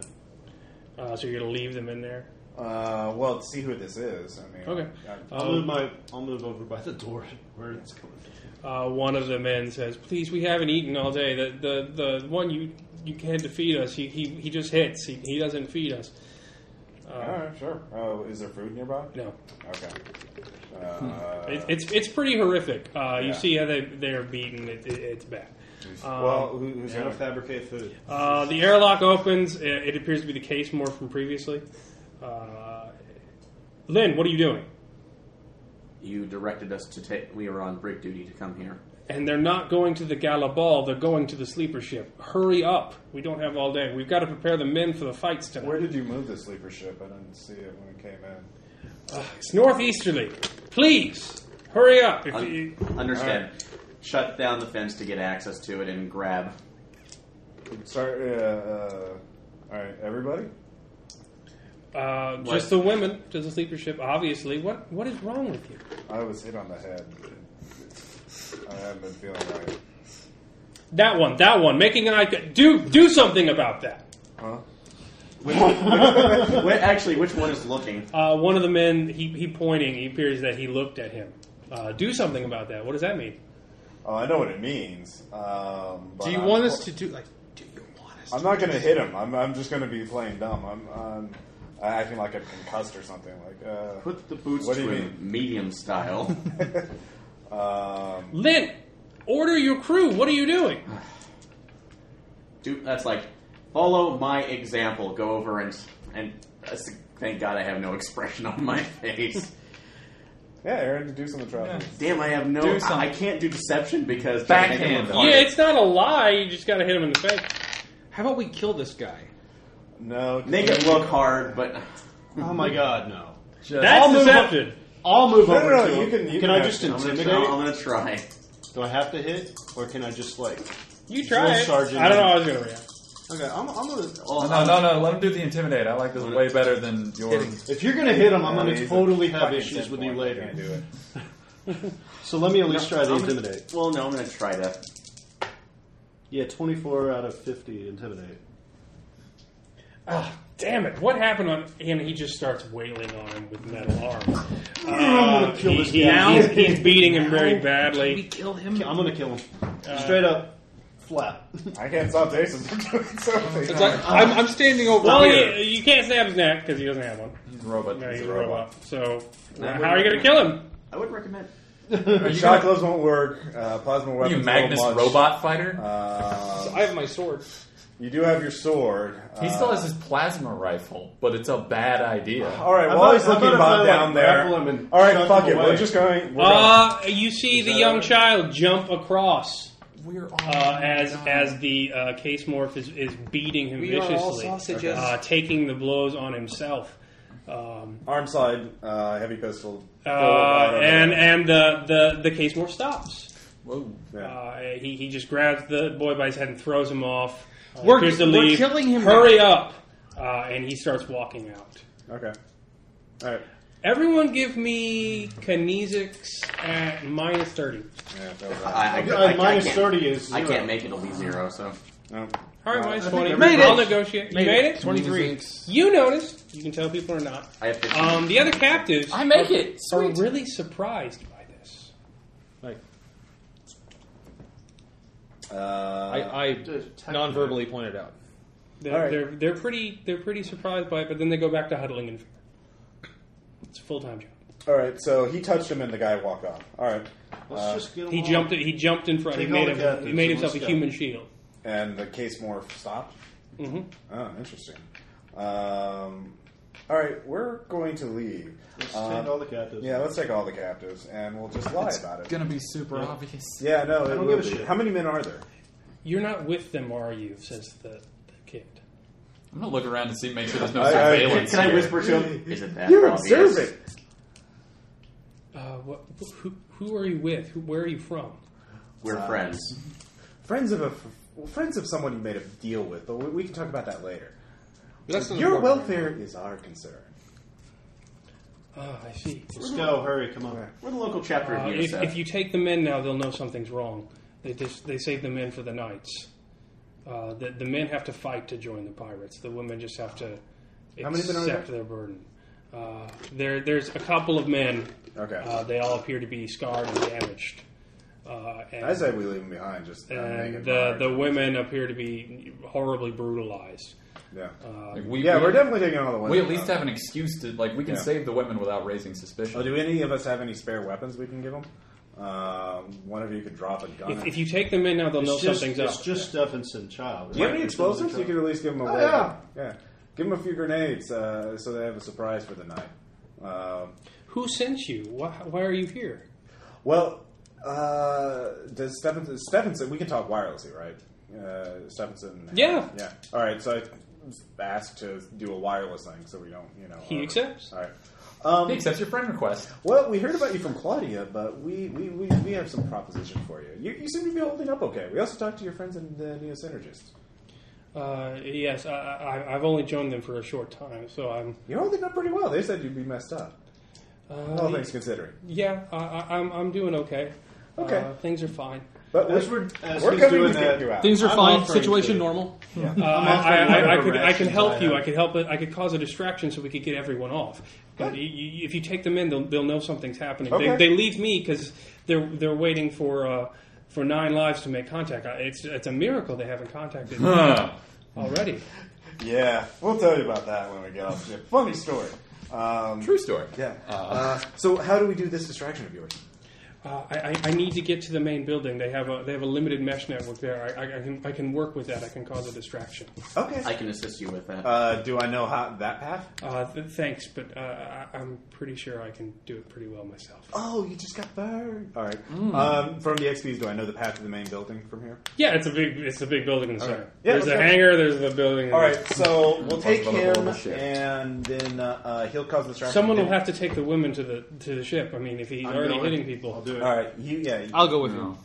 Uh, so you're going to leave them in there.
Uh, well, to see who this is. I mean,
Okay.
I-
I'll move
Um,
my. I'll move over by the door where it's coming. from.
uh, one of the men says, "Please, we haven't eaten all day. The the, the one you you can't defeat us. He he, he just hits. He, he doesn't feed us." Uh,
all right, sure. Oh, is there food nearby?
No,
Okay. Uh,
it, it's it's pretty horrific. Uh,
Yeah.
You see how they they're beaten. It, it, it's bad. Um,
well, who, who's
Gotta
gonna?
fabricate food.
Uh, the airlock opens. It, it appears to be the case more from previously. Uh, Lynn, what are you doing?
You directed us to take. We were on brig duty to come here.
And they're not going to the gala ball. They're going to the sleeper ship. Hurry up! We don't have all day. We've got to prepare the men for the fights tonight.
Where did you move the sleeper ship? I didn't see it when it came in.
It's northeasterly. Please hurry up. If
Un-
you,
understand? Shut down the fence to get access to it and grab.
We could Start. Uh, uh, all right, everybody.
uh,
What?
just the women, just the sleeper ship. Obviously, what what is wrong with you?
I was hit on the head. I haven't been feeling right.
That one, that one, making an eye. Do do something about that.
Huh?
Wait, actually, which one is looking?
Uh, one of the men, he, he pointing. He appears that he looked at him. Uh, do something about that. What does that mean?
Oh, I know what it means. Um, but
Do you
I'm-
want us to do like? Do you want us?
I'm not going to hit him. I'm, I'm just going to be playing dumb. I'm, I'm acting like I'm concussed or something. Like, uh,
Put the boots
What do
to
you
him, medium style.
Um,
Lynn, order your crew. What are you doing?
Do that's like follow my example. Go over and and uh, thank God I have no expression on my face.
yeah, Aaron, do some of the traveling.
Damn, I have no.
Do
I,
something.
I can't do deception because
Backhand.
Trying to make him look
Yeah,
hard.
it's not a lie. You just got to hit him in the face.
How about we kill this guy?
No,
make it look hard, but
Oh my god, no!
Just,
That's
I'll move
deception.
I'll move
No, no,
over.
no,
to
you
him.
can- you can
I
have-
just
I'm
I'm gonna,
intimidate?
try, I'm gonna try.
Do I have to hit, or can I just like?
You
Drill
try it.
sergeant.
I don't know how I was going to react.
Okay, I'm, I'm gonna.
Well,
no, no, no. Let him do the intimidate. I like this way better than your.
If you're gonna hit him, I'm
He's
gonna
a
totally have
fucking
issues
ten
with you
point.
later.
Can't do it.
So let me at least try to
I'm gonna-
intimidate.
Well, no, I'm gonna try to.
Yeah, 24 out of 50 intimidate.
Oh, damn it. What happened on. And he just starts wailing on him with metal arms. Uh,
kill
he-
this
he-
guy.
he's, he's beating him very badly. Uh,
kill him.
I'm gonna kill him. Straight up, flat.
I can't stop Jason from doing something.
It's like I'm, I'm standing over
uh, Well,
here.
Oh, you, you can't snap his neck because he doesn't have one.
He's a robot.
No,
He's
he's
a
a robot. So,
Nah,
how are you going to kill him?
I would recommend.
Are you, gonna,
Shot gloves won't work. Uh, plasma
are
weapons.
you Magnus
won't launch.
Robot Fighter?
Um,
I have my sword.
you do have your sword.
he
Uh,
still has his plasma rifle, but it's a bad idea.
All right,
I'm
well,
always
he's looking
looking
Bob
if I, like,
down there.
grapple him and
All right,
shove
fuck
him
it.
away.
We're just going. We're
Uh, you see the
that
young
right?
child jump across
We're all
uh, as as the uh, case morph is, is beating him
We are all
viciously,
sausages.
uh, taking the blows on himself. Um,
going. Arm side, uh, heavy pistol.
uh,
Full auto.
and and the, the, the case morph stops.
Whoa.
Yeah.
Uh, he, he just grabs the boy by his head and throws him off. Uh,
We're-
Appears to
we're
leave.
killing him
Hurry up! Uh, and he starts walking out.
Okay. All right.
Everyone, give me kinesics at minus thirty.
Yeah, that was right.
I, I,
Uh,
I, I
minus
can't-
30 is.
I
zero.
can't make it only zero, so
No.
All right, minus
I think
twenty.
everybody-
I'll
Made it.
negotiate.
Made
you made it.
it. 23.
You noticed. You can tell people are not.
I have 15.
Um, the other captives
I make it.
are
Sweet.
really surprised by this.
Like,
Uh,
I, I non-verbally pointed out.
They're,
All right.
they're they're pretty they're pretty surprised by it, but then they go back to huddling in fear. It's a full time job.
all right, so he touched him and the guy walked off. All right,
Let's
Uh,
just get
He
along.
jumped he jumped in front. He
Take all
made, him,
the captives
he made
and
himself a
let's go.
human shield.
and the case morph stopped.
hmm
Oh, interesting. Um, all right, we're going to leave.
Let's
Um,
send all the captives.
Yeah, let's take all the captives, and we'll just lie about it.
Gonna be super obvious.
Yeah, no, it
don't
will
give a
be.
shit.
How many men are there?
You're not with them, are you? Says the, the kid.
I'm gonna look around and see, make sure there's no
I- I-
surveillance.
Can I
here.
whisper to him? Isn't that
You're
obvious?
observant.
Uh, what, who, who are you with? Who, where are you from?
We're friends.
Friends of a well, friends of someone you made a deal with, but we, we can talk about that later.
That's not
Your
important.
welfare is our concern.
Ah, I see.
Let's go. Hurry. Come on.
We're the local chapter
Uh,
of
if,
UNICEF.
if you take the men now, they'll know something's wrong. They just they save the men for the knights. Uh, the, the men have to fight to join the pirates. The women just have to
How many men are
accept their burden. Uh, there, there's a couple of men.
Okay.
Uh, they all appear to be scarred and damaged. Uh, and
I say we leave them behind.
Oh,
Just uh, make it
and the,
hard.
the women appear to be horribly brutalized.
yeah,
Like, we,
yeah,
we,
we're definitely taking all the women.
We at least
though.
have an excuse to like. We can
Yeah.
save the women without raising
Oh,
suspicion.
do any of us have any spare weapons we can give them? Um, one of you could drop a gun.
If, if you take them in now, they'll know
It's just,
something's
it's
up.
just Stephenson Child.
do you have
right?
any explosives? You could at least give them a
Oh,
way.
yeah.
yeah. Give them a few grenades uh, so they have a surprise for the night. Um,
Who sent you? Why, why are you here?
Well, Oh, uh, does Stephenson, Stephenson? We can talk wirelessly, right? Uh, Stephenson.
Yeah.
Yeah. All right. So I asked to do a wireless thing, so we don't, you know.
He
uh,
accepts.
All right. Um,
He accepts your friend request.
well, we heard about you from Claudia, but we, we, we, we have some proposition for you. you. You seem to be holding up okay. We also talked to your friends in the Neo Synergists.
Uh, yes, I, I, I've only joined them for a short time, so I'm.
You're holding up pretty well. They said you'd be messed up.
Uh,
All things considering.
Yeah, I, I, I'm I'm doing okay.
Okay.
uh, things are fine.
But
As
we're,
we're, as
we're
he's
coming
doing
to
that,
get you out.
Things are
I'm
fine.
offering
Situation
to-
normal.
Uh, I,
offering
I, I, I
whatever
could I can
rations I
help you.
have.
I could help it. I could cause a distraction so we could get everyone off. But you, you, if you take them in, they'll they'll know something's happening.
Okay.
They, they leave me because they're they're waiting for uh, for nine lives to make contact. I- It's it's a miracle they haven't contacted me
Um,
already.
Yeah, we'll tell you about that when we get off ship. Funny story. Um,
True story.
Yeah. Uh, so how do we do this distraction of yours?
Uh, I, I- I need to get to the main building. They have a they have a limited mesh network there. I, I, I can I can work with that. I can cause a distraction.
Okay.
I can assist you with that.
uh, do I know how that path?
Uh, th- thanks, but uh, I, I'm pretty sure I can do it pretty well myself.
Oh, you just got burned. All right.
Hmm.
Um, from the XPs, do I know the path to the main building from here?
Yeah, it's a big it's a big building in the center.
right. Yeah,
there's
okay.
a hangar. There's the building.
All right. So we'll
Sounds
take
like a
him,
little shit.
and then uh, uh, he'll cause distraction.
Someone will have to take the women to the to the ship. I mean, if he's
I'm
already
going.
hitting people,
I'll do it.
All right. You. Yeah. you-
I'll go with you.
No.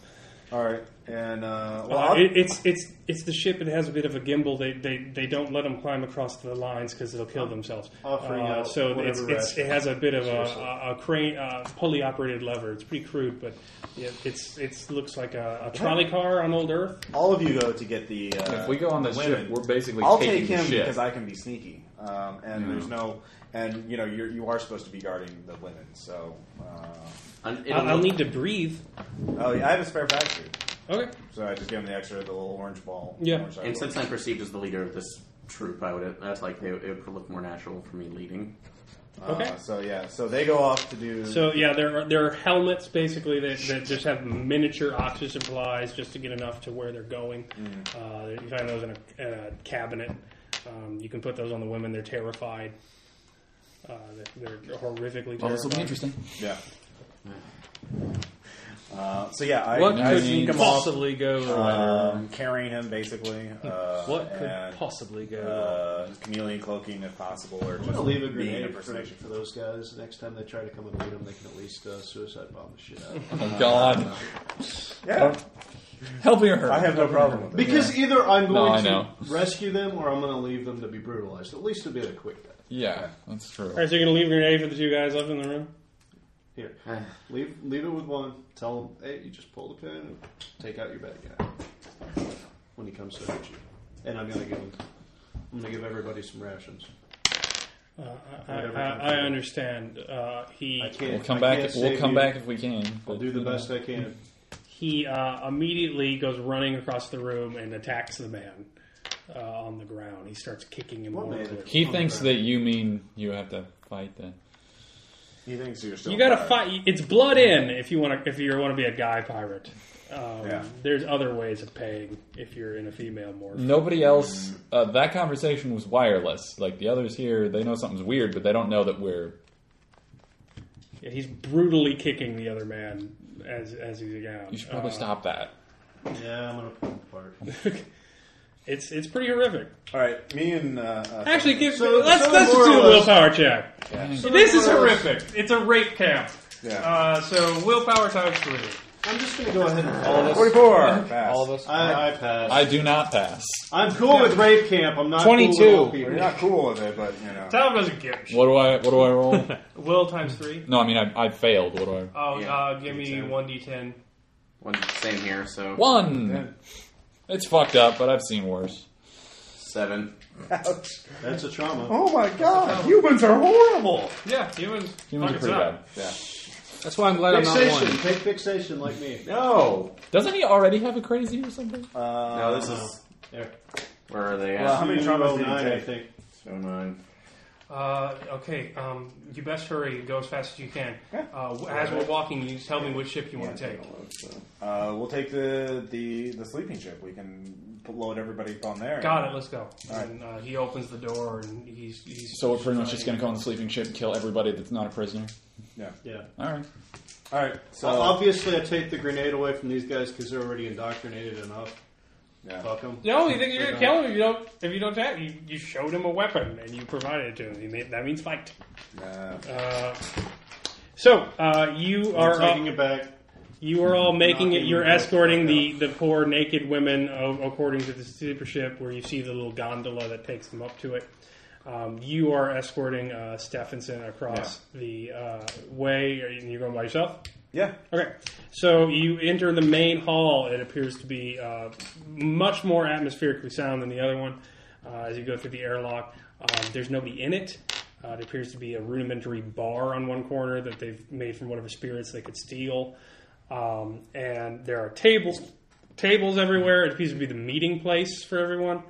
all right. And uh, well,
Uh,
I'll-
it, it's it's it's the ship. It has a bit of a gimbal. They they, they don't let them climb across the lines because they'll
Uh,
kill themselves.
Offering
Uh,
out
so
whatever
it's, it's it
ration.
has a bit of a,
Seriously.
a, a crane uh, pulley operated lever. It's pretty crude, but it, it's it's looks like a, a trolley car on old Earth.
all of you go to get the. Uh,
If we go on the
women.
ship, we're basically
I'll
taking
take him
the ship.
because I can be sneaky, um, and there's no, and you know you're, you are supposed to be guarding the women. So, uh,
And
I'll,
it'll-
I'll need to breathe.
oh, yeah, I have a spare factory,
Okay.
so I just gave him the extra, the little orange ball.
Yeah.
orange
And
cyborg.
since I'm perceived as the leader of this troop, I would that's like they, it would look more natural for me leading.
Uh,
Okay.
So yeah, so they go off to do.
So yeah, there are there are helmets basically that, that just have miniature oxygen supplies just to get enough to where they're going.
Mm-hmm.
Uh, you find those in a, in a cabinet. Um, you can put those on the women. They're terrified. Uh, they're, they're horrifically terrified.
Well, Oh, this will be interesting.
yeah. Uh, so yeah, I,
What
I
could
sneak him off,
possibly go? uh,
um, carrying him basically. Uh,
what could
and,
possibly go?
uh, chameleon cloaking if possible, or
I'm
just
gonna leave a
being
grenade for,
impersonation.
for those guys. Next time they try to come and lead them, they can at least uh, suicide bomb the shit out. of 'em.
Oh God,
Yeah,
help me or her.
I have no problem with it.
Because either I'm
I
going
know.
to rescue them, or I'm going to leave them to be brutalized. At least it'll be a quick death.
yeah, that's true.
All right, so you're gonna leave grenade for the two guys left in the room.
Here, leave leave it with one. Tell him, hey, you just pull the pin and take out your bad guy when he comes to hurt you. And I'm going to give him. I'm going to give everybody some rations.
Uh, I, I, I understand. Uh, he
I can't.
We'll come
I
back.
can't
We'll
save
come
you.
back if we can.
I'll
but,
do the
you know.
best I can.
he uh, immediately goes running across the room and attacks the man uh, on the ground. He starts kicking him.
What
over.
man?
He thinks that you mean you have to fight then.
He thinks you're still.
You gotta
alive.
fight. It's blood in if you want to. If you want to be a guy pirate, um,
Yeah.
there's other ways of paying if you're in a female morph.
Nobody else. Uh, that conversation was wireless. Like the others here, they know something's weird, but they don't know that we're.
Yeah, he's brutally kicking the other man as as he's down.
You should probably
Uh,
stop that.
Yeah, I'm gonna pull him apart.
It's it's pretty horrific.
All right, me and uh, uh,
Actually, give,
So-
let's
so
let's
more
just do
or
a
less-
willpower check. this is
more or less-
horrific. It's a rape camp.
Yeah.
Uh, so willpower times three.
I'm just gonna go ahead and
uh,
all of us.
forty-four. Pass.
All of us. I, I pass.
I do not pass.
I'm cool with rape camp. I'm not
22.
Cool with all
You're
people.
not cool with it, but you know.
Tom doesn't give a shit.
What do I? What do I roll?
Will times three.
no, I mean I, I failed. What do I?
Oh,
Yeah.
uh, give me one d10.
One, same here, so
One. It's fucked up, but I've seen worse.
seven.
That's a trauma.
Oh my god, humans are horrible.
Yeah, humans.
Humans are
fuck,
pretty
it's
bad.
not.
That's why I'm glad I'm
Fixation.
not one.
Take fixation like me.
No, Oh,
Doesn't he already have a crazy or something?
Uh,
no, this is.
There.
Where are they at?
Well, Uh, how many traumas did
Nine, I
you take?
think.
So nine.
Uh, okay, um, you best hurry. Go as fast as you can. Uh, as we're walking, you tell me which ship you want to take.
Uh, we'll take the, the the sleeping ship. We can put- load everybody up on there.
Got it. Let's go. And uh, he opens the door, and he's he's.
So we're pretty much just gonna go on the sleeping ship, and kill everybody that's not a prisoner.
Yeah.
Yeah.
All right.
All right. So
Well, obviously, I take the grenade away from these guys because they're already indoctrinated enough.
yeah.
Fuck them.
No, you think you're gonna kill him if you don't if you don't attack. You, you showed him a weapon and you provided it to him. He made, that means fight.
Uh,
Uh, so uh, you are up-
taking it back.
you are all making it.
Knocking
You're
them
escorting the, the poor naked women o- according to the super ship, where you see the little gondola that takes them up to it. Um, you are escorting uh, Stephenson across the uh, way, and you're going by yourself.
yeah.
Okay, so you enter the main hall. It appears to be uh, much more atmospherically sound than the other one. Uh, as you go through the airlock, um, there's nobody in it. Uh, it appears to be a rudimentary bar on one corner that they've made from whatever spirits they could steal. Um, and there are tables, tables everywhere. It appears to be the meeting place for everyone.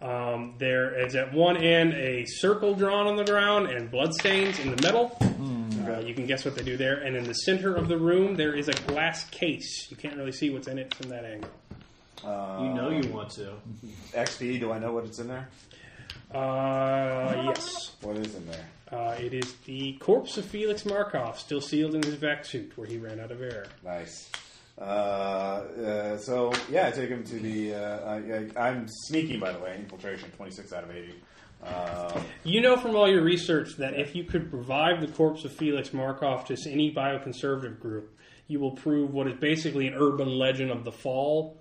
Um, there is at one end a circle drawn on the ground and bloodstains in the middle. Uh, you can guess what they do there. And in the center of the room, there is a glass case. You can't really see what's in it from that angle.
You know you want to.
XP. Do I know what it's in there?
Uh, yes.
What is in there?
Uh, it is the corpse of Felix Markov, still sealed in his vac suit where he ran out of air.
Nice. Uh, uh, so yeah, I take him to the. Uh, I, I, I'm sneaky, by the way. Infiltration, 26 out of 80. Uh,
You know from all your research that if you could revive the corpse of Felix Markov to any bioconservative group, you will prove what is basically an urban legend of the fall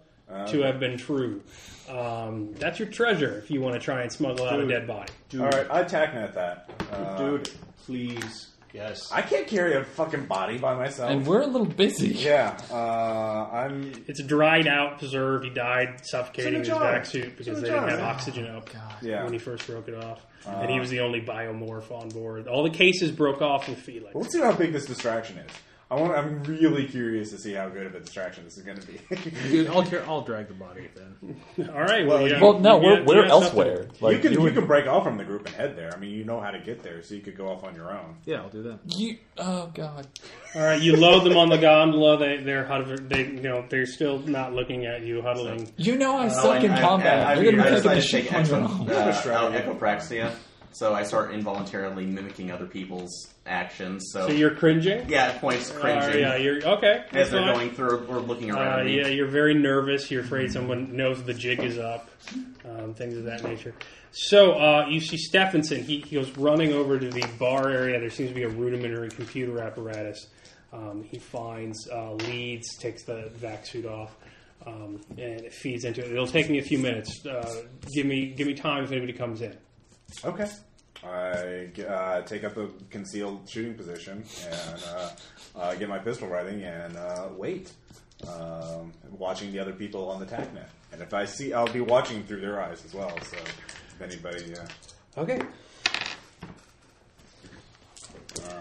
to have been true. Um, that's your treasure if you want to try and smuggle out a dead body.
Dude,
all right, I tack at that. Uh,
dude, please. Yes.
I can't carry a fucking body by myself.
And we're a little busy.
yeah, uh, I'm
It's a dried out preserve. He died suffocating in
It's
his
in a jar.
vac suit
in
because
a
they didn't
jar,
have
yeah.
oxygen up
Yeah.
when he first broke it off. and he was the only biomorph on board. All the cases broke off with Felix.
Let's see how big this distraction is. I want, I'm really curious to see how good of a distraction this is going to be.
Dude, I'll, car- I'll drag the body then.
All right. uh,
Well,
Well, yeah,
Well, no,
you
we're,
got-
we're
you got something.
elsewhere. Like,
you can you,
would-
can break off from the group and head there. I mean, you know how to get there, so you could go off on your own.
Yeah, I'll do that.
you- oh god.
All right. You load them on the gondola. They they're huddle- they you know they're still not looking at you huddling.
You know
Uh,
I suck in
Oh, I- I-
combat.
I, I,
You're
I
gonna be taking
decided
the
to
shit
take
on your
extra,
own.
uh, echopraxia, so I start involuntarily mimicking other people's actions. So,
So you're cringing.
yeah, points cringing
Uh, yeah. You're okay.
as
that's
they're
fine.
going through or looking around
Uh,
me.
yeah, you're very nervous. You're afraid someone knows the jig is up, um, things of that nature. So uh, you see Stephenson. He, he goes running over to the bar area. There seems to be a rudimentary computer apparatus. Um, he finds uh, leads, takes the vac suit off, um, and it feeds into it. It'll take me a few minutes. Uh, give me give me time if anybody comes in.
Okay. I uh, take up a concealed shooting position and uh, uh, get my pistol ready and uh, wait, um, watching the other people on the tack net. And if I see, I'll be watching through their eyes as well. So if anybody, uh,
Okay.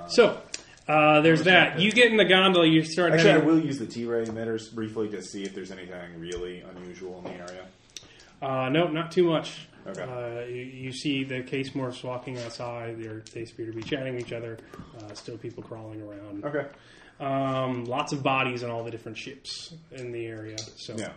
So, Uh, there's that. You get in the gondola, you start.
Actually, I
having-
will use the T-ray emitters briefly to see if there's anything really unusual in the area.
Uh, no, not too much.
Okay.
Uh, you, you see the case morphs walking outside. They're, they appear to be chatting with each other. Uh, still people crawling around.
Okay.
Um, lots of bodies on all the different ships in the area. So
Yeah.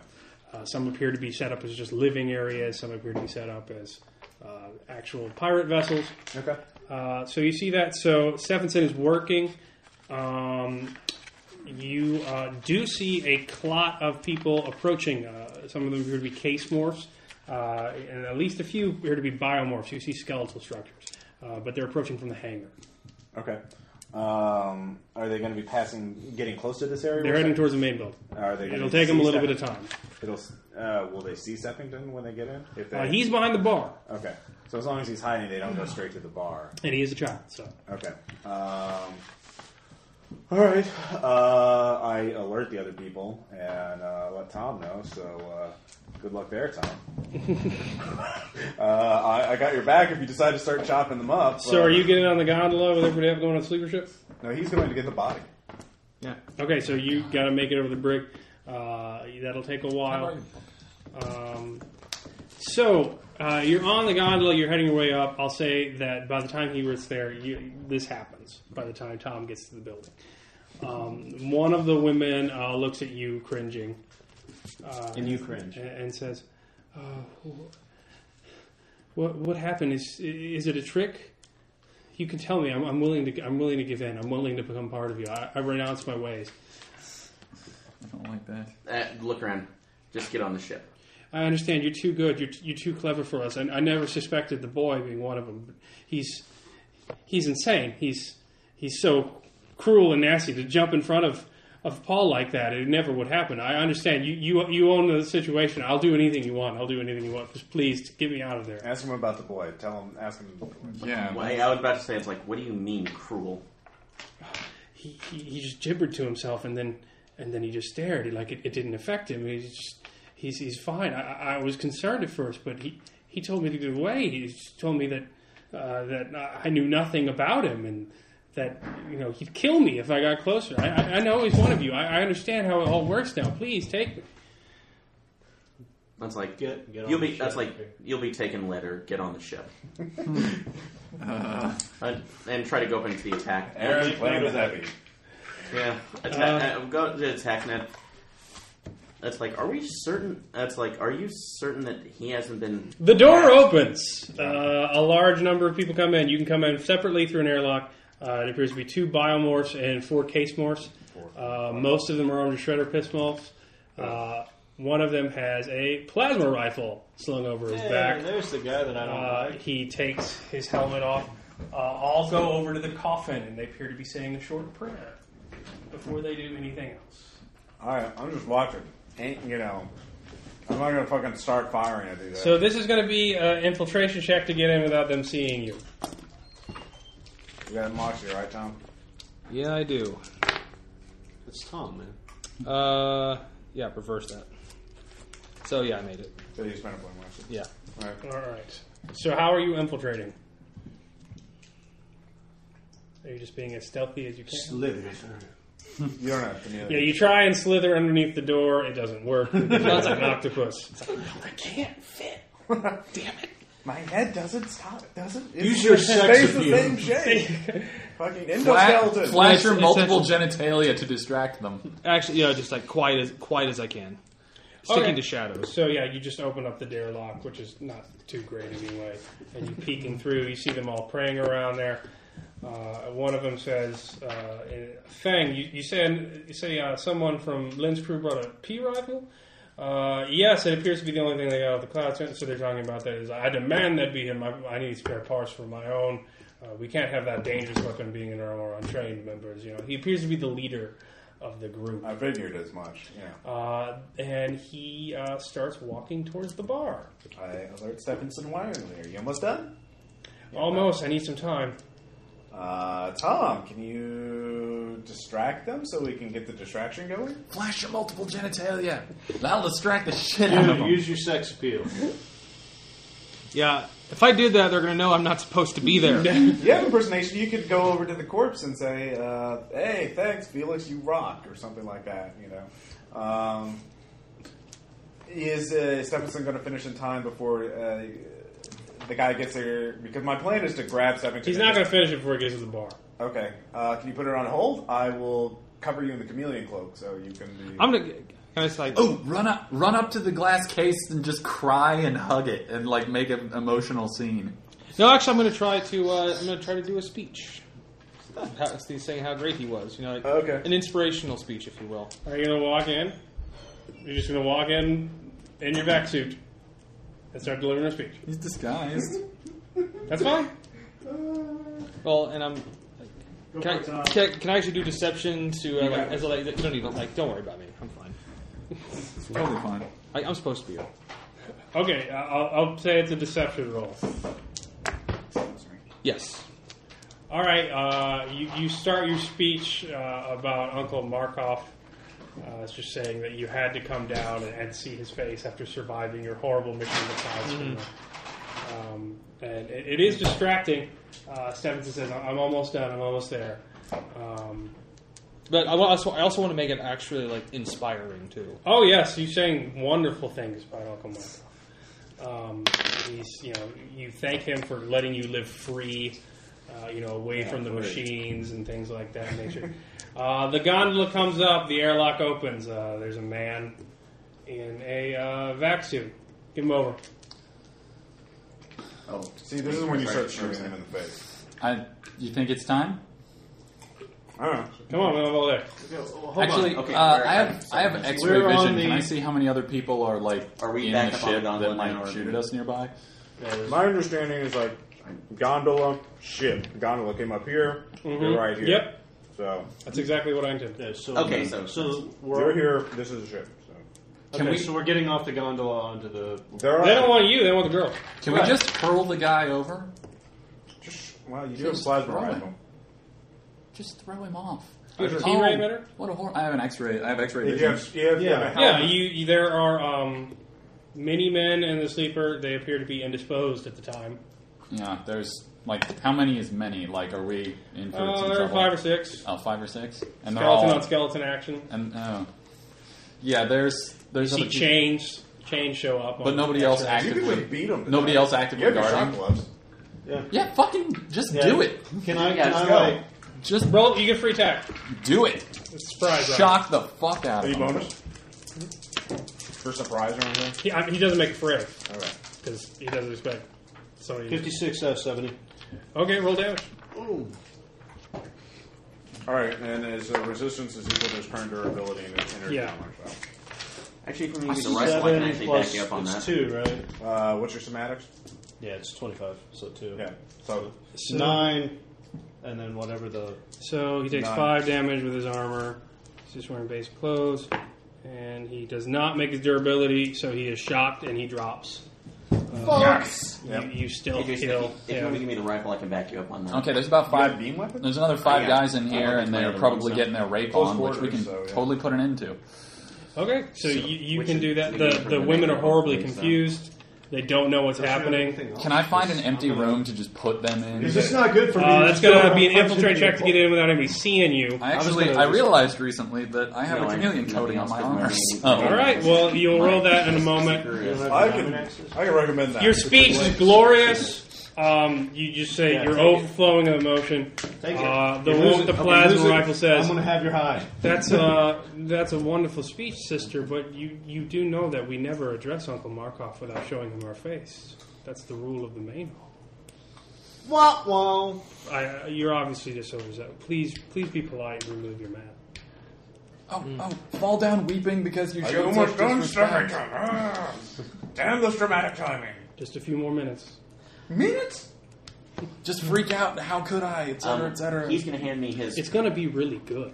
uh, some appear to be set up as just living areas. Some appear to be set up as uh, actual pirate vessels.
Okay.
Uh, so you see that. So Stephenson is working. Um, you uh, do see a clot of people approaching. Uh, some of them appear to be case morphs, uh, and at least a few appear to be biomorphs. You see skeletal structures, uh, but they're approaching from the hangar.
Okay. Um, are they going to be passing, getting close to this area?
They're heading towards the main building.
Are they? gonna
It'll take them a
see
little bit of
Step-
time.
It'll. Uh, will they see Seppington when they get in? If they,
Uh, he's behind the bar,
okay. So as long as he's hiding, they don't go straight to the bar.
and he is a child. So
Okay. Um, all right. Uh, I alert the other people and uh, let Tom know. So uh, good luck there, Tom. uh, I, I got your back if you decide to start chopping them up.
so are you getting on the gondola with everybody else going on the sleeper ship?
No, he's going to get the body.
Yeah.
Okay, so you got to make it over the brick. Uh, that'll take a while. Um, so uh, you're on the gondola. You're heading your way up. I'll say that by the time he gets there, you, this happens. By the time Tom gets to the building, um, one of the women uh, looks at you, cringing, uh,
And you cringe.
and, and says, uh, wh- "What what happened? Is is it a trick? You can tell me. I'm, I'm willing to. I'm willing to give in. I'm willing to become part of you. I, I renounce my ways."
I don't like that.
Uh, look around. Just get on the ship.
I understand you're too good. You're you're too clever for us. And I never suspected the boy being one of them. He's he's insane. He's he's so cruel and nasty to jump in front of of Paul like that. It never would happen. I understand. You you you own the situation. I'll do anything you want. I'll do anything you want. Just please get me out of there.
Ask him about the boy. Tell him. Ask him. About the boy.
Yeah.
Well, I I was about to say, it's like, what do you mean cruel?
He he, he just gibbered to himself and then and then he just stared. He, like it, it didn't affect him. He's just he's he's fine. I, I- I was concerned at first, but he he told me to get away. He just told me that uh, that I knew nothing about him and that you know he'd kill me if I got closer. I, I, I know he's one of you. I, I understand how it all works now. Please take me.
That's like
Get- get on
you'll
the
be. That's
ship.
like you'll be taken later. Get on the ship. Uh, and try to go up into the attack.
Aaron's
Land was heavy.
Yeah, attack. Uh, go to attack net. That's like, are we certain? That's like, are you certain that he hasn't been?
The door opens. Uh, a large number of people come in. You can come in separately through an airlock. Uh, it appears to be two biomorphs and four case morphs. Uh, most of them are armed with shredder pistols. Uh, one of them has a plasma rifle slung over his
Hey,
back.
there's the guy that I don't
Uh,
like.
he takes his helmet off. Uh, all go over to the coffin, and they appear to be saying a short prayer before they do anything else.
All right, I'm just watching.
Ain't you know? I'm not going to fucking start firing at these.
So this is going to be an infiltration check to get in without them seeing you.
you got Moxie, right, Tom?
Yeah, I do.
It's Tom, man.
Uh, yeah, reverse that. So yeah, I made it.
So you spent a point Moxie.
Yeah.
All right. So how are you infiltrating? Are you just being as stealthy as you can?
Slithers.
You don't have to. kneel.
Yeah, you try and slither underneath the door. It doesn't work. It's like an octopus.
My head doesn't stop. Doesn't.
Use your
it's
sex
stays
appeal.
the same shape. fucking
Fla-
endoskeleton.
flash your
It's- it's
multiple genitalia to distract them.
Actually, yeah, just like quiet as quiet as I can, sticking
Okay.
to shadows.
So yeah, you just open up the door lock, which is not too great anyway, and you peeking through. You see them all praying around there. Uh, one of them says, uh, "Fang, you, you say you say uh, someone from Lynn's crew brought a P rifle." Uh, yes, it appears to be the only thing they got out of the clouds. So they're talking about that. Is I demand that be him. I, I need spare parts for my own. Uh, we can't have that dangerous weapon being in our untrained members. You know, he appears to be the leader of the group.
I figured as much. Yeah.
Uh, and he uh, starts walking towards the bar.
I alert Stephenson wiringly. Are you almost done?
Almost. I need some time.
Uh, Tom, can you distract them so we can get the distraction going?
Flash your multiple genitalia. That'll distract the shit out of
Dude,
them.
use your sex appeal.
Yeah,
If I did that, they're going to know I'm not supposed to be there.
You have impersonation. You could go over to the corpse and say, uh, "Hey, thanks, Felix. You rock," or something like that. You know, um, is uh, Stephenson going to finish in time before uh, the guy gets there? Because my plan is to grab Stephenson.
He's
and
not going
just-
to finish it before he gets to the bar.
Okay. Uh, can you put it on hold? I will cover you in the chameleon cloak so you can be.
I'm going to. Can I just like.
Oh, run up, run up to the glass case and just cry and hug it and like make an emotional scene.
No, actually, I'm going to try to. Uh, I'm going to try to do a speech. How, it's the- saying how great he was, you know, like
Okay.
an inspirational speech, if you will.
Are you going to walk in? You're just going to walk in in your vac suit and start delivering a speech.
He's disguised.
That's fine.
Well, and I'm. Like, can, I, can, I- can I actually do deception to uh, like, as a, like, don't even like don't worry about me. I'm fine.
It's totally fine.
I, I'm supposed to be here.
Okay, I- I'll, I'll say it's a deception roll.
Yes.
All right, uh, you, you start your speech uh, about Uncle Markov. Uh, it's just saying that you had to come down and, and see his face after surviving your horrible mission to Plasma. Um, and it, it is distracting. Uh, Stevenson says, "I'm I'm almost done. I'm almost there." Um,
But I wa- also, I also want to make it actually like inspiring too.
Oh yes, he's saying wonderful things about Uncle Michael. Um, he's you know you thank him for letting you live free, uh, you know away from the machines and things like that. Nature. uh, the gondola comes up, the airlock opens. Uh, there's a man in a uh, vac suit. Give him over.
Oh,
See, this is when you start shooting him in the face.
I, you think it's time?
I don't know.
Come on, man, I'm all there.
hold
Actually,
on. Okay,
uh,
we're-
I
I'm
have
sorry.
I have X-ray
We're on
vision. Can
the-
I see how many other people are like
Are we
in
back
the
up on the
ship
gondola
that might
now, or-
shoot at us nearby?
My understanding is like gondola ship. Gondola came up here.
Mm-hmm.
You're right here.
Yep.
So
That's exactly what I intended.
Yeah, so,
Okay, so-
so
you're
we're
here. This is a ship. So
Okay,
Can we-
so we're getting off the gondola onto the.
there are.
They don't want you. They want the girl.
Can we just hurl the guy over?
Just, well, you do have plasma
throw it.
rifle.
Just throw him off.
You have a key ray emitter?
What a horror! I have an X-ray. I have X-ray
You
vision.
have, you have,
Yeah.
a
Yeah,
helmet.
you, you. There are um, many men in the sleeper. They appear to be indisposed at the time.
Yeah, there's like how many is many? Like, are we in for
Uh,
some
there are
trouble?
five or six.
Oh, five or six, and they're
skeleton
all
on skeleton action.
and oh, yeah. There's there's other
See
people,
chains, chains show up. On
but nobody else
X-rays.
You could
actively.
just beat him.
Nobody else actively
You have your
guarding.
shot gloves.
Yeah, fucking just
Yeah.
do it.
Can I?
Yeah,
can
let's
I
go.
like?
Just
Roll. You get free attack.
do it.
It's surprise. round.
Shock the fuck out of
Are you
them.
bonus for surprise or anything?
He, I, he doesn't make a fray
Okay.
because he doesn't expect. So he,
Fifty-six out of seventy.
okay, roll damage.
All right, and his uh, resistance is equal to his current durability and his energy.
Yeah.
armor,
Actually, if we use the rifle, I can
Seven
actually back
plus
you up on
it's
that.
two, right?
so. Uh, what's your somatics?
Yeah, it's twenty-five. So two.
Yeah. So
It's nine, and then whatever the
So he takes
Nine.
five damage with his armor. He's just wearing base clothes, and he does not make his durability. So he is shocked and he drops. Uh,
Yes.
You, you still
If you- if you-
kill.
if you
him.
want to give me the rifle, I can back you up on that.
Okay, there's about
five
five.
beam weapon.
There's another five
Yeah.
guys in
I
here,
don't
and
think
they're
it's
probably
mine, so-
getting their rape
Close
on, which we
quarters,
can
so, yeah.
totally put an end to.
Okay, so, you, you
which
can
is
do that.
maybe
The,
from
the
the
women are
negative
horribly
point, so.
confused. They don't know what's happening.
Can I find an empty room to just put them in?
Is this not good for me?
Uh, that's going to be an
Punching
infiltrate check to
people.
get in without anybody seeing you.
I actually I realized recently that I have
No,
a
I-
chameleon coating
nothing
on my Oh.
else doesn't
armor.
matter.
so-
All right, well, you'll roll that in a moment.
I can. I can recommend that.
Your speech is glorious. Um, you just say
Yeah,
you're
thank you.
overflowing of emotion.
Thank you.
Uh, the
You
one
lose
with
it.
the
Okay,
plasma
lose it.
rifle says-
"I'm going to have your high."
That's a that's a wonderful speech, sister. But you you do know that we never address Uncle Markov without showing him our face. That's the rule of the main hall.
Wah wah.
I, you're obviously just overzealous. Please please be polite and remove your map.
Oh, oh, fall down weeping because you
I
showed
almost
such
done stomach
disrespect.
time. Ah, Damn this dramatic timing.
Just a few more minutes.
Minutes? Just freak out. How could I? Et cetera, et cetera.
Um, he's going to hand me his.
It's going to be really good.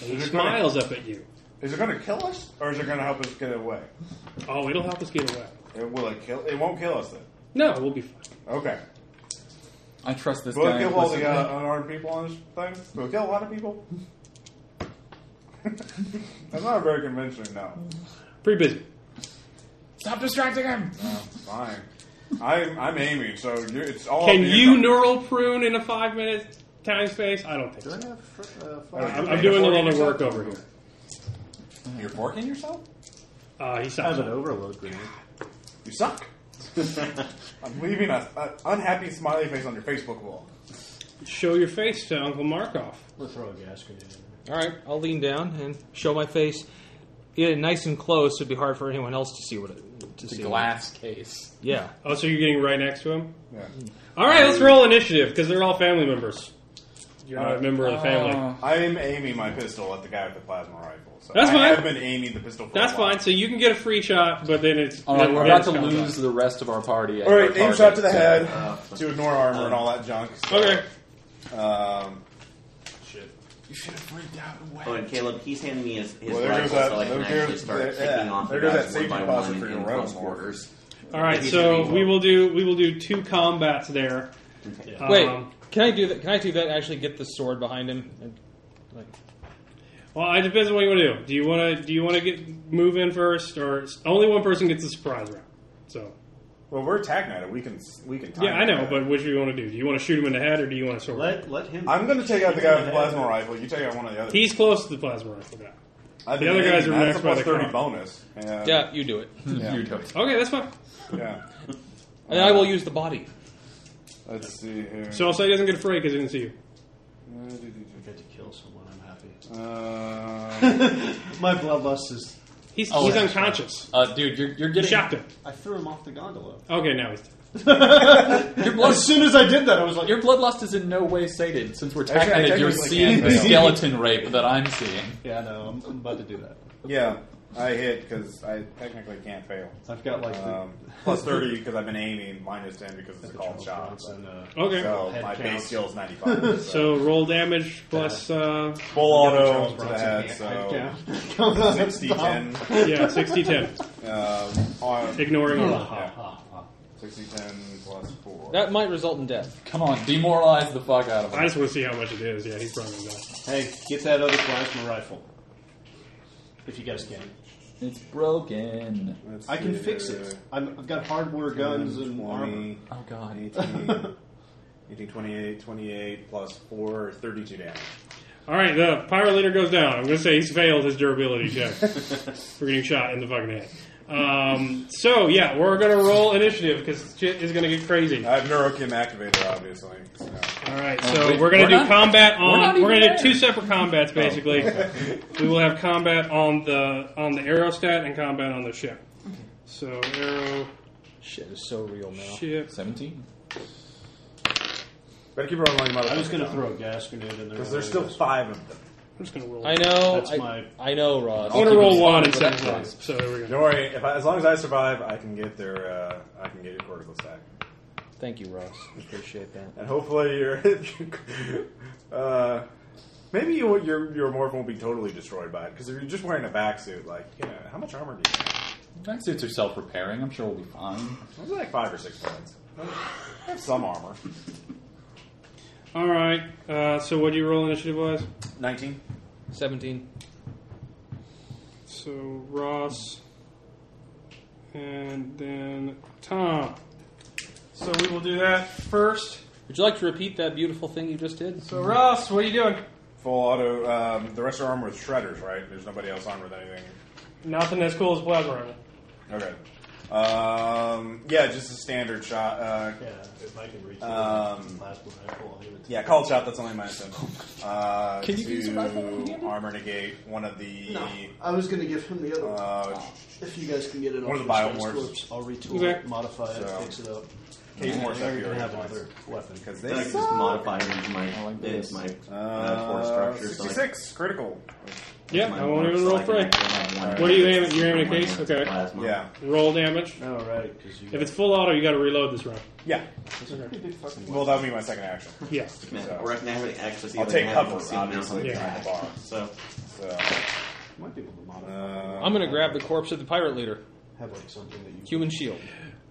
And he
Is it
smiles up at you.
Is it going to kill us, or is it going to help us get away?
Oh, it'll help us get away.
It will it kill? It won't kill us then.
No, we'll be fine.
Okay.
I trust this
Will
guy.
it kill all the
implicitly.
uh, unarmed people on this thing? Will it kill a lot of people? That's not very convincing. No.
Pretty busy.
Stop distracting him.
Fine.
I'm, I'm aiming, so you're, it's all.
Can
up to
you
guys.
neural prune in a five minute time space? I don't think
Do
so.
I have fr-
I
uh,
don't
flash?
know.
I'm, I'm doing a lot of work over here.
You're forking yourself?
Uh, he
I have
stops.
an overload grenade.
You suck. I'm leaving a an unhappy smiley face on your Facebook wall.
Show your face to Uncle Markov.
We'll throw a gas grenade. in
All right, I'll lean down and show my face. Yeah, nice and close. It'd be hard for anyone else to see what it to
It's a
see.
glass case.
Yeah.
Oh, so you're getting right next to him?
Yeah.
All right, let's roll initiative because they're all family members. You're not
Uh,
a member of the family.
I'm aiming my pistol at the guy with the plasma rifle. So
That's
I
fine.
have been aiming the pistol. For
That's
a while.
fine. So you can get a free shot, but then it's
All right,
then
we're
then
about to
it's combat.
lose the rest of our party. as
All right,
our
aim
target,
shot to the
so-
head
Uh,
to ignore armor and all that junk. So,
Okay.
Um,
You should have freaked out and
Oh, and Caleb, he's handing me his, his
Well, there
rifle
goes that-
so I can
there
actually
goes-
start
there-
taking
yeah.
off
There
the
goes
guys
that
one by
safety deposit
one
for your
in
round
close
mark.
quarters.
All right.
He's
So
gonna be-
we will do we will do two combats there. Um,
Wait, can I do that? Can I do that? and Actually, get the sword behind him. And, like,
Well, it depends on what you want to do. Do you want to do you want to get move in first, or only one person gets the surprise round? So
well, we're attack at it. We can we can. Time
yeah, I know.
that.
But which do you want to do? Do you want to shoot him in the head, or do you want to sword? him?
Let let him.
I'm going to take out the guy with the plasma rifle. You take out one of the other.
He's close to the plasma rifle guy.
I've
the
been
other guys
aiming.
are
That's
next
a
by
plus
the
thirty
car.
bonus. And,
yeah, you do it,
You do it.
Okay, that's fine.
yeah.
and I will use the body.
Let's see here.
So I'll say he doesn't get afraid because he didn't see you.
I get to kill someone. I'm
Um,
happy. Uh, My bloodlust is.
He's
Oh,
he's
yeah.
unconscious.
Uh, dude, you're, you're
You
getting
shocked him.
I threw him off the gondola.
Okay, now he's.
as soon as I did that, I was like,
Your bloodlust is in no way sated since we're tackling
Actually, I
it. You're
technically
seeing
can't
the
fail.
skeleton rape that I'm seeing.
"Yeah, no, I'm, I'm about to do that."
yeah, I hit because I technically can't fail.
I've got like the,
Um, plus thirty because I've been aiming. Minus ten because it's a
the
called
Charles
shot.
Bronson, uh,
Okay.
So
Head
my
count.
base skill is ninety-five.
So roll damage plus uh,
full auto to the
Bronson
head.
head
So
count. Come on,
60,
stop.
10,
yeah 60 10.
um, on-
Ignoring all.
Yeah.
Ah, ah.
60, 10 plus 4.
That might result in death.
Come on, demoralize the fuck out of
I
him.
just want to see how much it is. Yeah, he's probably gonna die.
Hey, get that other plasma rifle. If you guys can,
It's broken.
Let's
I can
see
fix
here.
it. I'm, I've got hardware guns and
20,
armor.
Oh god.
18, 18, 28, 28 plus 4, 32 damage.
All right, the pyro leader goes down. I'm gonna say he's failed his durability check for getting shot in the fucking head. Um, so yeah, we're gonna roll initiative because shit is gonna get crazy.
I have Neurokim activator, obviously. So.
All right,
Oh,
so
wait,
we're gonna
we're
do
not-
combat
we're not
on. We're,
even
gonna do
there. Oh.
two separate combats basically. we will have combat on the on the aerostat and combat on the ship. So arrow
Shit is so real now.
ship.
17.
Better keep it on line,
I was going to throw a gas grenade in there.
Because there's still five of them.
I'm just gonna roll.
I know.
That's
I,
my-
I know, Ross.
I'm gonna roll one
But
instead
that's
of one. So there we go.
Don't worry, if I, as long as I survive, I can get their, uh, I can get your cortical stack.
Thank you, Ross. Appreciate that.
And hopefully your, uh, maybe you, your, your morph won't be totally destroyed by it, because if you're just wearing a back suit, like, you know, how much armor do you have?
Back suits are self repairing. I'm sure we'll be fine.
It's like five or six points. I have some armor.
All right. Uh, so what do you roll initiative wise?
19.
Seventeen.
So Ross, and then Tom. So we will do that first.
Would you like to repeat that beautiful thing you just did?
So Ross, what are you doing?
Full auto. Um, the rest are armed with shredders, right? There's nobody else armed with anything.
Nothing as cool as plasma rifle.
Okay. Um, yeah, just a standard shot. Uh,
Yeah, if I can reach
Um,
the plasma rifle, I'll give it to
yeah, called shot. That's only my seven. Uh,
Can you
to
use a rifle when you get it?
armor negate one of the.
No, I was going to give him the other one.
Uh,
If you guys can get it
One
off
of the
your space
biomorphs.
corpse, I'll retool
Okay.
it, modify it,
So-
fix it up.
case more
They're going to have
another.
another weapon.
Because
Then I
they.
can just modify it into my,
like this.
into my uh, force
Uh,
structure. so I-
66 critical.
Yeah,
my
I won't even
so
roll
I can
three.
actually have one
What are you aiming-
case
you're aiming a
and one
case?
with
Okay.
plasma.
Yeah,
Roll damage.
Oh, right, because you
If it's full auto, you got to reload this round.
yeah. Well, that'll be my second action.
Yeah.
Yeah, Or I can have it actually see
I'll
if I
take
can have it
cover,
see the mountain
obviously,
side.
behind the bar.
So
So,
might be able to modify.
uh,
I'm gonna grab the corpse of the pirate leader.
Have like something that you can
Human shield.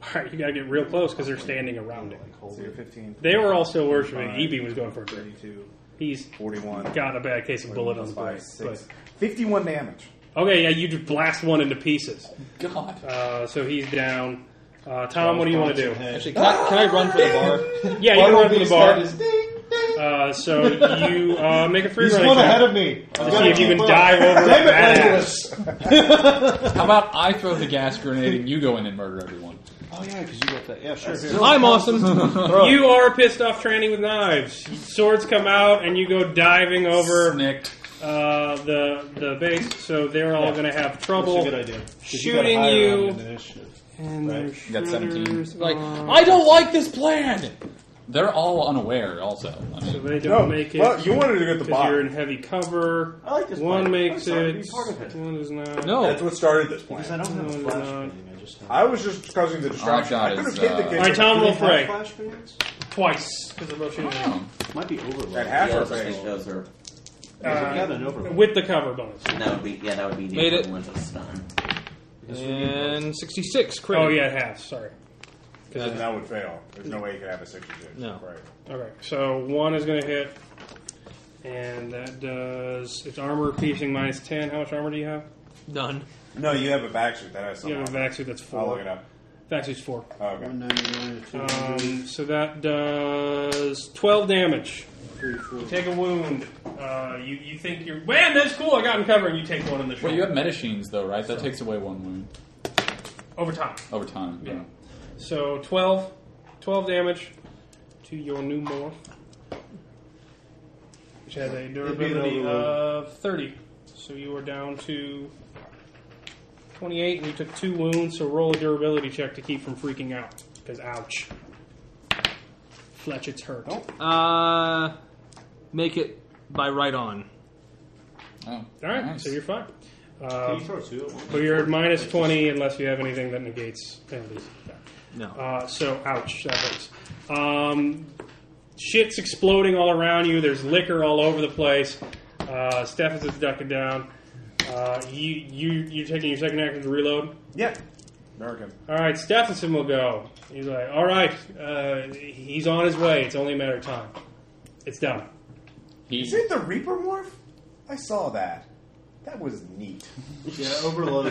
All right, you got to get real close because they're standing around it.
like hold
so you're
it.
15.
They were all still worshiping. EB was going for a drink.
32,
He's
41.
got a bad case of bullet on the brain.
Five, six.
But,
51 damage.
okay, yeah, you just blast one into pieces.
God.
Uh, so Uh, he's down. Uh, Tom, what do you want to do?
Actually, can I, can I run for the bar?
Yeah, you run to the bar.
ding, ding.
Uh, so you uh, make a free
He's
running
one
check
ahead of me.
to see if you can dive over
Damn it,
that ass.
Legolas.
How about I throw the gas grenade and you go in and murder everyone?
Oh yeah, because you got that. Yeah, sure. here.
I'm awesome.
You are pissed off tranny with knives. Swords come out and you go diving over
Nick.
uh, the the base, so they're all going to have
That's a
trouble.
good idea. 'Cause got
Shooting
higher
you.
on the initiative.
And
Right.
their
You got 17.
shoulders
like,
are-
I don't like this plan.
They're all unaware, also. I
so
mean,
they don't
No,
make it.
well, Oh, you wanted to get the
because
bot.
you're in heavy cover.
I like this
One
plan. I'm
makes
sorry to
it,
be part of it.
One does not.
No.
That's what started this plan.
Because I don't have a
No,
flash
no.
thing, I just have.
I was just causing the distraction. Um,
God,
I could have
it's,
hit the
uh,
kid.
All right, Tom,
Do they
roll
have
for A.
flash grenades?
Twice because they're both shooting. at you.
Might be overload.
That half
yeah,
of
those-
it.
those are.
I've got an
Uh,
overload.
with the cover bonus.
and That would be yeah. That would be the
Made it.
equivalent of stun.
And 66, crit.
Oh yeah, half. Sorry.
And that would fail. There's no way you could have a 66.
No.
Right.
Okay, so one is going to hit, and that does it's armor piercing minus ten. How much armor do you have?
None.
No, you have a backsuit. That has
You
something.
have a
on it.
vac suit that's
I'll look
four.
it up.
Vac suit's four.
Oh, okay.
Um, so that does 12 damage. You take a wound. Uh, you, you think you're. Man, that's cool. I got him covered. And you take one in the
well,
shoulder.
you have metachines, though, right? That takes away one wound
Over time.
over time.
Yeah. So 12, 12 damage to your new morph, which has a durability of 30. So you are down to 28, and you took two wounds. So roll a durability check to keep from freaking out. Because ouch, Fletch, it's hurt.
Uh, make it by right on.
Oh,
All right,
nice.
so you're fine.
Can
Uh,
you throw two at once?
but you're at minus 20 unless you have anything that negates penalties.
No.
Uh, so, ouch, that hurts. Um, shit's exploding all around you. There's liquor all over the place. Uh, Stephens is ducking down. Uh, you, you, you're taking your second action to reload?
Yeah. American.
All right, Stephenson will go. He's like, all right, uh, he's on his way. It's only a matter of time. It's done.
He-
Is it the Reaper morph? I saw that. That was neat.
Yeah, overload.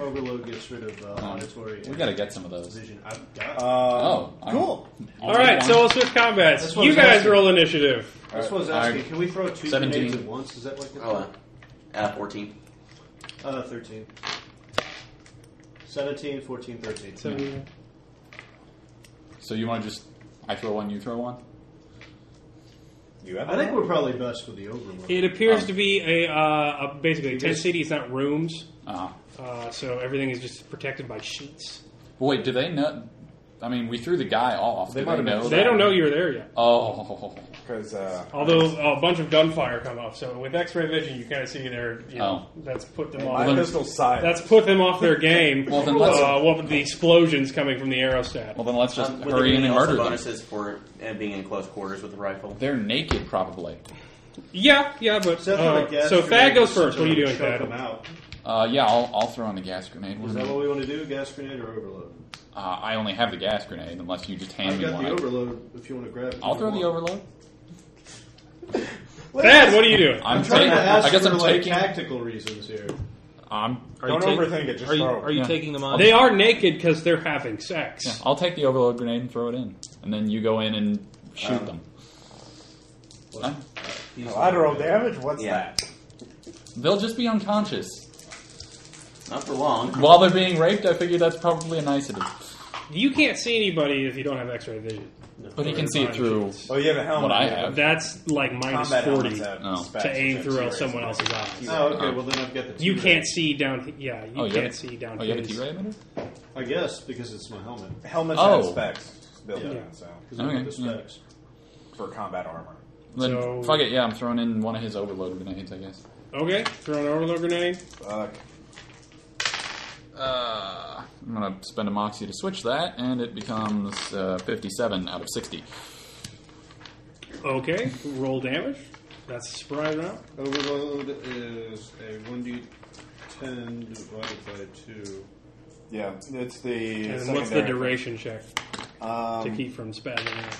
overload gets rid of uh, auditory.
we
and
gotta get some of those.
vision. I've got.
Uh,
Oh, I'm-
cool.
I'll
All right,
take
so
one.
we'll switch combats.
That's what
You
I was
guys
asking.
roll initiative.
That's what I was asking. Can we throw two
17.
grenades at once? Is that like that?
Oh, uh, uh, fourteen.
Uh, 13. 17, 14, 13.
So,
So you want to just I throw one, you throw one.
You have
I think we're probably best with the overload.
It
Oh.
appears to be a, uh, a basically a tent city. It's not rooms,
Uh,
uh, so everything is just protected by sheets.
but wait, do they know? I mean, we threw the guy off. They do
might
they
have
know?
They
that?
don't know you're there yet.
Oh,
Because uh,
Although a bunch of gunfire come up, so with X-ray vision, you kind of see there. You know,
Oh.
that's put them
my
off.
pistol side.
That's put them off their game.
Well, then let's-
uh, what with the explosions coming from the aerostat?
well then let's just
Um, would there
hurry
be
in and
also
murder them.
bonuses for uh, being in close quarters with a rifle.
They're naked, probably.
yeah, yeah, but
Except for the
uh,
gas
so
grenade,
Thad goes
just
first. What are you doing,
choke them
Thad?
out.
Uh, yeah, I'll, I'll throw on the gas grenade.
Is that what we want to do? Gas grenade or overload?
Uh, I only have the gas grenade, unless you just hand
I've
me
got
one.
the overload if you want to grab it.
I'll throw the overload.
Thad, what are you doing?
I'm,
I'm trying
taking.
to ask
I guess
for
I'm
like
taking. um,
tactical reasons here.
I'm.
Are
Don't
you take-
overthink it. Just
Are you,
throw.
are you
Yeah.
taking them on?
They are naked because they're having sex.
yeah, I'll take the overload grenade and throw it in, and then you go in and shoot
Uh.
Um,
them. Huh?
Collateral damage? What's
Yeah.
that?
They'll just be unconscious
Not for long.
while they're being raped. I figure that's probably a nicety.
You can't see anybody if you don't have X-ray vision.
But he can see it through
Oh, you have a helmet.
what I
yeah.
have.
That's like minus
Combat
forty
helmets have
Oh.
specs,
to aim
which
through
have
someone
T-rays.
else's eyes.
Oh, okay. Well, then I've got the.
You
T-Rex.
can't see down. Yeah, you
Oh, you have
can't
a-
see down.
Oh, you have a
his-
T-ray emitter?
I guess because it's my helmet.
Helmets
Oh.
have specs built
Yeah.
in, so
Because okay.
Okay,
the
yeah.
specs.
for combat armor.
Then
So-
fuck it. Yeah, I'm throwing in one of his overload grenades. I guess.
Okay, throw an overload grenade.
Fuck.
Uh, I'm gonna spend a moxie to switch that, and it becomes uh, 57 out of 60.
Okay, roll damage. That's a surprise round.
Overload is a one d ten divided by two.
Yeah, it's the.
And what's the
secondary.
duration check to
Um,
keep from spazzing out?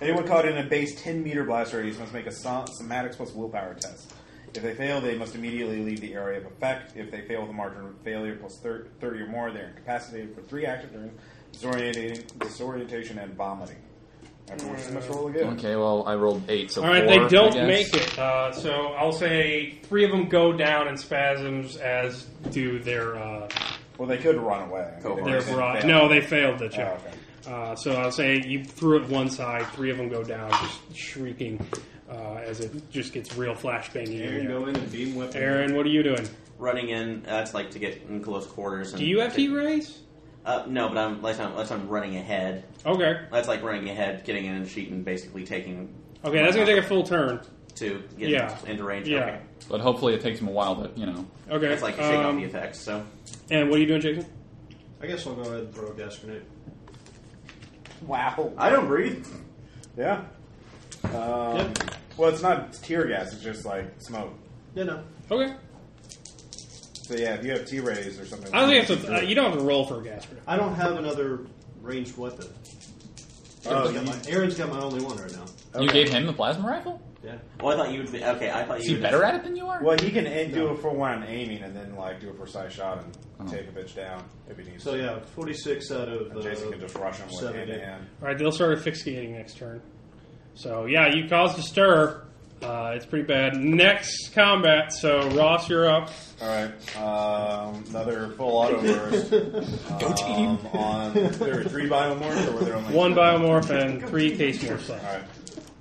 anyone caught in a base 10 meter blast radius must make a som- somatics plus willpower test.
If they fail, they must immediately leave the area of effect. If they fail with a margin of failure plus thir- 30 or more, they're incapacitated for three action turns, disorientation, disorientation and vomiting.
Mm.
Everyone's must roll again.
Okay, well, I rolled eight, so
All right,
four,
they
I
don't
guess.
make it. Uh, so I'll say three of them go down in spasms, as do their uh,
Well, they could run away. I mean, they
their
didn't
barrage.
fail.
No, they failed the
Oh,
check.
okay.
Uh, so I'll say you threw it one side, three of them go down, just shrieking uh, as it just gets real flashbangy in
Aaron,
there.
go in and beam weapon.
Aaron, what are you doing?
Running in, that's like to get in close quarters. And
Do you have heat rays?
Uh, no, but I'm like I'm, unless I'm running ahead.
Okay.
That's like running ahead, getting in and shooting, basically taking
Okay, that's going to take a full turn.
to get
Yeah.
into range.
Yeah.
Okay.
But hopefully it takes them a while to, you know.
Okay.
That's like shaking off
um,
the effects. So
and what are you doing, Jason?
I guess I'll go ahead and throw a gas grenade.
Wow.
I don't breathe.
Yeah. Um, Well, it's not tear gas, it's just like smoke.
No, no.
Okay.
So, yeah, if you have T rays or something.
I don't think you have to. Uh, you don't have to roll for a gas grenade.
I don't have another ranged weapon.
Oh,
Aaron's got my- Aaron's got my only one right now.
You gave him the plasma rifle?
Yeah.
Well, I thought you would be okay. I thought you
Is he
would
better at it than you are?
Well, he can aim- do a full one on aiming and then like do a precise shot and take a bitch down if he needs
So
to.
yeah, forty-six out of
And
uh,
Jason can just rush him with
seven
hand to
did.
hand.
All right, they'll start asphyxiating next turn. So yeah, you caused a stir. Uh, it's pretty bad. Next combat. So Ross, you're up.
Alright, um, another full auto burst. Go team! On, there were three biomorphs or were there only
One
two?
biomorph and three case morphs left.
Alright.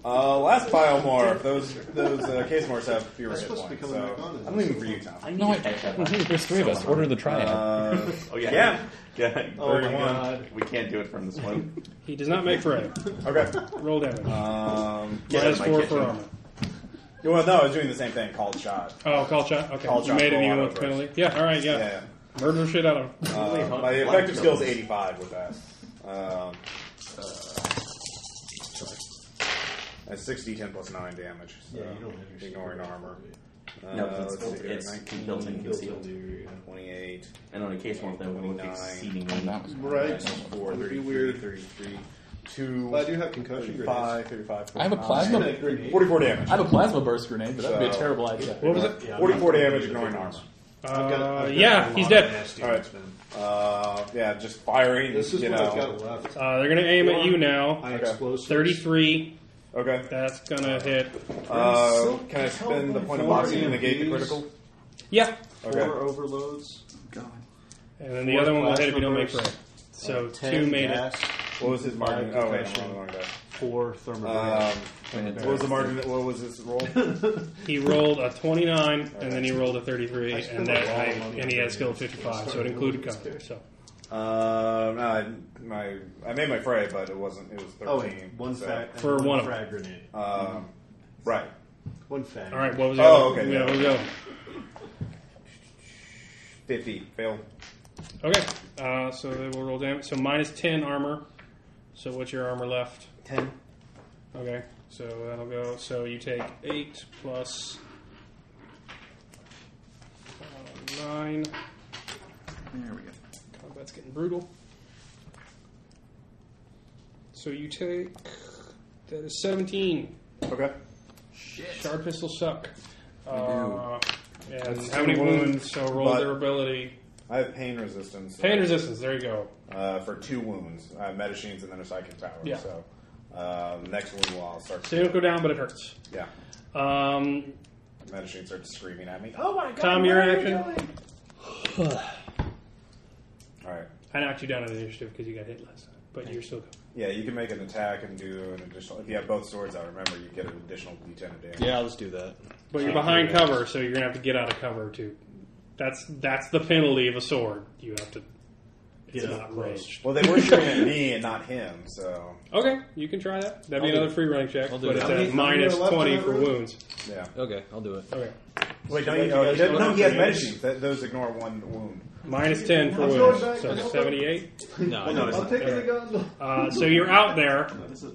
Uh, last biomorph. Those those uh, case morphs have fewer
That's
hit
supposed to be
points.
coming back
so
on, isn't
I'm
it?
leaving for you, Tom.
I need to catch up. on it.
There's three of us. Order the triad.
Uh,
Oh yeah.
Yeah.
Yeah.
Oh my
31.
god!
We can't do it from this one.
He does not make fray.
okay.
Roll damage.
Um,
Get out
Minus
of my
four
kitchen.
for armor.
well, no, I was doing the same thing. Called shot.
Oh, call shot. Okay,
Call
you
shot,
made it
roll
even
auto
with the
burst.
penalty. Yeah. All right. Yeah.
Yeah.
Murder the shit out of him.
Uh, my effective skill is 85 with that. Um, uh, that's 60, 10 plus 9 damage. So
Yeah, you don't have your
ignoring
secret.
armor. Uh,
No, 'cause
let's see here,
it's, it's
19,
built in
Concealed.
concealed.
28,
And on a case one, that would look
29.
exceedingly.
that was
Right.
4,
It'd be
33,
weird.
33, 2,
Well, I do have concussion grenades.
35, 35,
I have a plasma.
Grenade, grenade.
44 damage.
I have a plasma burst grenade, but that would be a
So-
terrible idea.
What was it?
Yeah, I'm
44
not gonna
damage
do the
ignoring
big
armor.
ones. I've got- I've
Uh,
got a
yeah,
lot
he's
of
dead.
nasty
All
ones,
right.
man.
Uh, yeah, just firing.
This is
you
what
know.
I've got left.
Uh, they're gonna aim at you now.
I
Okay.
explosives.
Thirty-three.
Okay.
That's gonna hit.
Uh, can I spend the point of
Four
boxing to negate the
EMPs.
critical?
Yeah.
Four overloads.
God.
And then the other one will hit if you don't make
Plasma
right. So
Ten
two made it.
gas,
What was his margin?
Five
Oh, wait,
concussion.
I'm wrong there.
Four thermal.
Um,
And
what was the margin? What was his roll?
He rolled a 29, and then he rolled a 33, and that I,
lot of money
and he
on
had
that.
skill 55, so it included cover. So
Um, I, my, I made my fray, but it wasn't. It was thirteen.
oh wait, one
so,
fat
For
one,
one of
frag grenade.
Um, right.
One fat.
all right, what was the
Oh,
other?
okay,
Yeah,
yeah.
we'll go.
Oh.
Fifty fail.
Okay, uh, so they will roll damage. So minus 10 armor. So what's your armor left?
Ten.
Okay, so that'll go. So you take eight plus uh, nine.
There we go.
Combat's getting brutal. So you take that is seventeen.
Okay.
Sharp pistol suck. Uh, and how many wounds? So roll
but-
their ability.
I have pain resistance.
Pain resistance. There you go.
Uh, for two wounds, I have metachines and then a psychic power.
Yeah.
So, um, next wound will I'll start.
So you don't go down, but it hurts.
Yeah.
Um,
Metachine starts screaming at me. Oh my god.
Tom, your action.
All right.
I knocked you down on initiative because you got hit last time, but you're still going.
Yeah, you can make an attack and do an additional. If you have both swords out, remember you get an additional d10 of damage.
Yeah, let's do that.
But you're behind cover, so you're gonna have to get out of cover too. That's that's the penalty of a sword. You have to. It's
Get out
not
close.
ranged.
Well, they were shooting at me and not him, so
Okay, you can try that. That'd be
I'll do
another free running check,
I'll do
but
it.
it's
How
many-
at
how many
minus
are left in
twenty
that
for
room?
wounds.
yeah.
Okay, I'll do it.
Oh,
Okay,
Wait, don't you? Oh, he doesn't- no, he has medicine. That, those ignore one wound.
minus ten for
I'm
wounds,
going back.
so
I'm going
seventy-eight.
No,
I'll, take it again.
Uh, so you're out there.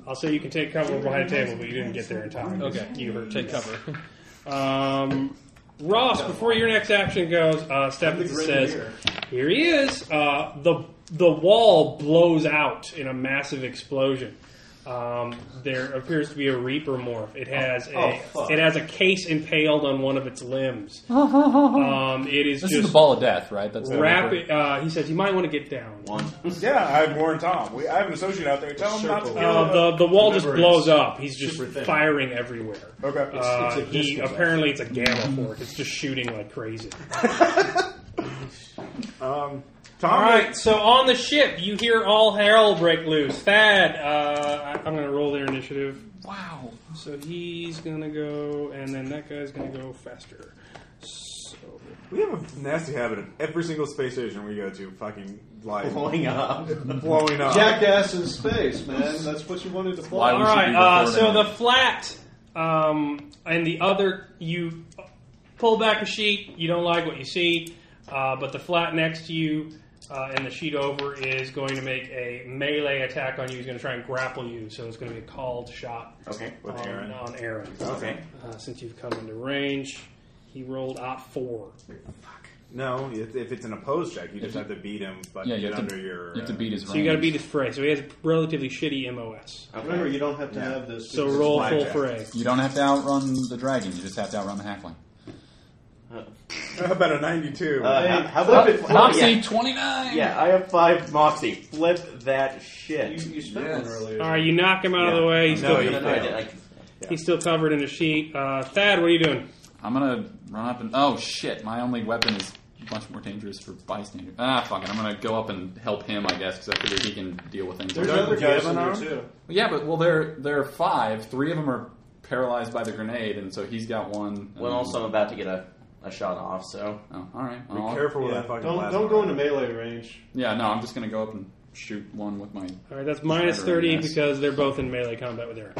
I'll say you can take cover behind a table, but you didn't get there in time.
Okay.
you hurt.
Take cover.
Um, Ross, before your next action goes, uh, Stefan says, "Here he is." Uh, the The wall blows out in a massive explosion. Um, there appears to be a reaper morph. It has a
Oh, fuck.
it has a case impaled on one of its limbs. um, it is
This is
just
the ball of death, right? That's the
rapid. Uh, he says you might want to get down.
One.
Yeah, I warn Tom. We, I have an associate out there. Tell him not to
Circle.
kill
Uh, the the wall just
Remember,
blows
it's
up. He's just
super thin.
firing everywhere.
Okay. It's-
Uh,
it's a
he
distance,
apparently it's a gamma fork. It's just shooting like crazy.
Tom,
All right, so on the ship, you hear all hell break loose. Thad, uh, I- I'm going to roll their initiative.
Wow.
So he's going to go, and then that guy's going to go faster. So
we have a nasty habit of every single space station we go to fucking like
Blowing up.
blowing
Uh,
up.
Jackass in space, man. That's what you wanted to fly.
Why
All
we should
right.
be
Uh, so
recording
the
it.
flat um, and the other, you pull back a sheet. You don't like what you see, uh, but the flat next to you uh, and the sheet over is going to make a melee attack on you. He's going to try and grapple you, so it's going to be a called shot
Okay.
With
on
Aaron.
on Aaron.
Okay.
Uh, since you've come into range, he rolled out four.
No, if, if it's an opposed check, you just have to beat him, but
Yeah, you
get
have,
under
to,
your.
you have to
uh,
beat his
So you got to beat his fray. So he has relatively shitty MOS.
Remember, you don't have to
Yeah.
have this.
So
because
roll
it's
full
blackjack.
fray.
You don't have to outrun the dragon. You just have to outrun the halfling.
How about a 92?
Uh,
Hey,
how, how about
flip
flip
Moxie
Yeah.
29!
Yeah, I have five Moxie. Flip that
You,
shit.
you spent
Yes.
one earlier.
All right, you knock him out of the
Yeah.
way. He's
No,
still,
you-
no, no, I did. I,
he's still covered in a sheet. Uh, Thad, what are you doing?
I'm gonna run up and oh shit! My only weapon is much more dangerous for bystanders. Ah, fuck it! I'm gonna go up and help him, I guess, because I figure he can deal with things.
There's
Don't
other
you have
guys in
an
there
arm?
too.
yeah, but well, there there are five. Three of them are paralyzed by the grenade, and so he's got one.
well,
and-
also, I'm about to get a, a shot off, so.
oh, all right.
Be
Well, I'll-
careful with
Yeah.
that fucking
Don't
last
don't
one.
go into melee range.
Yeah, no, I'm just gonna go up and shoot one with my.
All right, that's minus
Smattering,
thirty
yes.
because they're both in melee combat with Aaron.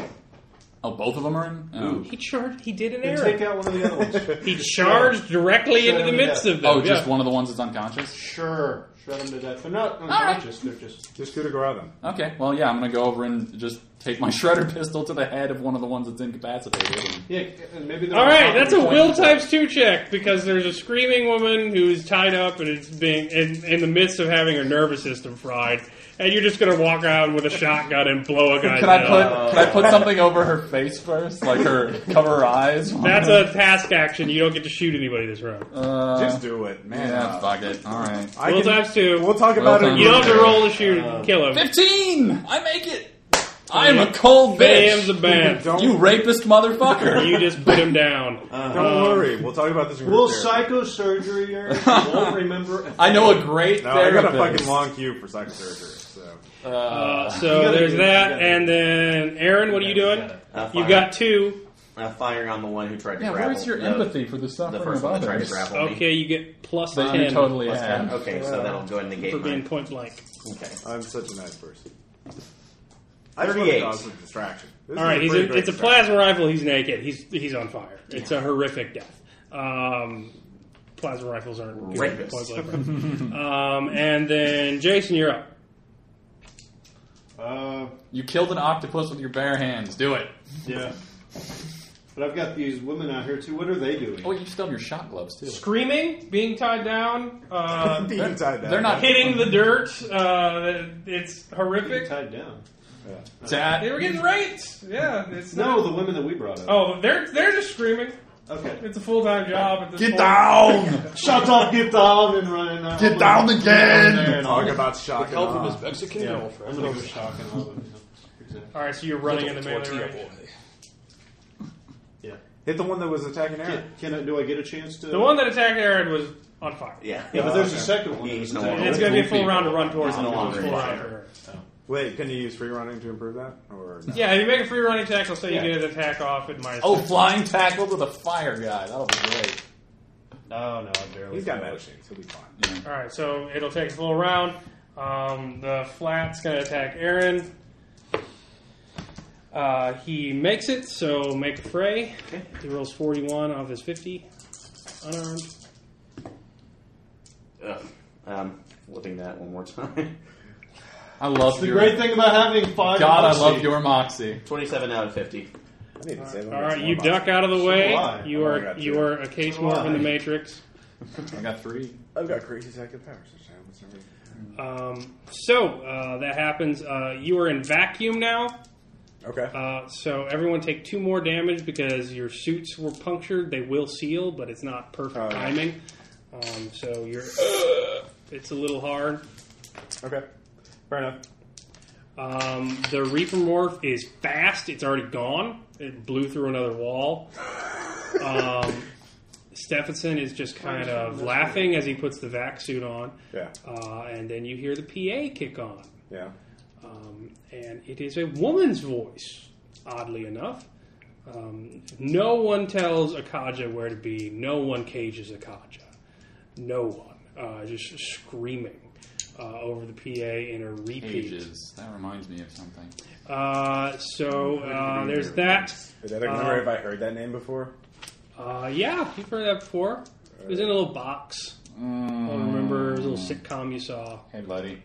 Oh, both of them are in. Oh.
He charged. He did an
Then take
error.
out one of the other ones.
He charged directly
Shut
into the
him to
midst
death.
of them.
Oh, just
yeah.
one of the ones that's unconscious.
sure, shred them to death. They're not unconscious. They're just
Just coup de grace them.
Okay, well, yeah, I'm gonna go over and just take my shredder pistol to the head of one of the ones that's incapacitated. and-
yeah. And maybe they're
All right,
not
that's a
unconscious.
will times two check because there's a screaming woman who's tied up and is being in, in the midst of having her nervous system fried, and you're just gonna walk out with a shotgun and blow a guy
Can I
down.
put can I put something over her face first, like her cover her eyes?
That's a task action. You don't get to shoot anybody this round.
Uh,
Just do it, man.
yeah, fuck it. All right,
I
will
can-
times two.
We'll talk about it.
Well done.
you don't have to roll to shoot and kill him.
fifteen. I make it. I am a cold
Bam's a
bitch.
bam.
Don't, Uh,
You rapist motherfucker.
You just put him down.
don't worry. We'll talk about this. in
We'll
group
psychosurgery her. You won't remember. a
I know a
thing.
great
therapy. No, I got a
therapist.
fucking long queue for psychosurgery. So
Uh,
You
so
gotta
there's
do- you
that,
gotta do.
and then Aaron, what are you doing?
Uh,
You
fire-
got two.
uh, firing on the one who tried to
Yeah,
grapple.
where's your
the-
empathy for the
The
suffering of
first one that tried to
others?
grapple me.
Okay, you get plus
That you
ten
totally
Plus ten.
have.
Okay, so that'll go and negate
for being
mine.
point blank.
Okay.
I'm such a nice person. I just want to
38.
cause a distraction. This
All
is
right, he's
pretty
a,
great
it's a
distraction.
plasma rifle. He's naked. He's he's on fire. It's a horrific death. Um, plasma rifles aren't good.
Rapists.
Plasma rifles. um, and then Jason, you're up.
Uh,
You killed an octopus with your bare hands. Do it.
yeah. But I've got these women out here too. What are they doing?
Oh, you still have your shot gloves too.
Screaming, being tied down, uh,
Being tied down.
They're not
hitting the dirt. Uh, it's horrific.
tied down.
They
That
were getting raped. Yeah, it's
No, the women that we brought up.
Oh, they're they're just screaming.
Okay.
It's a full time job. At this
get
point.
down.
Shut up, get down and run. uh,
Get
I'm
down
gonna-
again.
There and all
Talk
that.
about shock and awe.
Mexican
Yeah, I'm gonna go shock and all that. Exactly.
All right, so you're running in the melee range.
Yeah.
Hit the one that was attacking Aaron.
Can, can I, do I get a chance to?
The one that attacked Aaron was on fire.
Yeah.
Yeah, but there's a second one.
Yeah, he's
that was
no
attacking-
It's going to be a full round to run towards
He's
him.
no
It's a
longer in
full round
fire.
for her.
Wait, can you use free running to improve that, or no?
Yeah, if you make a free running tackle, so you
Yeah.
get an attack off at minus.
Oh, flying tackled with a fire guy. That'll be great.
No, no, I barely.
he's got
failed.
medicines. He'll be fine.
All right, so it'll take a full round. Um, the flat's going to attack Aaron. Uh, he makes it, so make a fray.
Okay.
He rolls 41 off his 50. Unarmed.
Ugh. Um, flipping that one more time.
I love
The
your
great thing about having five.
God. I
Moxie-
love your moxie.
27 out of 50.
I need to save him.
All right,
It's
you
more
duck out of the way.
So do I.
You
Oh, I
are
got
you
two.
are a case
So do
morph in the
I.
Matrix.
I got three.
boxes. I've got crazy psychic powers. which I almost never-
Um, so uh, that happens. Uh, you are in vacuum now.
Okay.
Uh, so everyone take two more damage because your suits were punctured. They will seal, but it's not perfect
Oh, yeah.
timing. Um, so you're. it's a little hard.
Okay. Fair enough.
Um, the Reaper Morph is fast. It's already gone. It blew through another wall. Um, Stephenson is just kind of laughing as he puts the vac suit on.
Yeah.
Uh, and then you hear the PA kick on.
Yeah.
Um, and it is a woman's voice, oddly enough. Um, no one tells Akaja where to be. No one cages Akaja. No one. Uh, just screaming uh, over the PA in a repeat.
Ages. That reminds me of something.
Uh, so uh, there's that.
Did I remember
Um,
if I heard that name before?
Uh, yeah, you've heard that before. It was in a little box. I don't remember it was a little sitcom you saw.
Hey, buddy.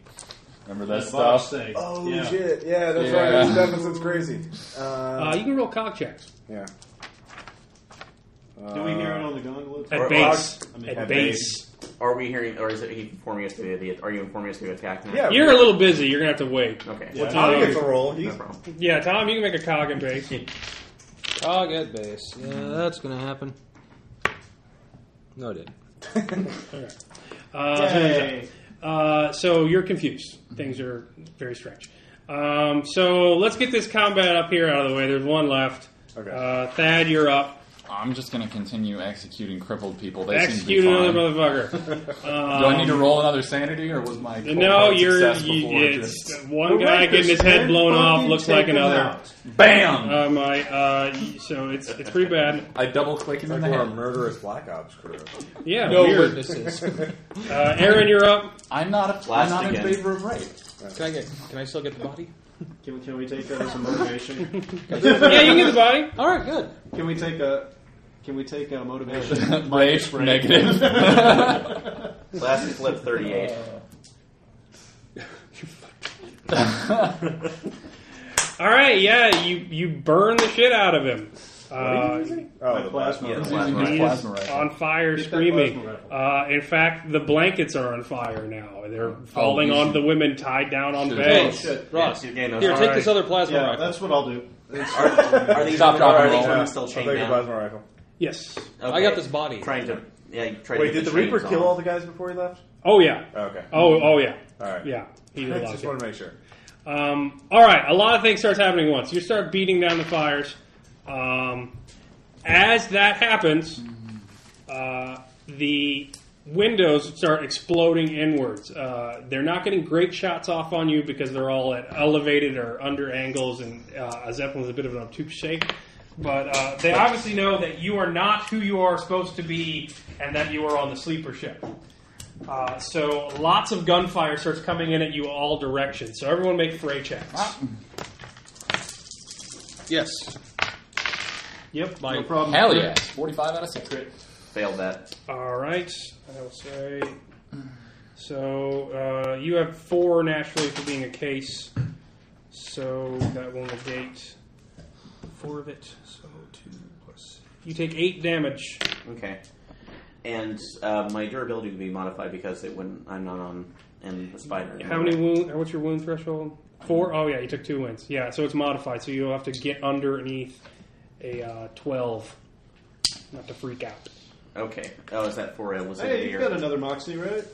Remember that
Boss
stuff?
thing.
Oh
yeah.
shit! Yeah, that's
Yeah.
right. Stephanson's crazy. Uh,
Uh, you can roll cock checks
yeah.
Do we hear it on the gondola?
at
Or-
base.
I mean,
At
at
base.
Are we hearing, or is it he informing us to the? Are you informing us to attack now?
Yeah.
You're a little busy. You're gonna have to wait.
Okay.
Yeah.
Tom gets a roll. He's
No problem.
Yeah, Tom, you can make a cog at base.
Cog at base. Yeah, that's gonna happen. No, it didn't.
Uh, so there's that. Uh, so you're confused. Things are very strange. Um, so let's get this combat up here out of the way. There's one left.
Okay.
Uh, Thad, you're up.
I'm just gonna continue executing crippled people. They
Execute
seem to
another
be fine.
motherfucker. Um,
Do I need to roll another sanity, or was my
No,
cult
you're
success
you,
before
it's
just-
one guy getting his head blown off looks like another.
bam?
Uh, my uh, so it's it's pretty bad.
I double click him in
like
the
we're a
head.
murderous Black Ops crew.
Yeah,
No
weird.
witnesses.
Uh, Aaron, you're up.
I'm not. A, I'm
Blast
not
again.
in favor of rape.
Can I get? Can I still get the body?
Can, can we take that as a motivation?
Yeah, you can get the body.
All right, good.
Can we take a? Can we take a motivation?
rape negative.
Last flip thirty-eight.
All right, yeah, you you burn the shit out of him. Uh,
Oh,
My
the
plasma.
Yeah,
He's using
plasma.
his
he is
plasma rifle.
on fire,
Get that
screaming.
plasma rifle.
Uh, in fact, the blankets are on fire now. They're falling
easy.
on the women tied down on
Shit.
beds.
Ross,
You're getting those-
here,
all
take
right.
this other plasma
Yeah,
rifle.
that's what I'll do. It's-
Are these,
Stop, drop,
are
and
these
roll.
women
I'll
still
take
chained
the
down?
plasma rifle.
Yes.
Okay.
I got this body.
Trying to, yeah, you tried
Wait,
to get
did the
the chains
Reaper kill
on.
all the guys before he left?
Oh yeah.
Okay.
Oh oh yeah.
All right.
Yeah. He
I
did a lot
just
of
want to make sure.
Um, all right, a lot of things starts happening at once. You start beating down the fires. Um, as that happens, uh, the windows start exploding inwards. Uh, they're not getting great shots off on you because they're all at elevated or under angles, and uh, a Zeppelin's a bit of an obtuse shape. But uh, they obviously know that you are not who you are supposed to be, and that you are on the sleeper ship. Uh, so lots of gunfire starts coming in at you all directions. So everyone make fray checks.
Yes.
Yep.
Mine.
Hell yeah! Forty-five out of six.
Failed that.
All right. I will say. So uh, you have four naturally for being a case. So that will negate four of it. So two plus. You take eight damage.
Okay. And uh, my durability would be modified because it wouldn't. I'm not on in the spider.
How many wound? What's your wound threshold? Four. Oh yeah, you took two wounds. Yeah, so it's modified. So you'll have to get underneath a uh, twelve, not to freak out.
Okay. Oh, is that for a was it a
hey, you
deer?
got another moxie, right?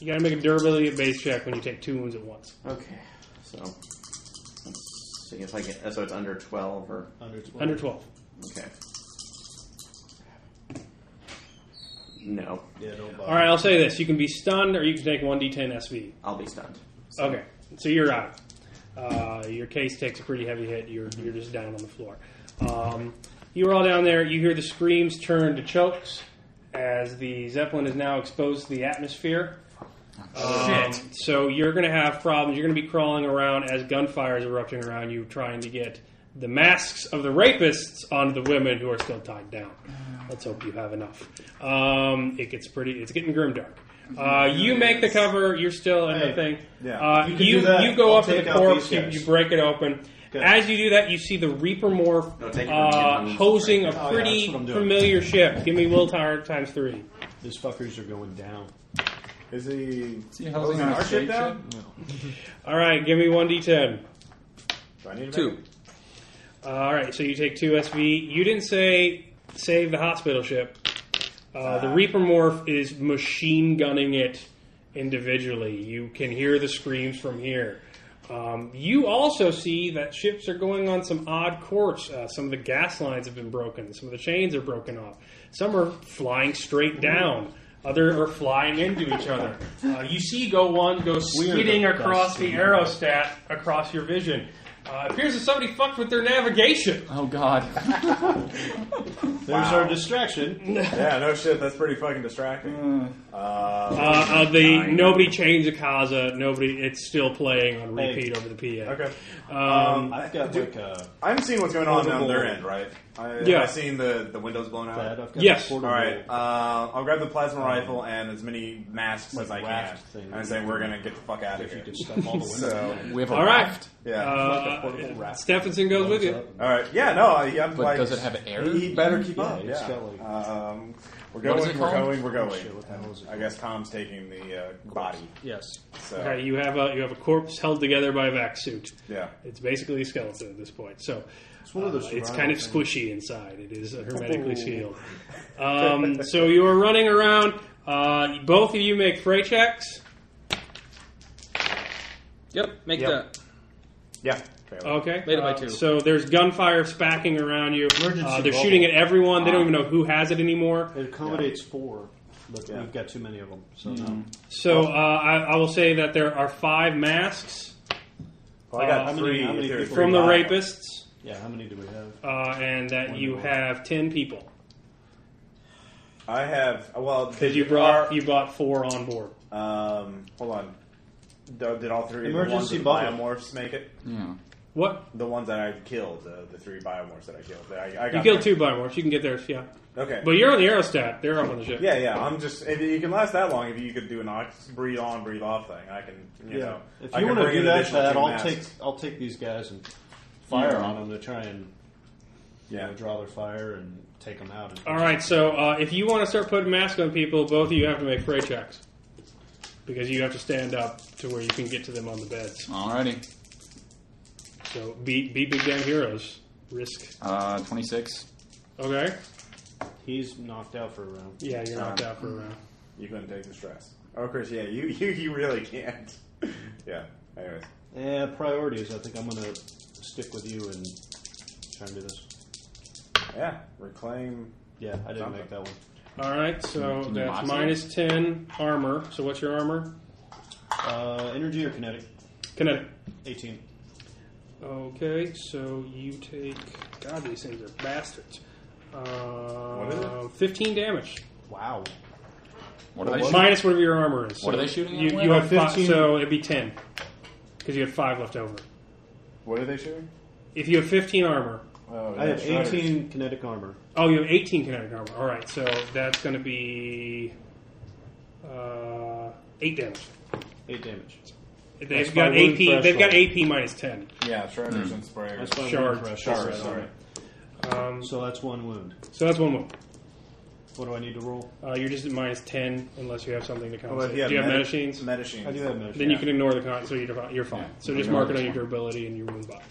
You gotta make a durability base check when you take two wounds at once.
Okay. So let's see if I get. So it's under twelve or
Under twelve.
Under 12.
okay. No,
Yeah, don't bother.
Alright, I'll say this. You can be stunned or you can take 1d10 SV.
I'll be stunned.
Okay, so you're out. Uh, your case takes a pretty heavy hit. You're, you're just down on the floor. Um, you're all down there. You hear the screams turn to chokes as the Zeppelin is now exposed to the atmosphere. Um, So you're going to have problems. You're going to be crawling around as gunfire is erupting around you, trying to get the masks of the rapists onto the women who are still tied down. Let's hope you have enough. Um, it gets pretty. It's getting grim dark. Uh, you make the cover. You're still in the
Hey,
thing.
yeah.
Uh,
You
you
can
you,
do that.
go
I'll
up to
take
the
out
corpse.
these
You,
guys.
you break it open.
Good.
As you do that, you see the Reaper morph
No, take it from
uh,
the end.
hosing
Oh,
a
yeah,
pretty
that's what I'm doing.
familiar ship. Give me willpower times three.
These fuckers are going down.
Is he?
See, how's he on a
our ship
straight
down?
All right, give me one d10.
Do I need to
Two.
Make it?
All right, so you take two SV. You didn't say save the hospital ship. Uh, the Reaper morph is machine gunning it individually. You can hear the screams from here. Um, you also see that ships are going on some odd course. Uh, some of the gas lines have been broken. Some of the chains are broken off. Some are flying straight down. Other are flying into each other. Uh, you see, go one go skidding across the aerostat across your vision. Uh, appears that somebody fucked with their navigation.
Oh God.
There's our distraction.
Yeah, no shit. That's pretty fucking distracting.
Uh,
Uh,
uh, the nobody changed the Kaza. Nobody. It's still playing on repeat over the PA.
okay.
Um,
I-
I've got
do-
like uh, a
I'm seeing what's going on down
Portable.
their end, right? I,
Yeah.
Have I seen the, the windows blown out?
pad. I've got
Yes.
a portable.
All right, uh, I'll grab the plasma rifle and as many masks as I
Um, Like
can,
raft thing.
and I say we're gonna get the fuck out of
If you
here.
could stuff all the windows.
So
We have a
all right.
raft.
yeah,
Uh,
Like a portable raft.
Stephenson goes with you.
all right, yeah, no, I, I'm
But
like,
does it have air?
He, he better keep
Yeah, Uh,
up.
it's
Yeah,
got, like-
um, we're
What is it
going, we're
called?
going, we're going.
Shit, what the hell is it
I guess Tom's taking the uh, body.
Yes.
So
Okay, you have a you have a corpse held together by a vac suit.
yeah,
It's basically a skeleton at this point. So it's,
one of those
it's
survival
kind of
things. Oh.
squishy inside. It is hermetically sealed. Um, so you are running around. Uh, both of you make fray checks.
Yep. Make
Yep.
that.
yeah. Okay,
Okay.
Made it by
Uh,
two.
so there's gunfire spacking around you.
Emergency
Uh, they're
bubble. Ah.
shooting at everyone. They don't even know who has it anymore.
It accommodates four, but
Yeah.
we've got too many of them. So no.
So uh, I, I will say that there are five masks
well, I got
Uh,
three
how many
theories.
people
from the
Three
rapists,
yeah, how many do we have?
uh, and that you have ten people
I have well
because you brought you brought four on board.
Um, hold on. Did did all three
Emergency
of the ones with
bubble.
biomorphs make it?
Yeah.
What
The ones that I killed, uh, the three biomorphs that I killed. that I, I
you
got
killed two biomorphs. You can get theirs, yeah.
Okay.
But you're on the aerostat. They're up on the ship.
yeah, yeah. I'm just if you can last that long, if you could do an ox breathe on, breathe off thing, I can. You know,
If
I
you
can
want to
bring
do
an
that,
additional
Thad,
two
I'll
masks. Mm-hmm.
take I'll take these guys and fire on them to try and you
Yeah.
know, draw their fire and take them out.
All right. So uh, if you want to start putting masks on people, both of you have to make fray checks because you have to stand up to where you can get to them on the beds.
Alrighty.
So be be big damn heroes. Risk.
Uh, 26.
Okay.
He's knocked out for a round.
Yeah, you're knocked out for a round.
You couldn't take the stress. Oh, Chris. Yeah, you you, you really can't. yeah. Anyways.
Yeah, priorities. I think I'm gonna stick with you and try and do this.
Yeah. Reclaim.
Yeah, I didn't
Something.
make that one.
All right. So
Can you
that's
moxie?
minus ten armor. So what's your armor?
Uh, energy or kinetic?
Kinetic.
18.
Okay. So you take. God, these things are bastards. Uh,
is
Fifteen damage.
Wow.
What are they? shooting?
Minus whatever your armor is.
What
So
are they shooting
You,
at?
you have five,
15.
so it'd be ten because you had five left over.
What are they shooting?
If you have fifteen armor,
Oh,
I
yeah,
have
Shredder.
18 kinetic armor.
oh, you have eighteen kinetic armor. All right, so that's going to be uh, eight damage.
8 damage.
They've
That's my
got
wound
AP. They've got
threshold.
AP minus ten.
Yeah, Shredders
Hmm.
and sprayers.
That's my
Shard.
wound threshold.
Shard, sorry.
Um,
So that's one wound.
so that's one more.
What do I need to roll?
Uh, you're just at minus ten unless you have something to
Well,
compensate.
if you have
Do you have
medi-
medicines?
medicines.
I do have measure.
Then you can ignore the con, so you're, defi- you're fine. So just mark it on your durability and your wound box.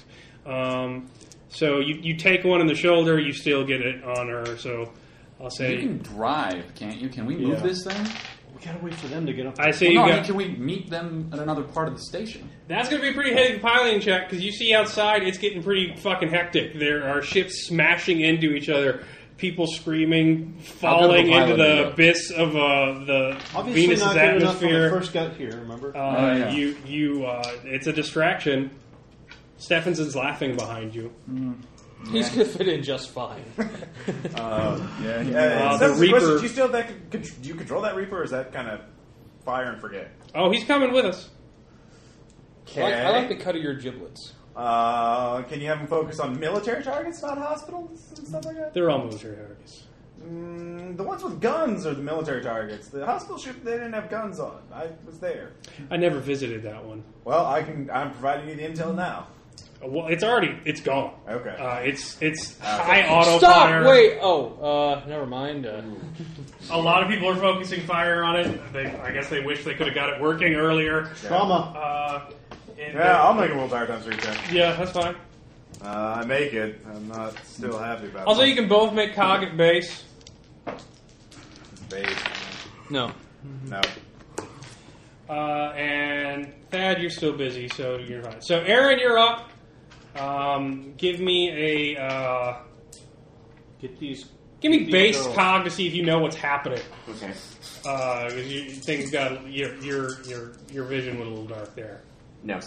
Um, so you, you take one in the shoulder, you still get it on her. So I'll
You
say
can drive, can't you? Can we move
Yeah.
this thing?
we gotta wait for them to get up.
I say
Well,
you
no, I mean,
got.
can we meet them at another part of the station?
That's going to be a pretty heavy piloting check because you see outside it's getting pretty fucking hectic. There are ships smashing into each other. People screaming,
How good of a
falling into
pilot are you?
the abyss of uh, the
Obviously
Venus's
not good enough when I
atmosphere.
first got here, remember?
Uh,
Oh, yeah.
You, you, uh, it's a distraction. Stephenson's laughing behind you.
He's gonna fit in just fine.
Yeah.
Uh,
Yeah, yeah, so
the
that's the question.
Reaper-
Do you still have that? con- con- Do you control that Reaper, or is that kind of fire and forget?
Oh, he's coming with us.
I, like, I like the cut of your giblets.
Uh, can you have him focus on military targets, not hospitals and stuff like that?
They're all military targets.
Mm, the ones with guns are the military targets. The hospital ship they didn't have guns on. I was there.
I never visited that one.
Well, I can. I'm providing you the intel now.
Uh, Well, it's already it's gone.
Okay.
Uh, it's it's high auto
Stop!
fire.
Wait. Oh, uh, never mind. Uh,
A lot of people are focusing fire on it. They, I guess they wish they could have got it working earlier.
Trauma.
Uh, it And,
Yeah,
uh,
I'll make a willpower times three check.
yeah, that's fine.
Uh, I make it. I'm not still happy about
Although
it.
you can both make cog at base.
Base.
No.
No.
Uh, and Thad, you're still busy, so you're fine. So Aaron, you're up. Um, give me a uh,
Get these.
give me
These
base
girls.
cog to see if you know what's happening.
Okay.
Uh, 'cause you, things got your your your your vision was a little dark there.
No.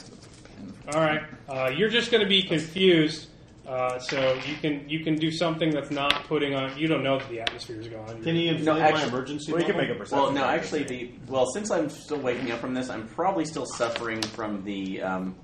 All right, uh, you're just going to be confused. Uh, so you can you can do something that's not putting on. You don't know that the atmosphere is gone.
Can he inflate
No,
my
actually-
emergency?
Well, you can
bubble?
make a perception.
Well, no,
check.
actually, the well, since I'm still waking up from this, I'm probably still suffering from the um,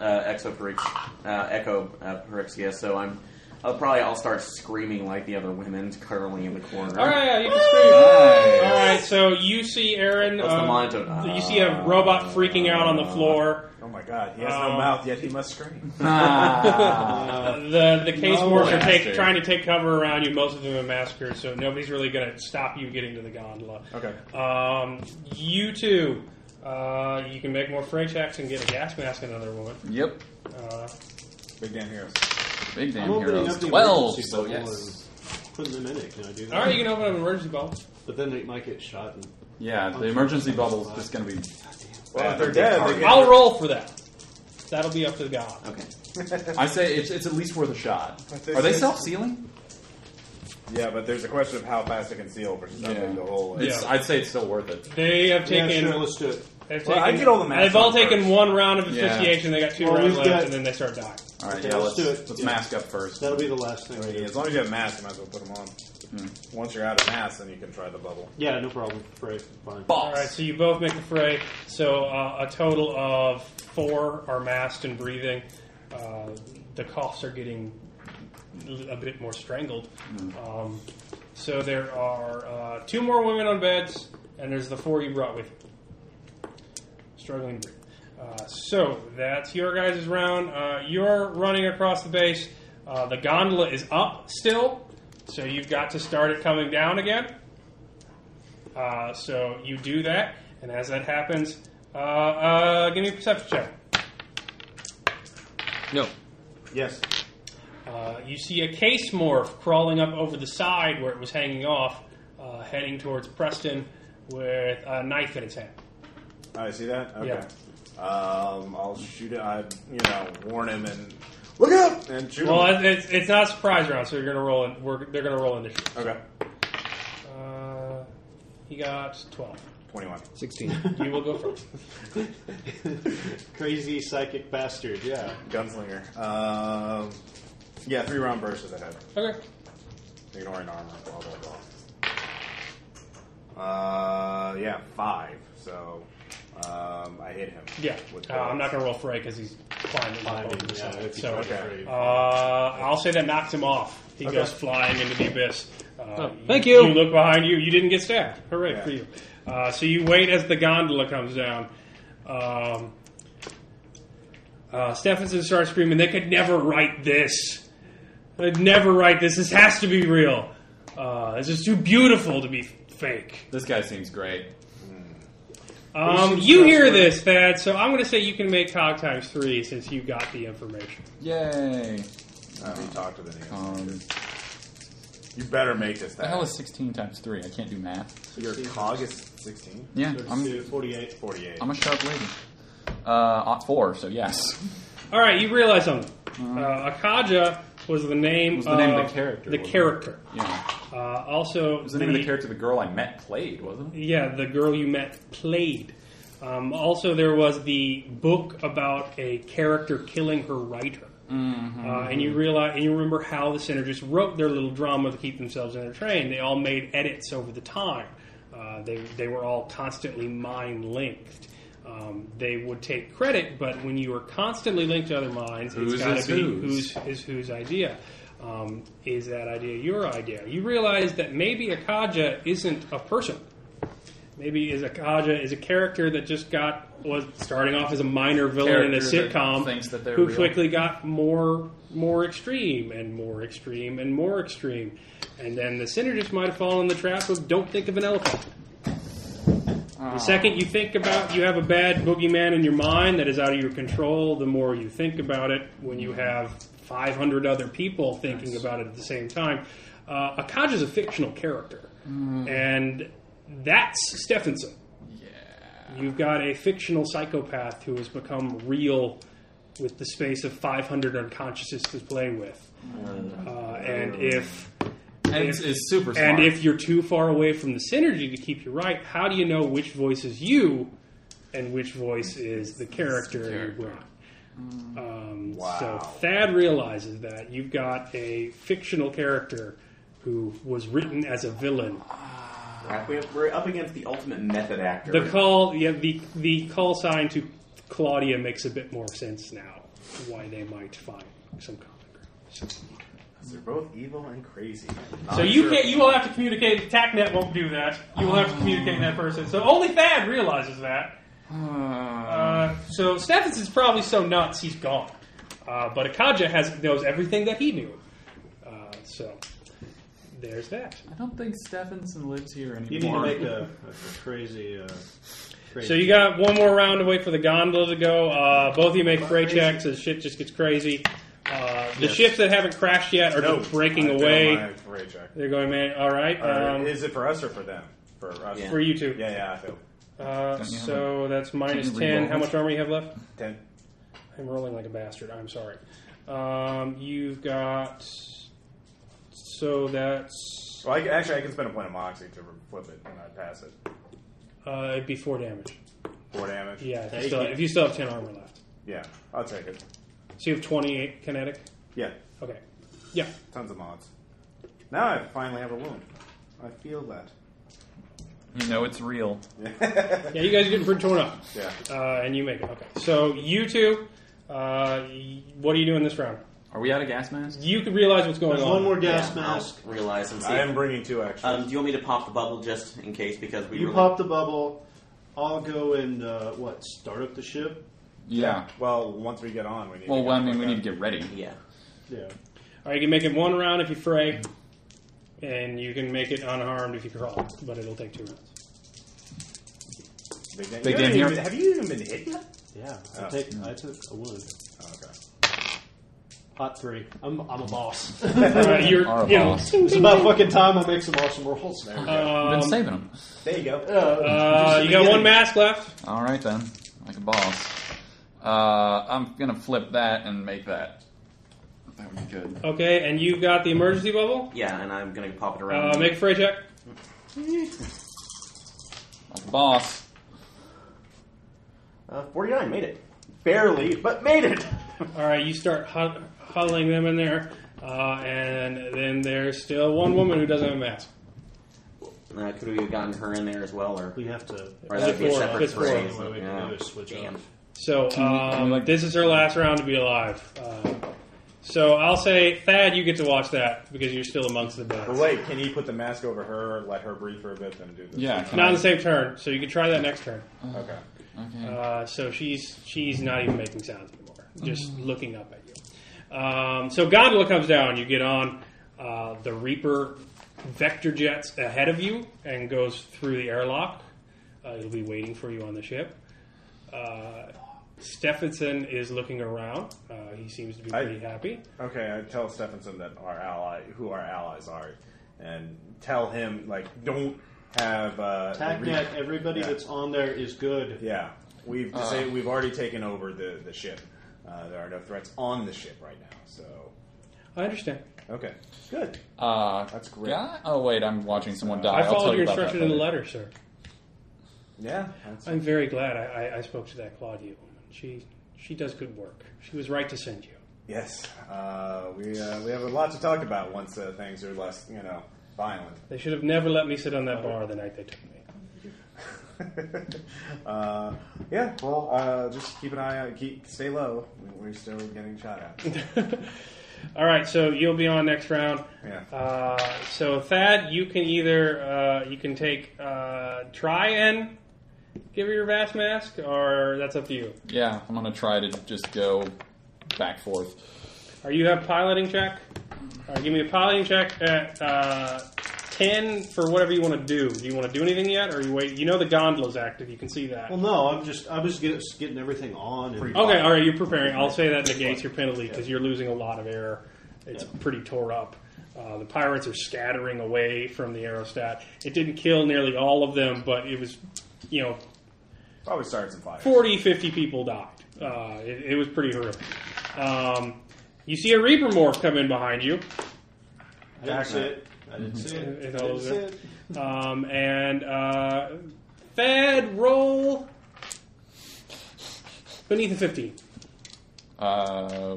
uh, exoporix, uh, echo uh, pyrexia, so I'm I'll probably I'll start screaming like the other women, curling in the corner.
All right, yeah, you can scream. All right, so you see Aaron.
What's the
um,
monotone? Ah.
you see a robot freaking out on the floor.
Oh my god, he has
Um,
no mouth, yet he must scream.
Uh,
Uh, the the case
No.
wars are take,
Bastard.
trying to take cover around you. Most of them are massacred, so nobody's really going to stop you getting to the gondola.
Okay.
Um, you two, uh, you can make more fray checks and get a gas mask. Another one.
Yep.
Uh,
Big damn heroes.
Big damn
I'm opening
heroes.
up the
Twelve.
emergency
So
bubble
yes.
and putting them in it. Can I do that?
all right, you can open up an emergency ball.
But then they might get shot. And,
Yeah, the emergency bubble's just gonna be.
Well, if they're dead, they
I'll roll for that. That'll be up to the god.
Okay.
I say it's, it's at least worth a shot.
get-
Are they self sealing?
Yeah, but there's a question of how fast it can seal versus how big the hole is.
It's, I'd say it's still worth it.
They have
yeah,
taken.
sure, let's do it.
they've
Well, I
taken-
get all the masks
They've all
on
taken
first.
one round of
Yeah.
asphyxiation. They got two
Well,
rounds
we've
left,
got-
and then they start dying.
All right,
Okay,
yeah,
let's
let's,
do
let's,
it. Yeah.
mask up first.
That'll be the last thing.
I
we
mean,
do.
as long as you have masks, you might as well put them on. Once you're out of masks, then you can try the bubble.
Yeah, no problem. Great, fine.
All right, so you both make the fray. So uh, a total of four are masked and breathing. Uh, the coughs are getting a bit more strangled. Um, so there are uh, two more women on beds, and there's the four you brought with you. Struggling to breathe. Uh, so that's your guys' round. Uh, you're running across the base. Uh, the gondola is up still, so you've got to start it coming down again. Uh, so you do that, and as that happens, uh, uh, give me a perception check.
No.
Yes.
Uh, you see a case morph crawling up over the side where it was hanging off, uh, heading towards Preston with a knife in its hand.
I see that. Okay.
Yeah.
Um, I'll shoot it. I, you know, warn him and look out and shoot
Well,
him.
it- it's, it's not a surprise round, so you're gonna roll. In, we're, they're gonna roll initiative.
Okay.
Uh, he got twelve.
Twenty-one.
16.
You will go first.
Crazy psychic bastard. Yeah.
Gunslinger. Um, yeah, three round burst to the head.
Okay.
Ignoring armor. Blah blah blah. Uh, yeah, five. So, um, I hit him.
Yeah.
With
Uh, I'm not gonna roll Frey because he's climbing. up
Climbing,
over the
yeah,
side.
if he's
so,
not
afraid.
uh, I'll say that knocks him off. He
Okay.
goes flying into the abyss. Uh,
Oh, thank you.
You look behind you. You didn't get stabbed. Hooray
Yeah.
for you. Uh, so you wait as the gondola comes down. Um, uh, Stephenson starts screaming, "They could never write this. They'd never write this. This has to be real. Uh, this is too beautiful to be fake."
This guy seems great.
Um, you hear this, Thad, so I'm going to say you can make cog times three since you got the information.
Yay.
Uh, we talked to the news.
Um,
You better make this.
the
That
hell is 16 times 3? I can't do math.
your cog is sixteen.
Yeah, I'm,
Two, 48.
Forty-eight.
I'm a sharp lady. Uh, uh, 4, so yes.
All right, you realize something. Uh, Akaja was the name,
Uh-huh. Was the name of the
of
character,
The
wasn't it?
character.
Yeah.
Uh, also,
It was the name of the character the girl I met played, wasn't it?
Yeah, the girl you met played. Um, also, there was the book about a character killing her writer,
Mm-hmm.
uh, and you realize and you remember how the Synergists wrote their little drama to keep themselves entertained. They all made edits over the time. Uh, they they were all constantly mind linked. Um, they would take credit, but when you are constantly linked to other minds,
Whose
it's got
is
to be
whose?
who's is whose idea. Um, is that idea your idea? You realize that maybe Akaja isn't a person maybe is Akaja is a character that just got was starting off as a minor villain in a
Character that
sitcom
thinks that they're
who
real.
quickly got more more extreme and more extreme and more extreme. And then the synergist might have fallen in the trap of don't think of an elephant. The second you think about you have a bad boogeyman in your mind that is out of your control, the more you think about it when you have 500 other people thinking about it at the same time. Uh, Akaj is a fictional character, and that's Stephenson. Yeah. You've got a fictional psychopath who has become real with the space of 500 unconsciouses to play with. Uh, and if
And it's, it's super smart.
and if you're too far away from the synergy to keep you right, how do you know which voice is you and which voice is the character, you want? Um, So Thad realizes that you've got a fictional character who was written as a villain.
Right, we have- We're up against the ultimate method actor.
The call, yeah, the the call sign to Claudia makes a bit more sense now. Why they might find some common ground. So,
They're both evil and crazy.
So you can't. You will have to communicate. TacNet won't do that. You will have to communicate that person. So only Thad realizes that. Uh, so Stephenson's probably so nuts he's gone. Uh, but Akaja has knows everything that he knew. Uh, so there's that.
I don't think Stephenson lives here anymore.
You need to make a, a crazy. Uh, crazy
So you got one more round to wait for the gondola to go. Uh, both of you make fray checks as shit just gets crazy. Uh, the ships that haven't crashed yet are just breaking
I failed
away.
my parade check.
They're going, man. All right,
Or
um,
is it for us or for them? For us.
Yeah.
for you two.
Yeah, yeah, I failed.
Uh,
Don't you have
so that's minus
can you
ten.
re-roll
How much armor you have left?
Ten.
I'm rolling like a bastard. I'm sorry. Um, you've got so that's
Well, I, can- actually, I can spend a point of moxie to re- flip it and I pass it.
uh, it'd be four damage.
Four damage.
Yeah, if you,
Take
still,
it.
if you still have ten armor left,
Yeah, I'll take it.
so you have twenty-eight kinetic.
Yeah,
Okay, yeah.
tons of mods. Now I finally have a wound. I feel that.
You know it's real.
Yeah, you guys are getting pretty torn up,
Yeah.
uh, and you make it. Okay, so you two, uh, y- what are you doing this round?
Are we out of gas mask?
You can realize what's going
There's
on.
one more
Yeah,
gas mask.
I'll realize and see.
I am bringing two, actually.
um, do you want me to pop the bubble just in case? Because we
You
really,
pop the bubble. I'll go and uh, what? Start up the ship.
Yeah.
well, once we get on, we need
Well,
to
well, I mean, we need to get ready.
Yeah.
Yeah.
All right, you can make it one round if you fray, and you can make it unharmed if you crawl, but it'll take two rounds.
Big Dan,
Big
you
Dan
haven't
here.
even- Have you even been hit yet?
Yeah. I,
Oh.
take, I took a wound.
Oh, okay.
Hot three. I'm, I'm a boss.
All right, you're,
Our
you know,
boss.
it's about fucking time I make some awesome rolls.
um,
Been saving them.
There you go.
Uh, you got one mask left.
All right then, like a boss. Uh, I'm gonna flip that and make that. That would be good.
Okay, and you've got the emergency bubble.
Yeah, and I'm going to pop it around.
Uh, make a fray check.
Like a boss.
uh, 49, made it. Barely, but made it.
All right, you start hu- huddling them in there, uh, and then there's still one woman who doesn't have a mask.
Uh, could we have gotten her in there as well? Or,
We have to.
or that would be a
It's four,
separate
it's four.
phrase.
What we
Yeah.
can do is switch
Damn.
off.
So
can we,
um,
like-
this is her last round to be alive. Uh, so I'll say, Thad, you get to watch that because you're still amongst the
But
best.
wait, can he put the mask over her, let her breathe for a bit, then do this?
Yeah. can
Not
I-
on the same turn, so you can try that next turn.
Okay.
Okay.
Uh, so she's she's not even making sounds anymore, just looking up at you. Um, so gondola comes down. You get on uh, the Reaper vector jets ahead of you and goes through the airlock. Uh, it'll be waiting for you on the ship. Uh, Stephenson is looking around. Uh, he seems to be
I-
pretty happy.
Okay, I tell Stephenson that our ally, who our allies are, and tell him like don't have uh, the re-
TACNET, everybody
Yeah.
that's on there is good.
Yeah, we've
Uh.
disa- we've already taken over the the ship. Uh, there are no threats on the ship right now. So
I understand.
okay, good.
Uh,
That's great.
guy- Oh wait, I'm watching someone die.
I
will tell
followed
you
your
about
instruction
that
in the
later.
letter, sir.
Yeah, that's,
I'm very glad I, I, I spoke to that Claudia woman. She she does good work. She was right to send you.
yes. Uh, we uh, we have a lot to talk about once uh, things are less you know violent.
They should have never let me sit on that bar the night they took me.
uh, yeah, well, uh, just keep an eye out. Keep stay low. We're still getting shot at.
All right, so you'll be on next round.
Yeah.
Uh, so Thad, you can either uh, you can take uh, try and give her your vast mask, or that's up to you.
Yeah, I'm gonna try to just go back forth.
Or you have piloting check. All right, give me a piloting check at uh, ten for whatever you want to do. Do you want to do anything yet, or you wait? You know the gondola's active. You can see that.
Well, no, I'm just I'm just get, getting everything on. And
Okay, all right, you're preparing. I'll say that negates your penalty because you're losing a lot of air. It's pretty tore up. Uh, the pirates are scattering away from the aerostat. It didn't kill nearly all of them, but it was, you know,
Probably started some fire.
40, 50 people died. Uh, it, it was pretty horrific. Um, you see a Reaper morph come in behind you.
I didn't see it. I didn't see it.
It
I didn't
always
see
is.
it.
Um, and uh, Fed roll beneath a 15.
Uh,
uh,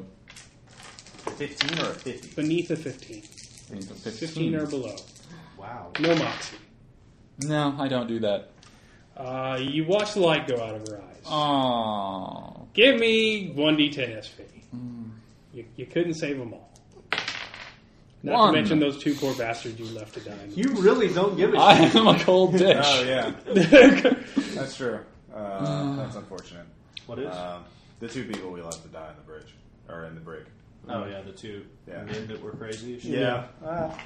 Fifteen or fifty?
Beneath a 15. 15
Hmm.
or below.
Wow.
No moxie.
No, I don't do that.
Uh, you watch the light go out of her eyes.
Oh,
Give me 1d10 SV.
Hmm.
You, you couldn't save them all. Not
One.
to mention those two poor bastards you left to die. in
You really don't
Uh,
give a
I am a cold dish.
Oh yeah,
the-
that's true. Uh, that's unfortunate.
What is?
Um, the two people we left to die in the bridge or in the brig.
oh yeah, the two
Yeah.
men that were crazy. as shit.
Yeah.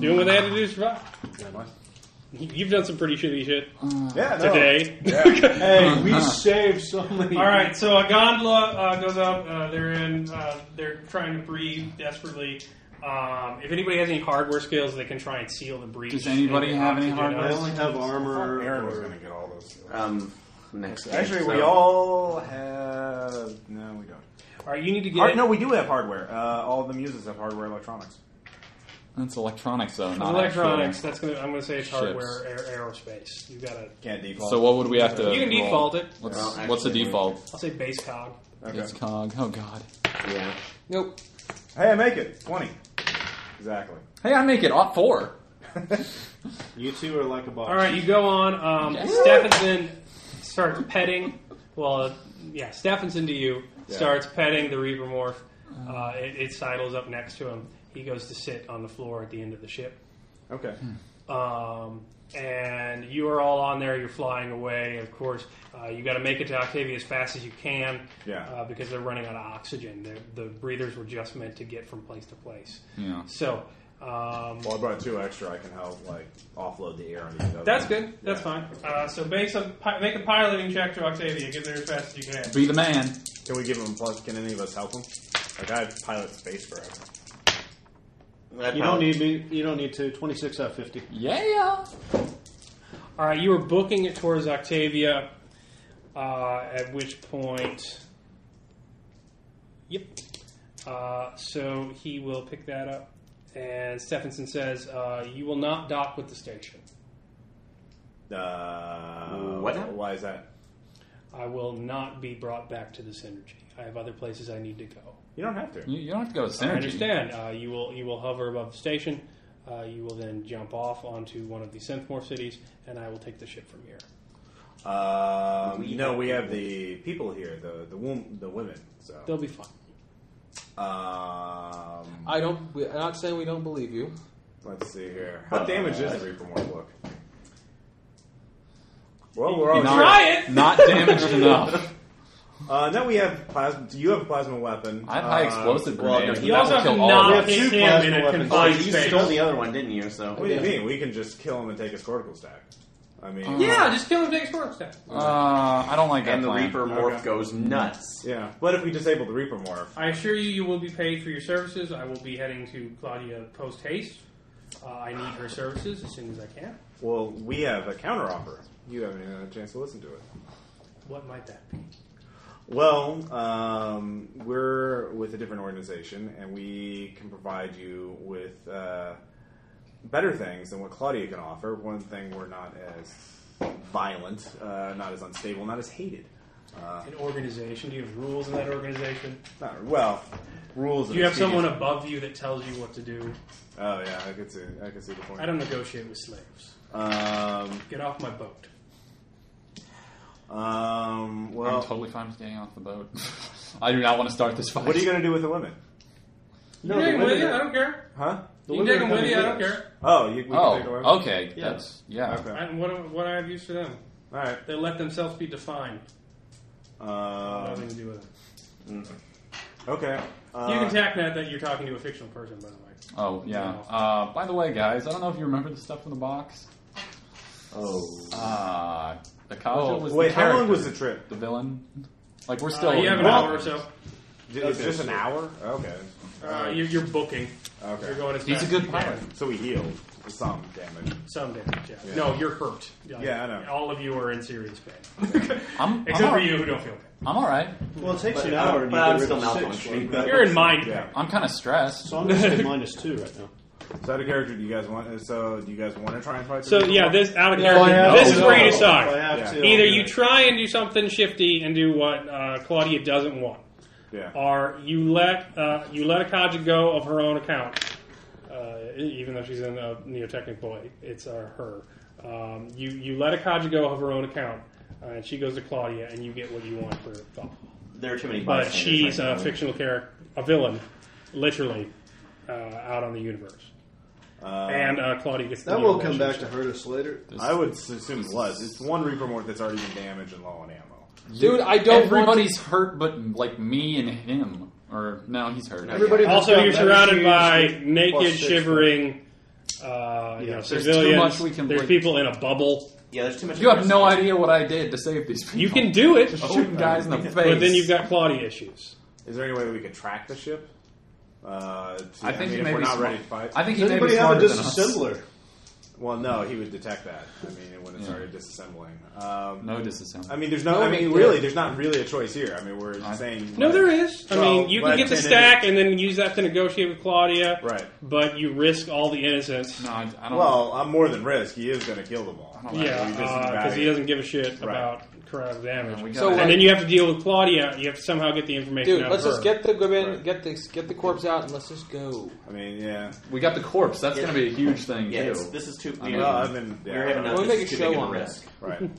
Doing what they had to do to survive.
Yeah, nice.
You- You've done some pretty shitty shit
Yeah. No.
today.
Hey, we saved so many.
All right, so a gondola uh, goes up. Uh, they're in. Uh, they're trying to breathe desperately. Um, if anybody has any hardware skills, they can try and seal the breach.
Does anybody
and
have any
oxygen
hardware?
I
us.
only have armor.
Aaron was
or-
going to get all those.
Um, next. game,
Actually, we
so-
all have. No, we don't.
All right, you need to get.
Hard, no, we do have hardware. Uh, all of the muses have hardware electronics.
That's electronics, though. Not
electronics. That's gonna. I'm gonna say it's
Ships.
hardware air, aerospace. You gotta.
Can't
Actual.
default.
So what would we have to?
You can
roll?
default it.
What's,
Well, actually,
what's the
we-
default?
I'll say base cog.
Okay.
It's cog. Oh god.
Yeah.
Nope.
Hey, I make it twenty. Exactly.
Hey, I make it. Op four.
You two are like a box.
All right, you go on. Um,
Yeah.
Stephenson starts petting. Well, yeah, Stephenson to you
Yeah.
starts petting the Reaper morph. Uh, it, it sidles up next to him. He goes to sit on the floor at the end of the ship.
Okay.
Um, and you are all on there. You're flying away. Of course, uh, you got to make it to Octavia as fast as you can.
Yeah.
Uh, because they're running out of oxygen. The, the breathers were just meant to get from place to place.
Yeah.
So. Um,
Well, I brought two extra. I can help like offload the air on these. other
That's
ones.
good. That's fine.
Yeah.
Uh, so make a pi- make a piloting check to Octavia. Get there as fast as you can.
Be the man.
Can we give them plus? Can any of us help them? Like I have pilot space forever.
That
You don't
probably-
uh,
need me. You don't need to. Twenty six out of fifty.
Yeah.
All right, you were booking it towards Octavia. Uh, at which point, yep. Uh, so he will pick that up, and Stephenson says, uh, "You will not dock with the station.
Uh,
What now?
Why is that?
I will not be brought back to this energy. I have other places I need to go.
You don't have to.
You, you don't have to go to synergy.
I understand. Uh, you will you will hover above the station. Uh, you will then jump off onto one of the Synthmore cities, and I will take the ship from here.
Um,
We
no,
have
we have the people here, the the, wom- the women. So,
They'll be fine.
um,
I don't. we- I'm not saying we don't believe you.
let's see here. How damaged is the Reaper Morph look? Well, Oh,
Oh,
we're all
Not-
here.
Try it.
Not damaged enough.
Uh, now we have plasma. You have a plasma weapon.
I have high
Uh,
explosive
well,
grenades.
no,
but
you
that
also
would
have
kill
to
all
knock
of
it
us.
two
him in
plasma
a
weapons.
Oh,
confined
you
space.
stole the other one, didn't you? So
What do you mean? We can just kill him and take his cortical stack. I mean,
Yeah, just kill him. Takes work step.
Uh, I don't like that
and the
plan.
Reaper morph
Okay.
goes nuts.
yeah. What if we disable the Reaper Morph?
I assure you, you will be paid for your services. I will be heading to Claudia post haste. Uh, I need her services as soon as I can.
Well, we have a counteroffer. You haven't even had a chance to listen to it.
What might that be?
Well, um, we're with a different organization, and we can provide you with uh, better things than what Claudia can offer. One thing we're not as violent, uh, not as unstable, not as hated. Uh,
An organization? Do you have rules in that organization?
not, well, rules.
Do
and
you have someone
expedients-
above you that tells you what to do?
Oh yeah, I could see. I could see the point.
I don't negotiate with slaves.
Um,
Get off my boat.
um,
I'm
well,
totally fine with getting off the boat. I do not want to start this fight.
what are you going to do with the women?
No,
you
the
take them with
women
you.
are-
I don't care.
Huh?
the
you can
women
take
are
them with
coming
you. I don't
us.
care.
Oh, you, we can take the women?
Oh, okay.
Yeah.
That's yeah.
Okay.
I, what, what I have used to them?
All right.
They let themselves be defined. Nothing
Um,
to do with it.
okay. Uh,
you can tack that that you're talking to a fictional person, by the way.
Oh yeah. Uh, by the way, guys, I don't know if you remember the stuff from the box.
Oh.
Uh, Akaja was
Wait,
the
how long
character,
was the trip?
the villain? Like we're
Oh,
still
Oh, Uh, you have an
Well,
hour or so.
It's just an hour? Okay.
Uh, you're, you're booking. You're
Okay.
going as
He's a
fast as
good
you can.
pilot.
So we healed some damage.
Some damage. Yeah. No, you're hurt.
Yeah, I know. Uh-huh.
All of you are in serious pain,
I'm, I'm,
except for
all,
you who don't feel pain.
I'm all right.
Well, it takes
But-
an hour. and
but
you
I'm
get rid
still
of six,
malfunctioning.
right?
You're in mind
Yeah.
pain.
I'm kind of stressed.
So I'm going to say minus two right now.
So out of character, do you guys want? So do you guys want to try and fight?
So
the-
yeah, this out of
If I
character.
have
this
to,
is where you
no.
decide.
If I have to,
Either
I'll
you
do it.
try and do something shifty and do what uh, Claudia doesn't want,
Yeah.
or you let uh, you let Akaja go of her own account, uh, e- even though she's in a neotechnic boy. It's uh, her. Um, you you let Akaja go of her own account, uh, and she goes to Claudia, and you get what you want for Thoughtful.
There are too many
But
bystanders
she's
right
a
now.
fictional character, a villain, literally, uh, out on the universe.
Uh,
and uh, Claudia gets the
Um, That will
new
come back
relationship.
to hurt us later.
I would s- assume it was. It's one Reaper Morph that's already been damaged and low on ammo.
Dude, I
don't want
Everybody's hurt, but like me and him. Or no, he's hurt.
Everybody that's
Also,
got
you're
that
surrounded
huge
by
plus
naked,
six,
shivering, uh, you know,
There's
too
civilians.
much we can
There's
blame.
people in a bubble.
Yeah, there's too much.
You have no
aggressiveness.
idea what I did to save these people.
You can do it,
shooting guys in the face.
but then you've got Claudia issues.
Is there any way we could track the ship? Uh, to-
I think
mean,
he
if
may
we're
be
not
smart-
ready to fight.
I think he
Does
may be
anybody have a
smarter than us.
disassembler?
well, no, he would detect that. I mean, it would have started disassembling. Um,
No disassembly.
I mean, there's no. I mean, really, there's not really a choice here. I mean, we're
I-
saying
No, there is. I
Well,
mean, you
but
can get the
then it-
stack and then use that to negotiate with Claudia.
Right.
But you risk all the innocence.
no, I, I don't.
Well, I'm more than risk. He is going to kill them all.
Yeah,
We just
because he
evaluate-
doesn't give a shit
Right.
about crowd damage.
we
and
gotta-
then you have to deal with Claudia. You have to somehow get the information
Dude,
out
let's
of her.
just get the women,
Right.
get the get the corpse out, and let's just go.
I mean, yeah.
we got the corpse. That's
Yeah.
going to be a huge thing
Yeah,
too.
it's- this is too. We
mean,
know,
Well, I mean, yeah.
we're having a,
We'll
this
make
is
a
too big
show
of a
on
risk.
right.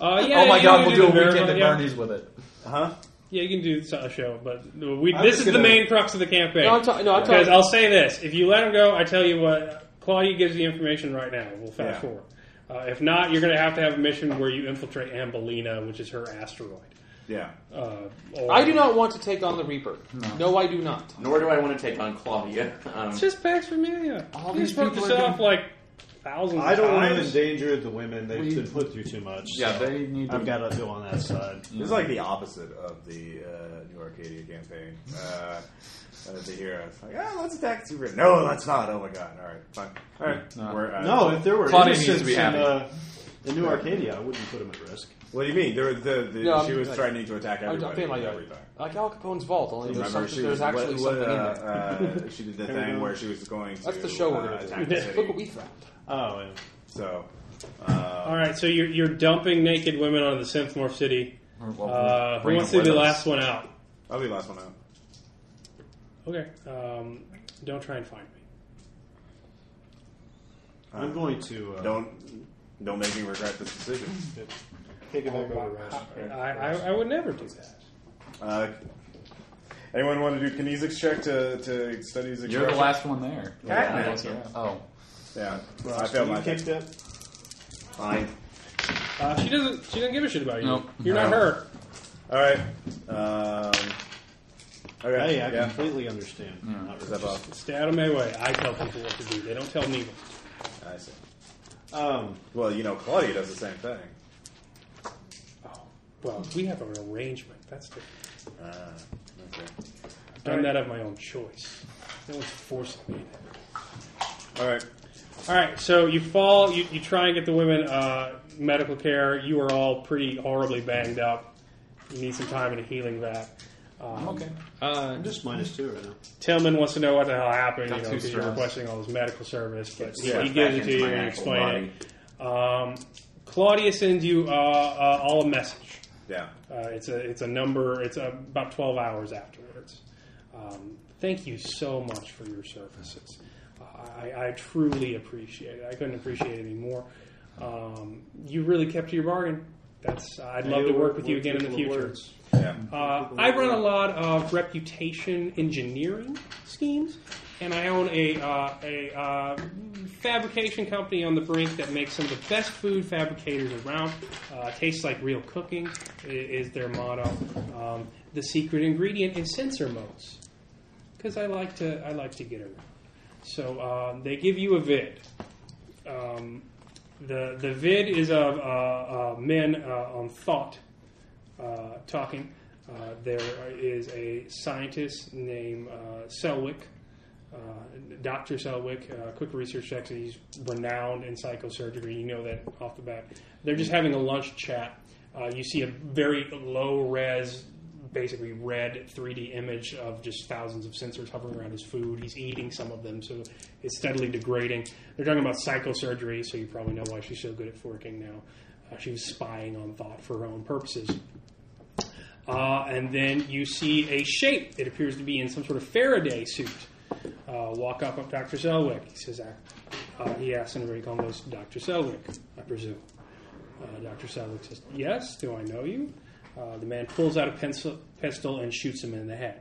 Uh, yeah,
oh my
you
god,
can
we'll
do
do a
the
weekend
verify-
at
yeah.
Bernie's with it.
Huh?
Yeah, you can do so- a show, but we,
I'm
this
just
is the
gonna-
main crux of the campaign.
No, I'm ta- no, I'm
because
talking-
I'll say this: if you let him go, I tell you what, Claudia gives the information right now. We'll fast
Yeah.
forward. Uh, if not, you're going to have to have a mission where you infiltrate Ambalina, which is her asteroid.
Yeah.
Uh, or-
I do not want to take on the Reaper. No, I do not.
Nor do I want to take on Claudia. Um,
It's just Pax Familia.
All
You
these
spoke
people
this
are
off like thousands.
I don't
of
want to
times.
endanger the women. They've
We-
been put through too much.
Yeah,
so
they need to.
I've got to go on that side.
This is like the opposite of the uh, New Arcadia campaign. Uh, uh, the hero, it's like, oh, let's attack the superhero. No, let's not. Oh my god. All right, fine. All right.
No.
We're, uh,
No, if there were
Claudia needs to
innocents
be
in
happy.
uh, the new Arcadia, I wouldn't put them at risk.
What do you mean? There, was the, the,
No,
she
I'm-
was
like-
threatening to attack
I'm,
everybody.
I'm feeling like
and
that.
everything.
Like Al Capone's vault. Only there's,
Remember,
something,
she
there's
was,
actually
what, what,
something in
uh,
there.
uh, she did the
There we
thing
go.
where she was going to
That's the show we're
uh,
gonna
attack
do.
the
Look what
city.
we found.
Oh, yeah.
So, uh,
All right, so you're, you're dumping naked women onto the Synthmorph City.
Well,
Uh, who
bring
wants
it
to be the
with us.
last one out?
I'll be the last one out.
Okay, um, don't try and find me.
I'm going to uh,
Don't don't make me regret this decision.
kick it back over. Raj.
I, I, I would never do that.
Uh, anyone want to do kinesics check to, to study his
You're the last one there.
Yeah.
Oh,
Yeah,
Raj,
Oh, I failed
you
my
kick
test.
that?
fine.
Uh, she doesn't. She doesn't give a shit about you.
Nope.
You're not
No.
her.
All right. Um, okay.
Hey, I
yeah.
completely understand. Not
Step
religious.
off.
Stay out of my way. I tell people what to do. They don't tell me.
I see.
Um,
Well, you know, Claudia does the same thing.
Oh, well, we have an arrangement. That's different.
Uh, okay.
I've done that of my own choice. No one's forcing me.
All right.
All right, so you fall. You, you try and get the women uh, medical care. You are all pretty horribly banged up. You need some time in a healing bath. Um,
okay.
Uh,
I'm just minus two right now.
Tillman wants to know what the hell happened. You know,
Got two
'cause you're
straps.
requesting all this medical service, but he,
Swept
he
back
gives it
into
to you
my
and you
actual
explain
body.
it. Um, Claudia sends you uh, uh, all a message.
Yeah.
Uh, it's a it's a number. It's uh about twelve hours afterwards. Um, thank you so much for your services. Uh, I, I truly appreciate it. I couldn't appreciate it any more. Um, you really kept to your bargain. That's I'd love to work with you again in the
People of
future.
words.
Yeah.
Uh, I run a lot of reputation engineering schemes, and I own a, uh, a uh, fabrication company on the brink that makes some of the best food fabricators around. Uh, tastes like real cooking i- is their motto. Um, the secret ingredient is sensor modes. because I like to I like to get around. So um, they give you a vid. Um, the the vid is of uh, uh, men uh, on thought uh, talking. Uh, there is a scientist named uh, Selwick, uh, Dr. Selwick. Uh, quick research checks. He's renowned in psychosurgery. You know that off the bat. They're just having a lunch chat. Uh, you see a very low res, basically red 3D image of just thousands of sensors hovering around his food. He's eating some of them, so it's steadily degrading. They're talking about psychosurgery, so you probably know why she's so good at forking now. Uh, she was spying on thought for her own purposes. Uh, and then you see a shape. It appears to be in some sort of Faraday suit. Uh, walk up up Dr. Selwick. He says, I, uh, he asks in a very calm voice, Dr. Selwick, I presume. Uh, Dr. Selwick says, Yes, do I know you? Uh, the man pulls out a pencil, pistol and shoots him in the head.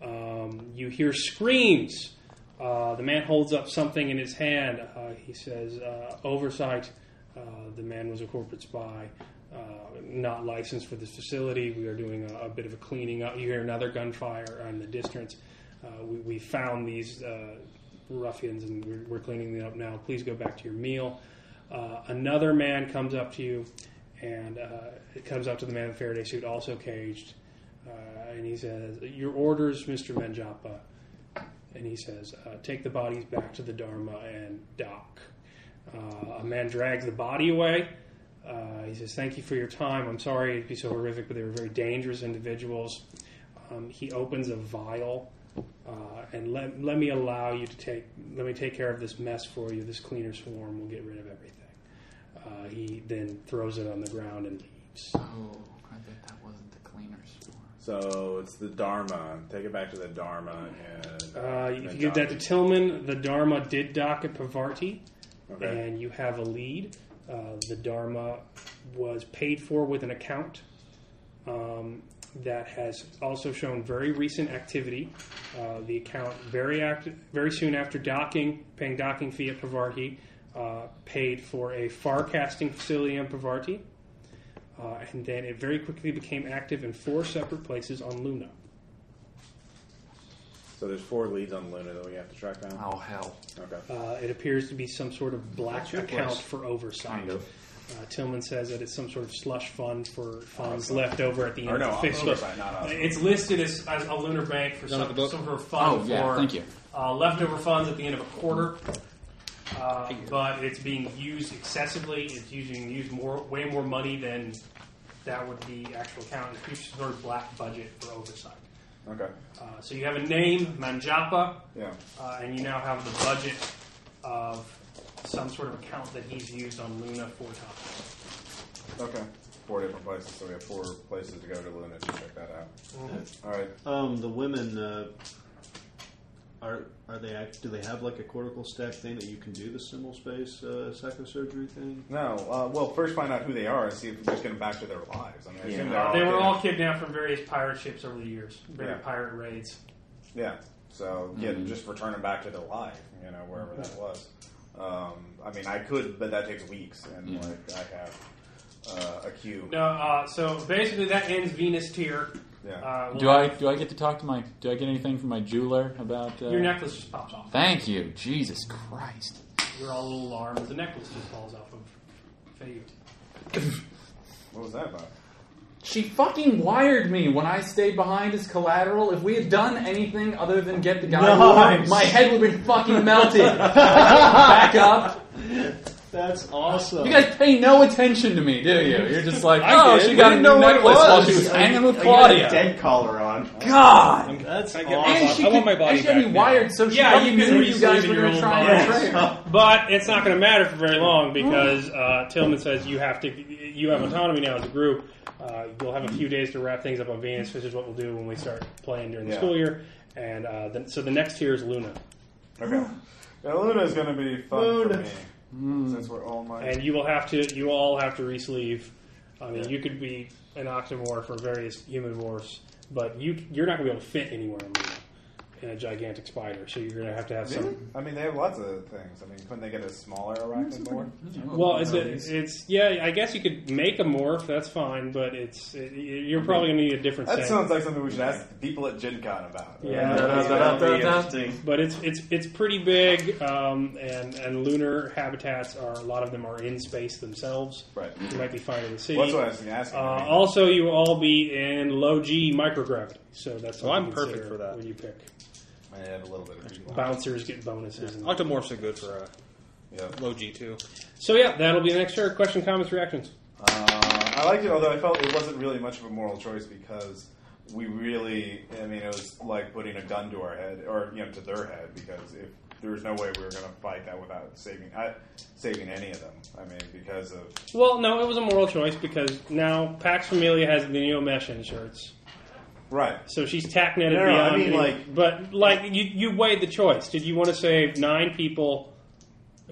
Um, you hear screams. Uh, the man holds up something in his hand. Uh, he says, uh, Oversight. Uh, the man was a corporate spy, uh, not licensed for this facility. We are doing a, a bit of a cleaning up. You hear another gunfire in the distance. Uh, we, we found these uh, ruffians and we're, we're cleaning them up now. Please go back to your meal. Uh, another man comes up to you and uh, it comes up to the man in the Faraday suit, also caged. Uh, and he says, Your orders, Mr. Menjapa and he says, uh, "Take the bodies back to the Dharma and dock." Uh, a man drags the body away. Uh, he says, "Thank you for your time. I'm sorry it'd be so horrific, but they were very dangerous individuals." Um, he opens a vial uh, and let let me allow you to take let me take care of this mess for you. This cleaner swarm will get rid of everything. Uh, he then throws it on the ground and leaves.
Oh, I bet that wasn't the cleaners.
So it's the Dharma. Take it back to the Dharma. And,
Uh, if
and
you give that to
Dharma.
Tillman, the Dharma did dock at Pavarti,
Okay.
and you have a lead. Uh, the Dharma was paid for with an account um, that has also shown very recent activity. Uh, the account very act- very soon after docking, paying docking fee at Pavarti, uh, paid for a far casting facility in Pavarti, uh, and then it very quickly became active in four separate places on Luna.
so there's four leads on Luna that we have to track down.
Oh hell!
Okay.
Uh, it appears to be some sort of black account for oversight. Uh, Tillman says that it's some sort of slush fund for funds left over at the end
Or no,
of the fiscal.
oversight, not oversight.
It's listed as, as a lunar bank for some, some sort of fund
Oh, yeah,
for
thank you.
Uh, leftover funds at the end of a quarter. Uh, but it's being used excessively. It's using used more, way more money than that would be actual account. It's some sort of black budget for oversight.
Okay.
Uh, so you have a name, Manjapa
Yeah.
uh, and you now have the budget of some sort of account that he's used on Luna four times.
Okay. Four different places, so we have four places to go to Luna to check that out. All right.
Um, the women uh, are are they act, do they have like a cortical stack thing that you can do the symbol space uh, psychosurgery thing?
No. Uh, well, first find out who they are and see if we just get them back to their lives. I mean, I assume they're
Uh, they were
you know,
all kidnapped from various pirate ships over the years, various
Yeah.
pirate raids.
Yeah. So yeah, just return them back to their life, you know, wherever that was. Um, I mean, I could, but that takes weeks, and like I have uh, a queue.
No, uh, so basically that ends Venus tier.
Yeah.
Uh,
Do I do I get to talk to my? Do I get anything from my jeweler about? Uh,
Your necklace just pops off.
Thank you, Jesus Christ.
You're all a little alarmed. The necklace just falls off of Faye.
What was that about?
She fucking wired me when I stayed behind as collateral. If we had done anything other than get the guy,
Nice.
who- my head would have been fucking melted. Back up.
That's awesome.
You guys pay no attention to me, do you? You're just like,
I
oh,
did.
she got a
We didn't
new
know what it
necklace while she
was.
was hanging with
Claudia.
Claudia.
dead collar on.
God.
That's
I get-
awesome.
And
I
she
want
could,
my body
and she had me
back now.
wired, so she
Yeah,
probably
you could
knew
reach
you guys
in
were
your
going
own
to try
mind.
and trick her.
But it's not going to matter for very long because uh, Tillman says you have to you have autonomy now as a group. Uh, you'll have a few days to wrap things up on Venus, which is what we'll do when we start playing during the
Yeah.
school year. And uh, then, so the next tier is Luna,
Okay. Now Luna's gonna be fun
Luna.
for me since we're all my.
and you will have to you all have to re-sleeve. I mean, you could be an octomorph or various human morphs, but you you're not going to be able to fit anywhere in Luna. in a gigantic spider, so you're going to have to have
Really?
some.
I mean, they have lots of things. I mean, couldn't they get a smaller
Mm,
arachnid board?
Well, it's, it's yeah. I guess you could make a morph. That's fine, but it's it, you're probably going to need a different
That
set.
sounds like something we should ask the people at Gen Con about.
Yeah. but it's it's it's pretty big, um, and and lunar habitats are a lot of them are in space themselves.
Right.
You might be fine in the city.
Well, that's what I was gonna ask. you.
Uh, also, you will all be in low G microgravity, so that's
Well,
what you
Oh, I'm perfect
consider
for that.
When you pick
I have a little bit of people.
bouncers, get bonuses. and-
Octomorphs are good for uh,
Yeah.
low G too.
So yeah, that'll be the next turn. Question, comments, reactions.
Uh, I liked it, although I felt it wasn't really much of a moral choice because we really, I mean, it was like putting a gun to our head, or you know, to their head, because if there was no way we were going to fight that without saving, I, saving any of them. I mean, because of
Well, no, it was a moral choice because now Pax Familia has the neo mesh insurance,
right.
so she's tack netted
No, no,
beyond.
I mean,
any-
like-
but like you, you weighed the choice. Did you want to save nine people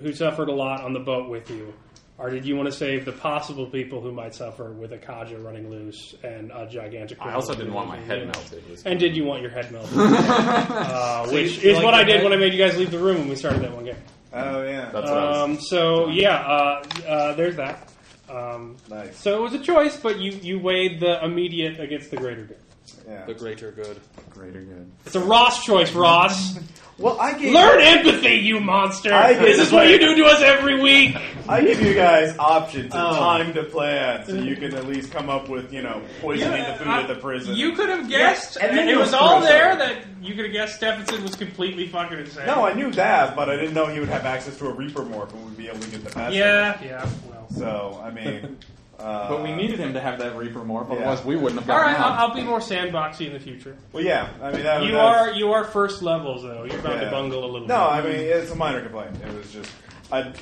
who suffered a lot on the boat with you, or did you want to save the possible people who might suffer with a Kaja running loose and a gigantic?
I also didn't want my head melted. It was-
And did you want your head melted? uh, which is
like
what I did
your
when I made you guys leave the room when we started that one game.
Oh yeah,
That's what I was.
Um, so yeah, uh, uh, there's that. Um,
nice.
so it was a choice, but you, you weighed the immediate against the greater good.
Yeah.
The greater good.
Greater good.
It's a Ross choice, Ross.
Well, I gave
Learn empathy, you monster.
I get
This
to
is what
play-
you do to us every week.
I give you guys options
Oh.
and time to plan, so you can at least come up with you know poisoning the food
I-
at the prison.
You could have guessed,
and
and
then
it
you
was
threw
all
us
there
over.
that you could have guessed. Stephenson was completely fucking insane.
no, I knew that, but I didn't know he would have access to a Reaper morph and would be able to get the password.
yeah, yeah. Well,
So I mean, uh,
But we needed him to have that Reaper morph, otherwise
Yeah.
we wouldn't have
all
gotten
right,
out.
I'll, I'll be more sandboxy in the future.
Well, yeah. I mean, that,
You
that's-
are you are first levels though. You're about
Yeah.
to bungle a little.
No, I
bit.
mean it's a minor complaint. It was just, I,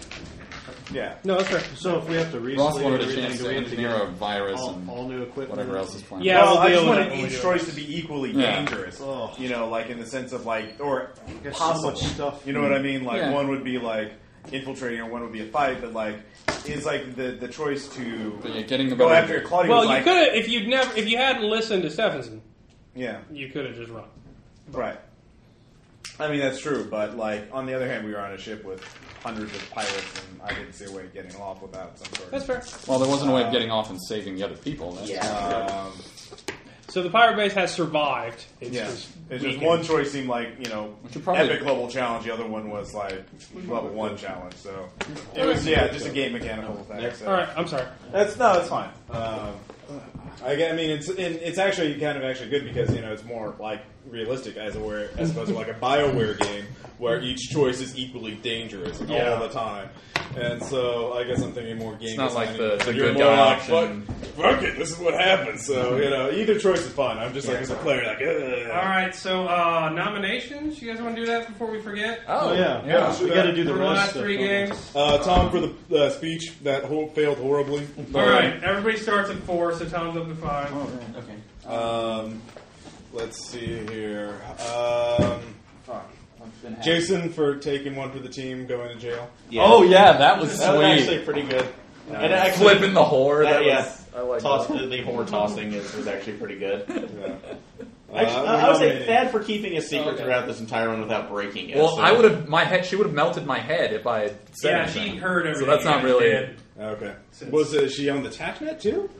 yeah.
no, that's fair.
So if we have to re
Ross wanted a chance
everything, do
to
we have to
engineer a
get
virus
all,
and
all new equipment?
whatever else is planned.
Yeah,
well,
we'll
I
deal
just
with that
wanted
when we do
each
it.
choice to be equally
Yeah.
dangerous.
Oh.
You know, like in the sense of like or
There's so
possible
much stuff.
You know what I mean? Like
Mm-hmm. Yeah.
one would be like infiltrating, or one would be a fight. But like, it's like the the choice to
But yeah, getting the
go
better-
after Claudia.
Well,
was
you
like,
could have if you'd never if you hadn't listened to Stephenson,
Yeah.
you could have just run.
Right. I mean that's true, but like on the other hand, we were on a ship with hundreds of pirates, and I didn't see a way of getting off without some sort.
That's
of...
fair.
Well, there wasn't a way of getting off and saving the other people. That's
Um,
So the pirate base has survived. It's
yeah,
just
it's just
weakened.
one choice seemed like you know
should probably-
epic level challenge. The other one was like level one challenge. So it was yeah, just a game mechanical thing. So.
All right, I'm sorry.
That's no, it's fine. Um, I, get- I mean, it's and it's actually kind of actually good because you know it's more like realistic as aware as opposed to like a Bioware game where each choice is equally dangerous
Yeah.
all the time. And so I guess I'm thinking more game.
It's not like
design.
the- the
You're
good
more
guy
like,
option.
Fuck, fuck it, this is what happens. So you know, either choice is fun. I'm just like as a player, like Ugh.
All right, so uh, nominations. You guys want to do that before we forget?
Oh, yeah.
Yeah.
We got to do the
For the
rest
last
of
three
the-
games.
Uh, Tom for the uh, speech that ho- failed horribly.
All right, everybody starts at four, so Tom's up to five.
Oh,
Okay.
Um, let's see here. Um, Jason for taking one for the team, going to jail.
Oh yeah, that was
That was
sweet.
actually pretty good. And actually,
Flipping the whore. That,
that,
was.
yeah, toss, the, the whore tossing is, was actually pretty good.
Yeah.
Actually,
Uh,
I would say
nominated.
bad for keeping a secret
Okay.
throughout this entire one without breaking it.
Well,
so-
I would have my head. She would have melted my head if I had said
Yeah,
anything.
she heard
So
everything.
that's not
you guys
really.
did.
Okay. Was uh, she on the TACnet too?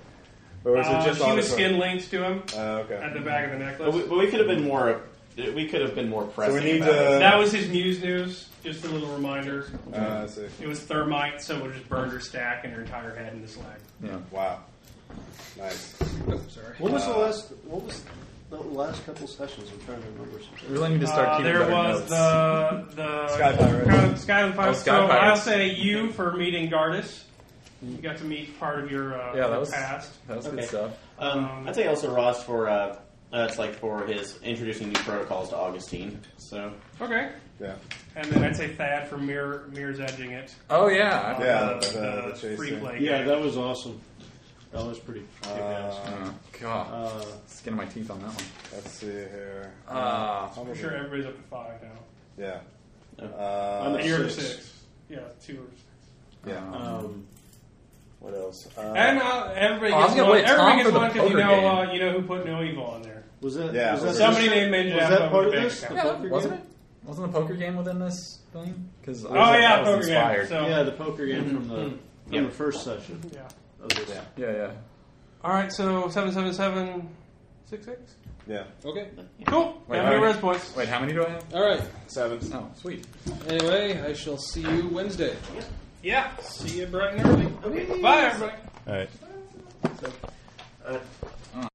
Or was
Uh,
it just
she
on
was
the-
skin linked to him at
Uh, okay.
the back of the necklace.
But we, but we could have been more. We could have been more pressing.
need
about
to-
it.
that was his news news. Just a little reminder.
Uh, I see.
It was thermite, so it just burned her stack and her entire head in the slag.
Yeah.
Wow. Nice.
Sorry.
What was the last? What was the last couple sessions? I'm trying to remember.
We really need to start
Uh,
keeping
there
better
was
notes.
the the
Sky Pirates.
Kind of Sky Pirates.
Oh, Sky
so I'll
Pirates.
say you for meeting Gardas. You got to meet part of your uh,
Yeah, that was-
past.
That was
Okay.
good stuff.
Um, I'd say also Ross for uh, that's like for his introducing new protocols to Augustine. So
Okay,
Yeah.
and then I'd say Thad for mirror mirrors edging it.
Oh yeah.
Yeah,
Uh,
the- the chase
free
thing.
play.
Yeah,
game.
that was awesome. That was pretty. kick ass.
Uh,
God,
uh,
skin of my teeth on that one.
let's see here.
Uh,
How
I'm
many-
sure everybody's up to five now.
Yeah.
No.
Uh,
I'm
And you're up to
Six.
six. Yeah, two. Or...
yeah.
um,
What else? Uh,
And uh, everybody
Oh, I was
gets
Oh, gonna
one.
wait, Tom
everybody
for
gets
the
one because you
poker
know
game.
uh, you know who put no evil on there.
Was that?
Yeah,
was that
Somebody named Benji
Was
Apple
that part of
with a bank
this? The
account.
Yeah,
poker
wasn't
game?
it? Wasn't the poker game within this thing? Because oh
yeah,
that
poker
was
game,
inspired.
so-
Yeah, the poker game from the from
Yeah.
the first session.
Yeah.
Of this.
Yeah, yeah.
All right, so seven seven seven six six.
Yeah.
Okay.
Cool.
Wait,
Have your
how-
res points.
Wait, how many do I have?
All right.
Seven.
Oh, sweet.
Anyway, I shall see you Wednesday.
Yeah. See you bright and early. Bye, everybody.
All right.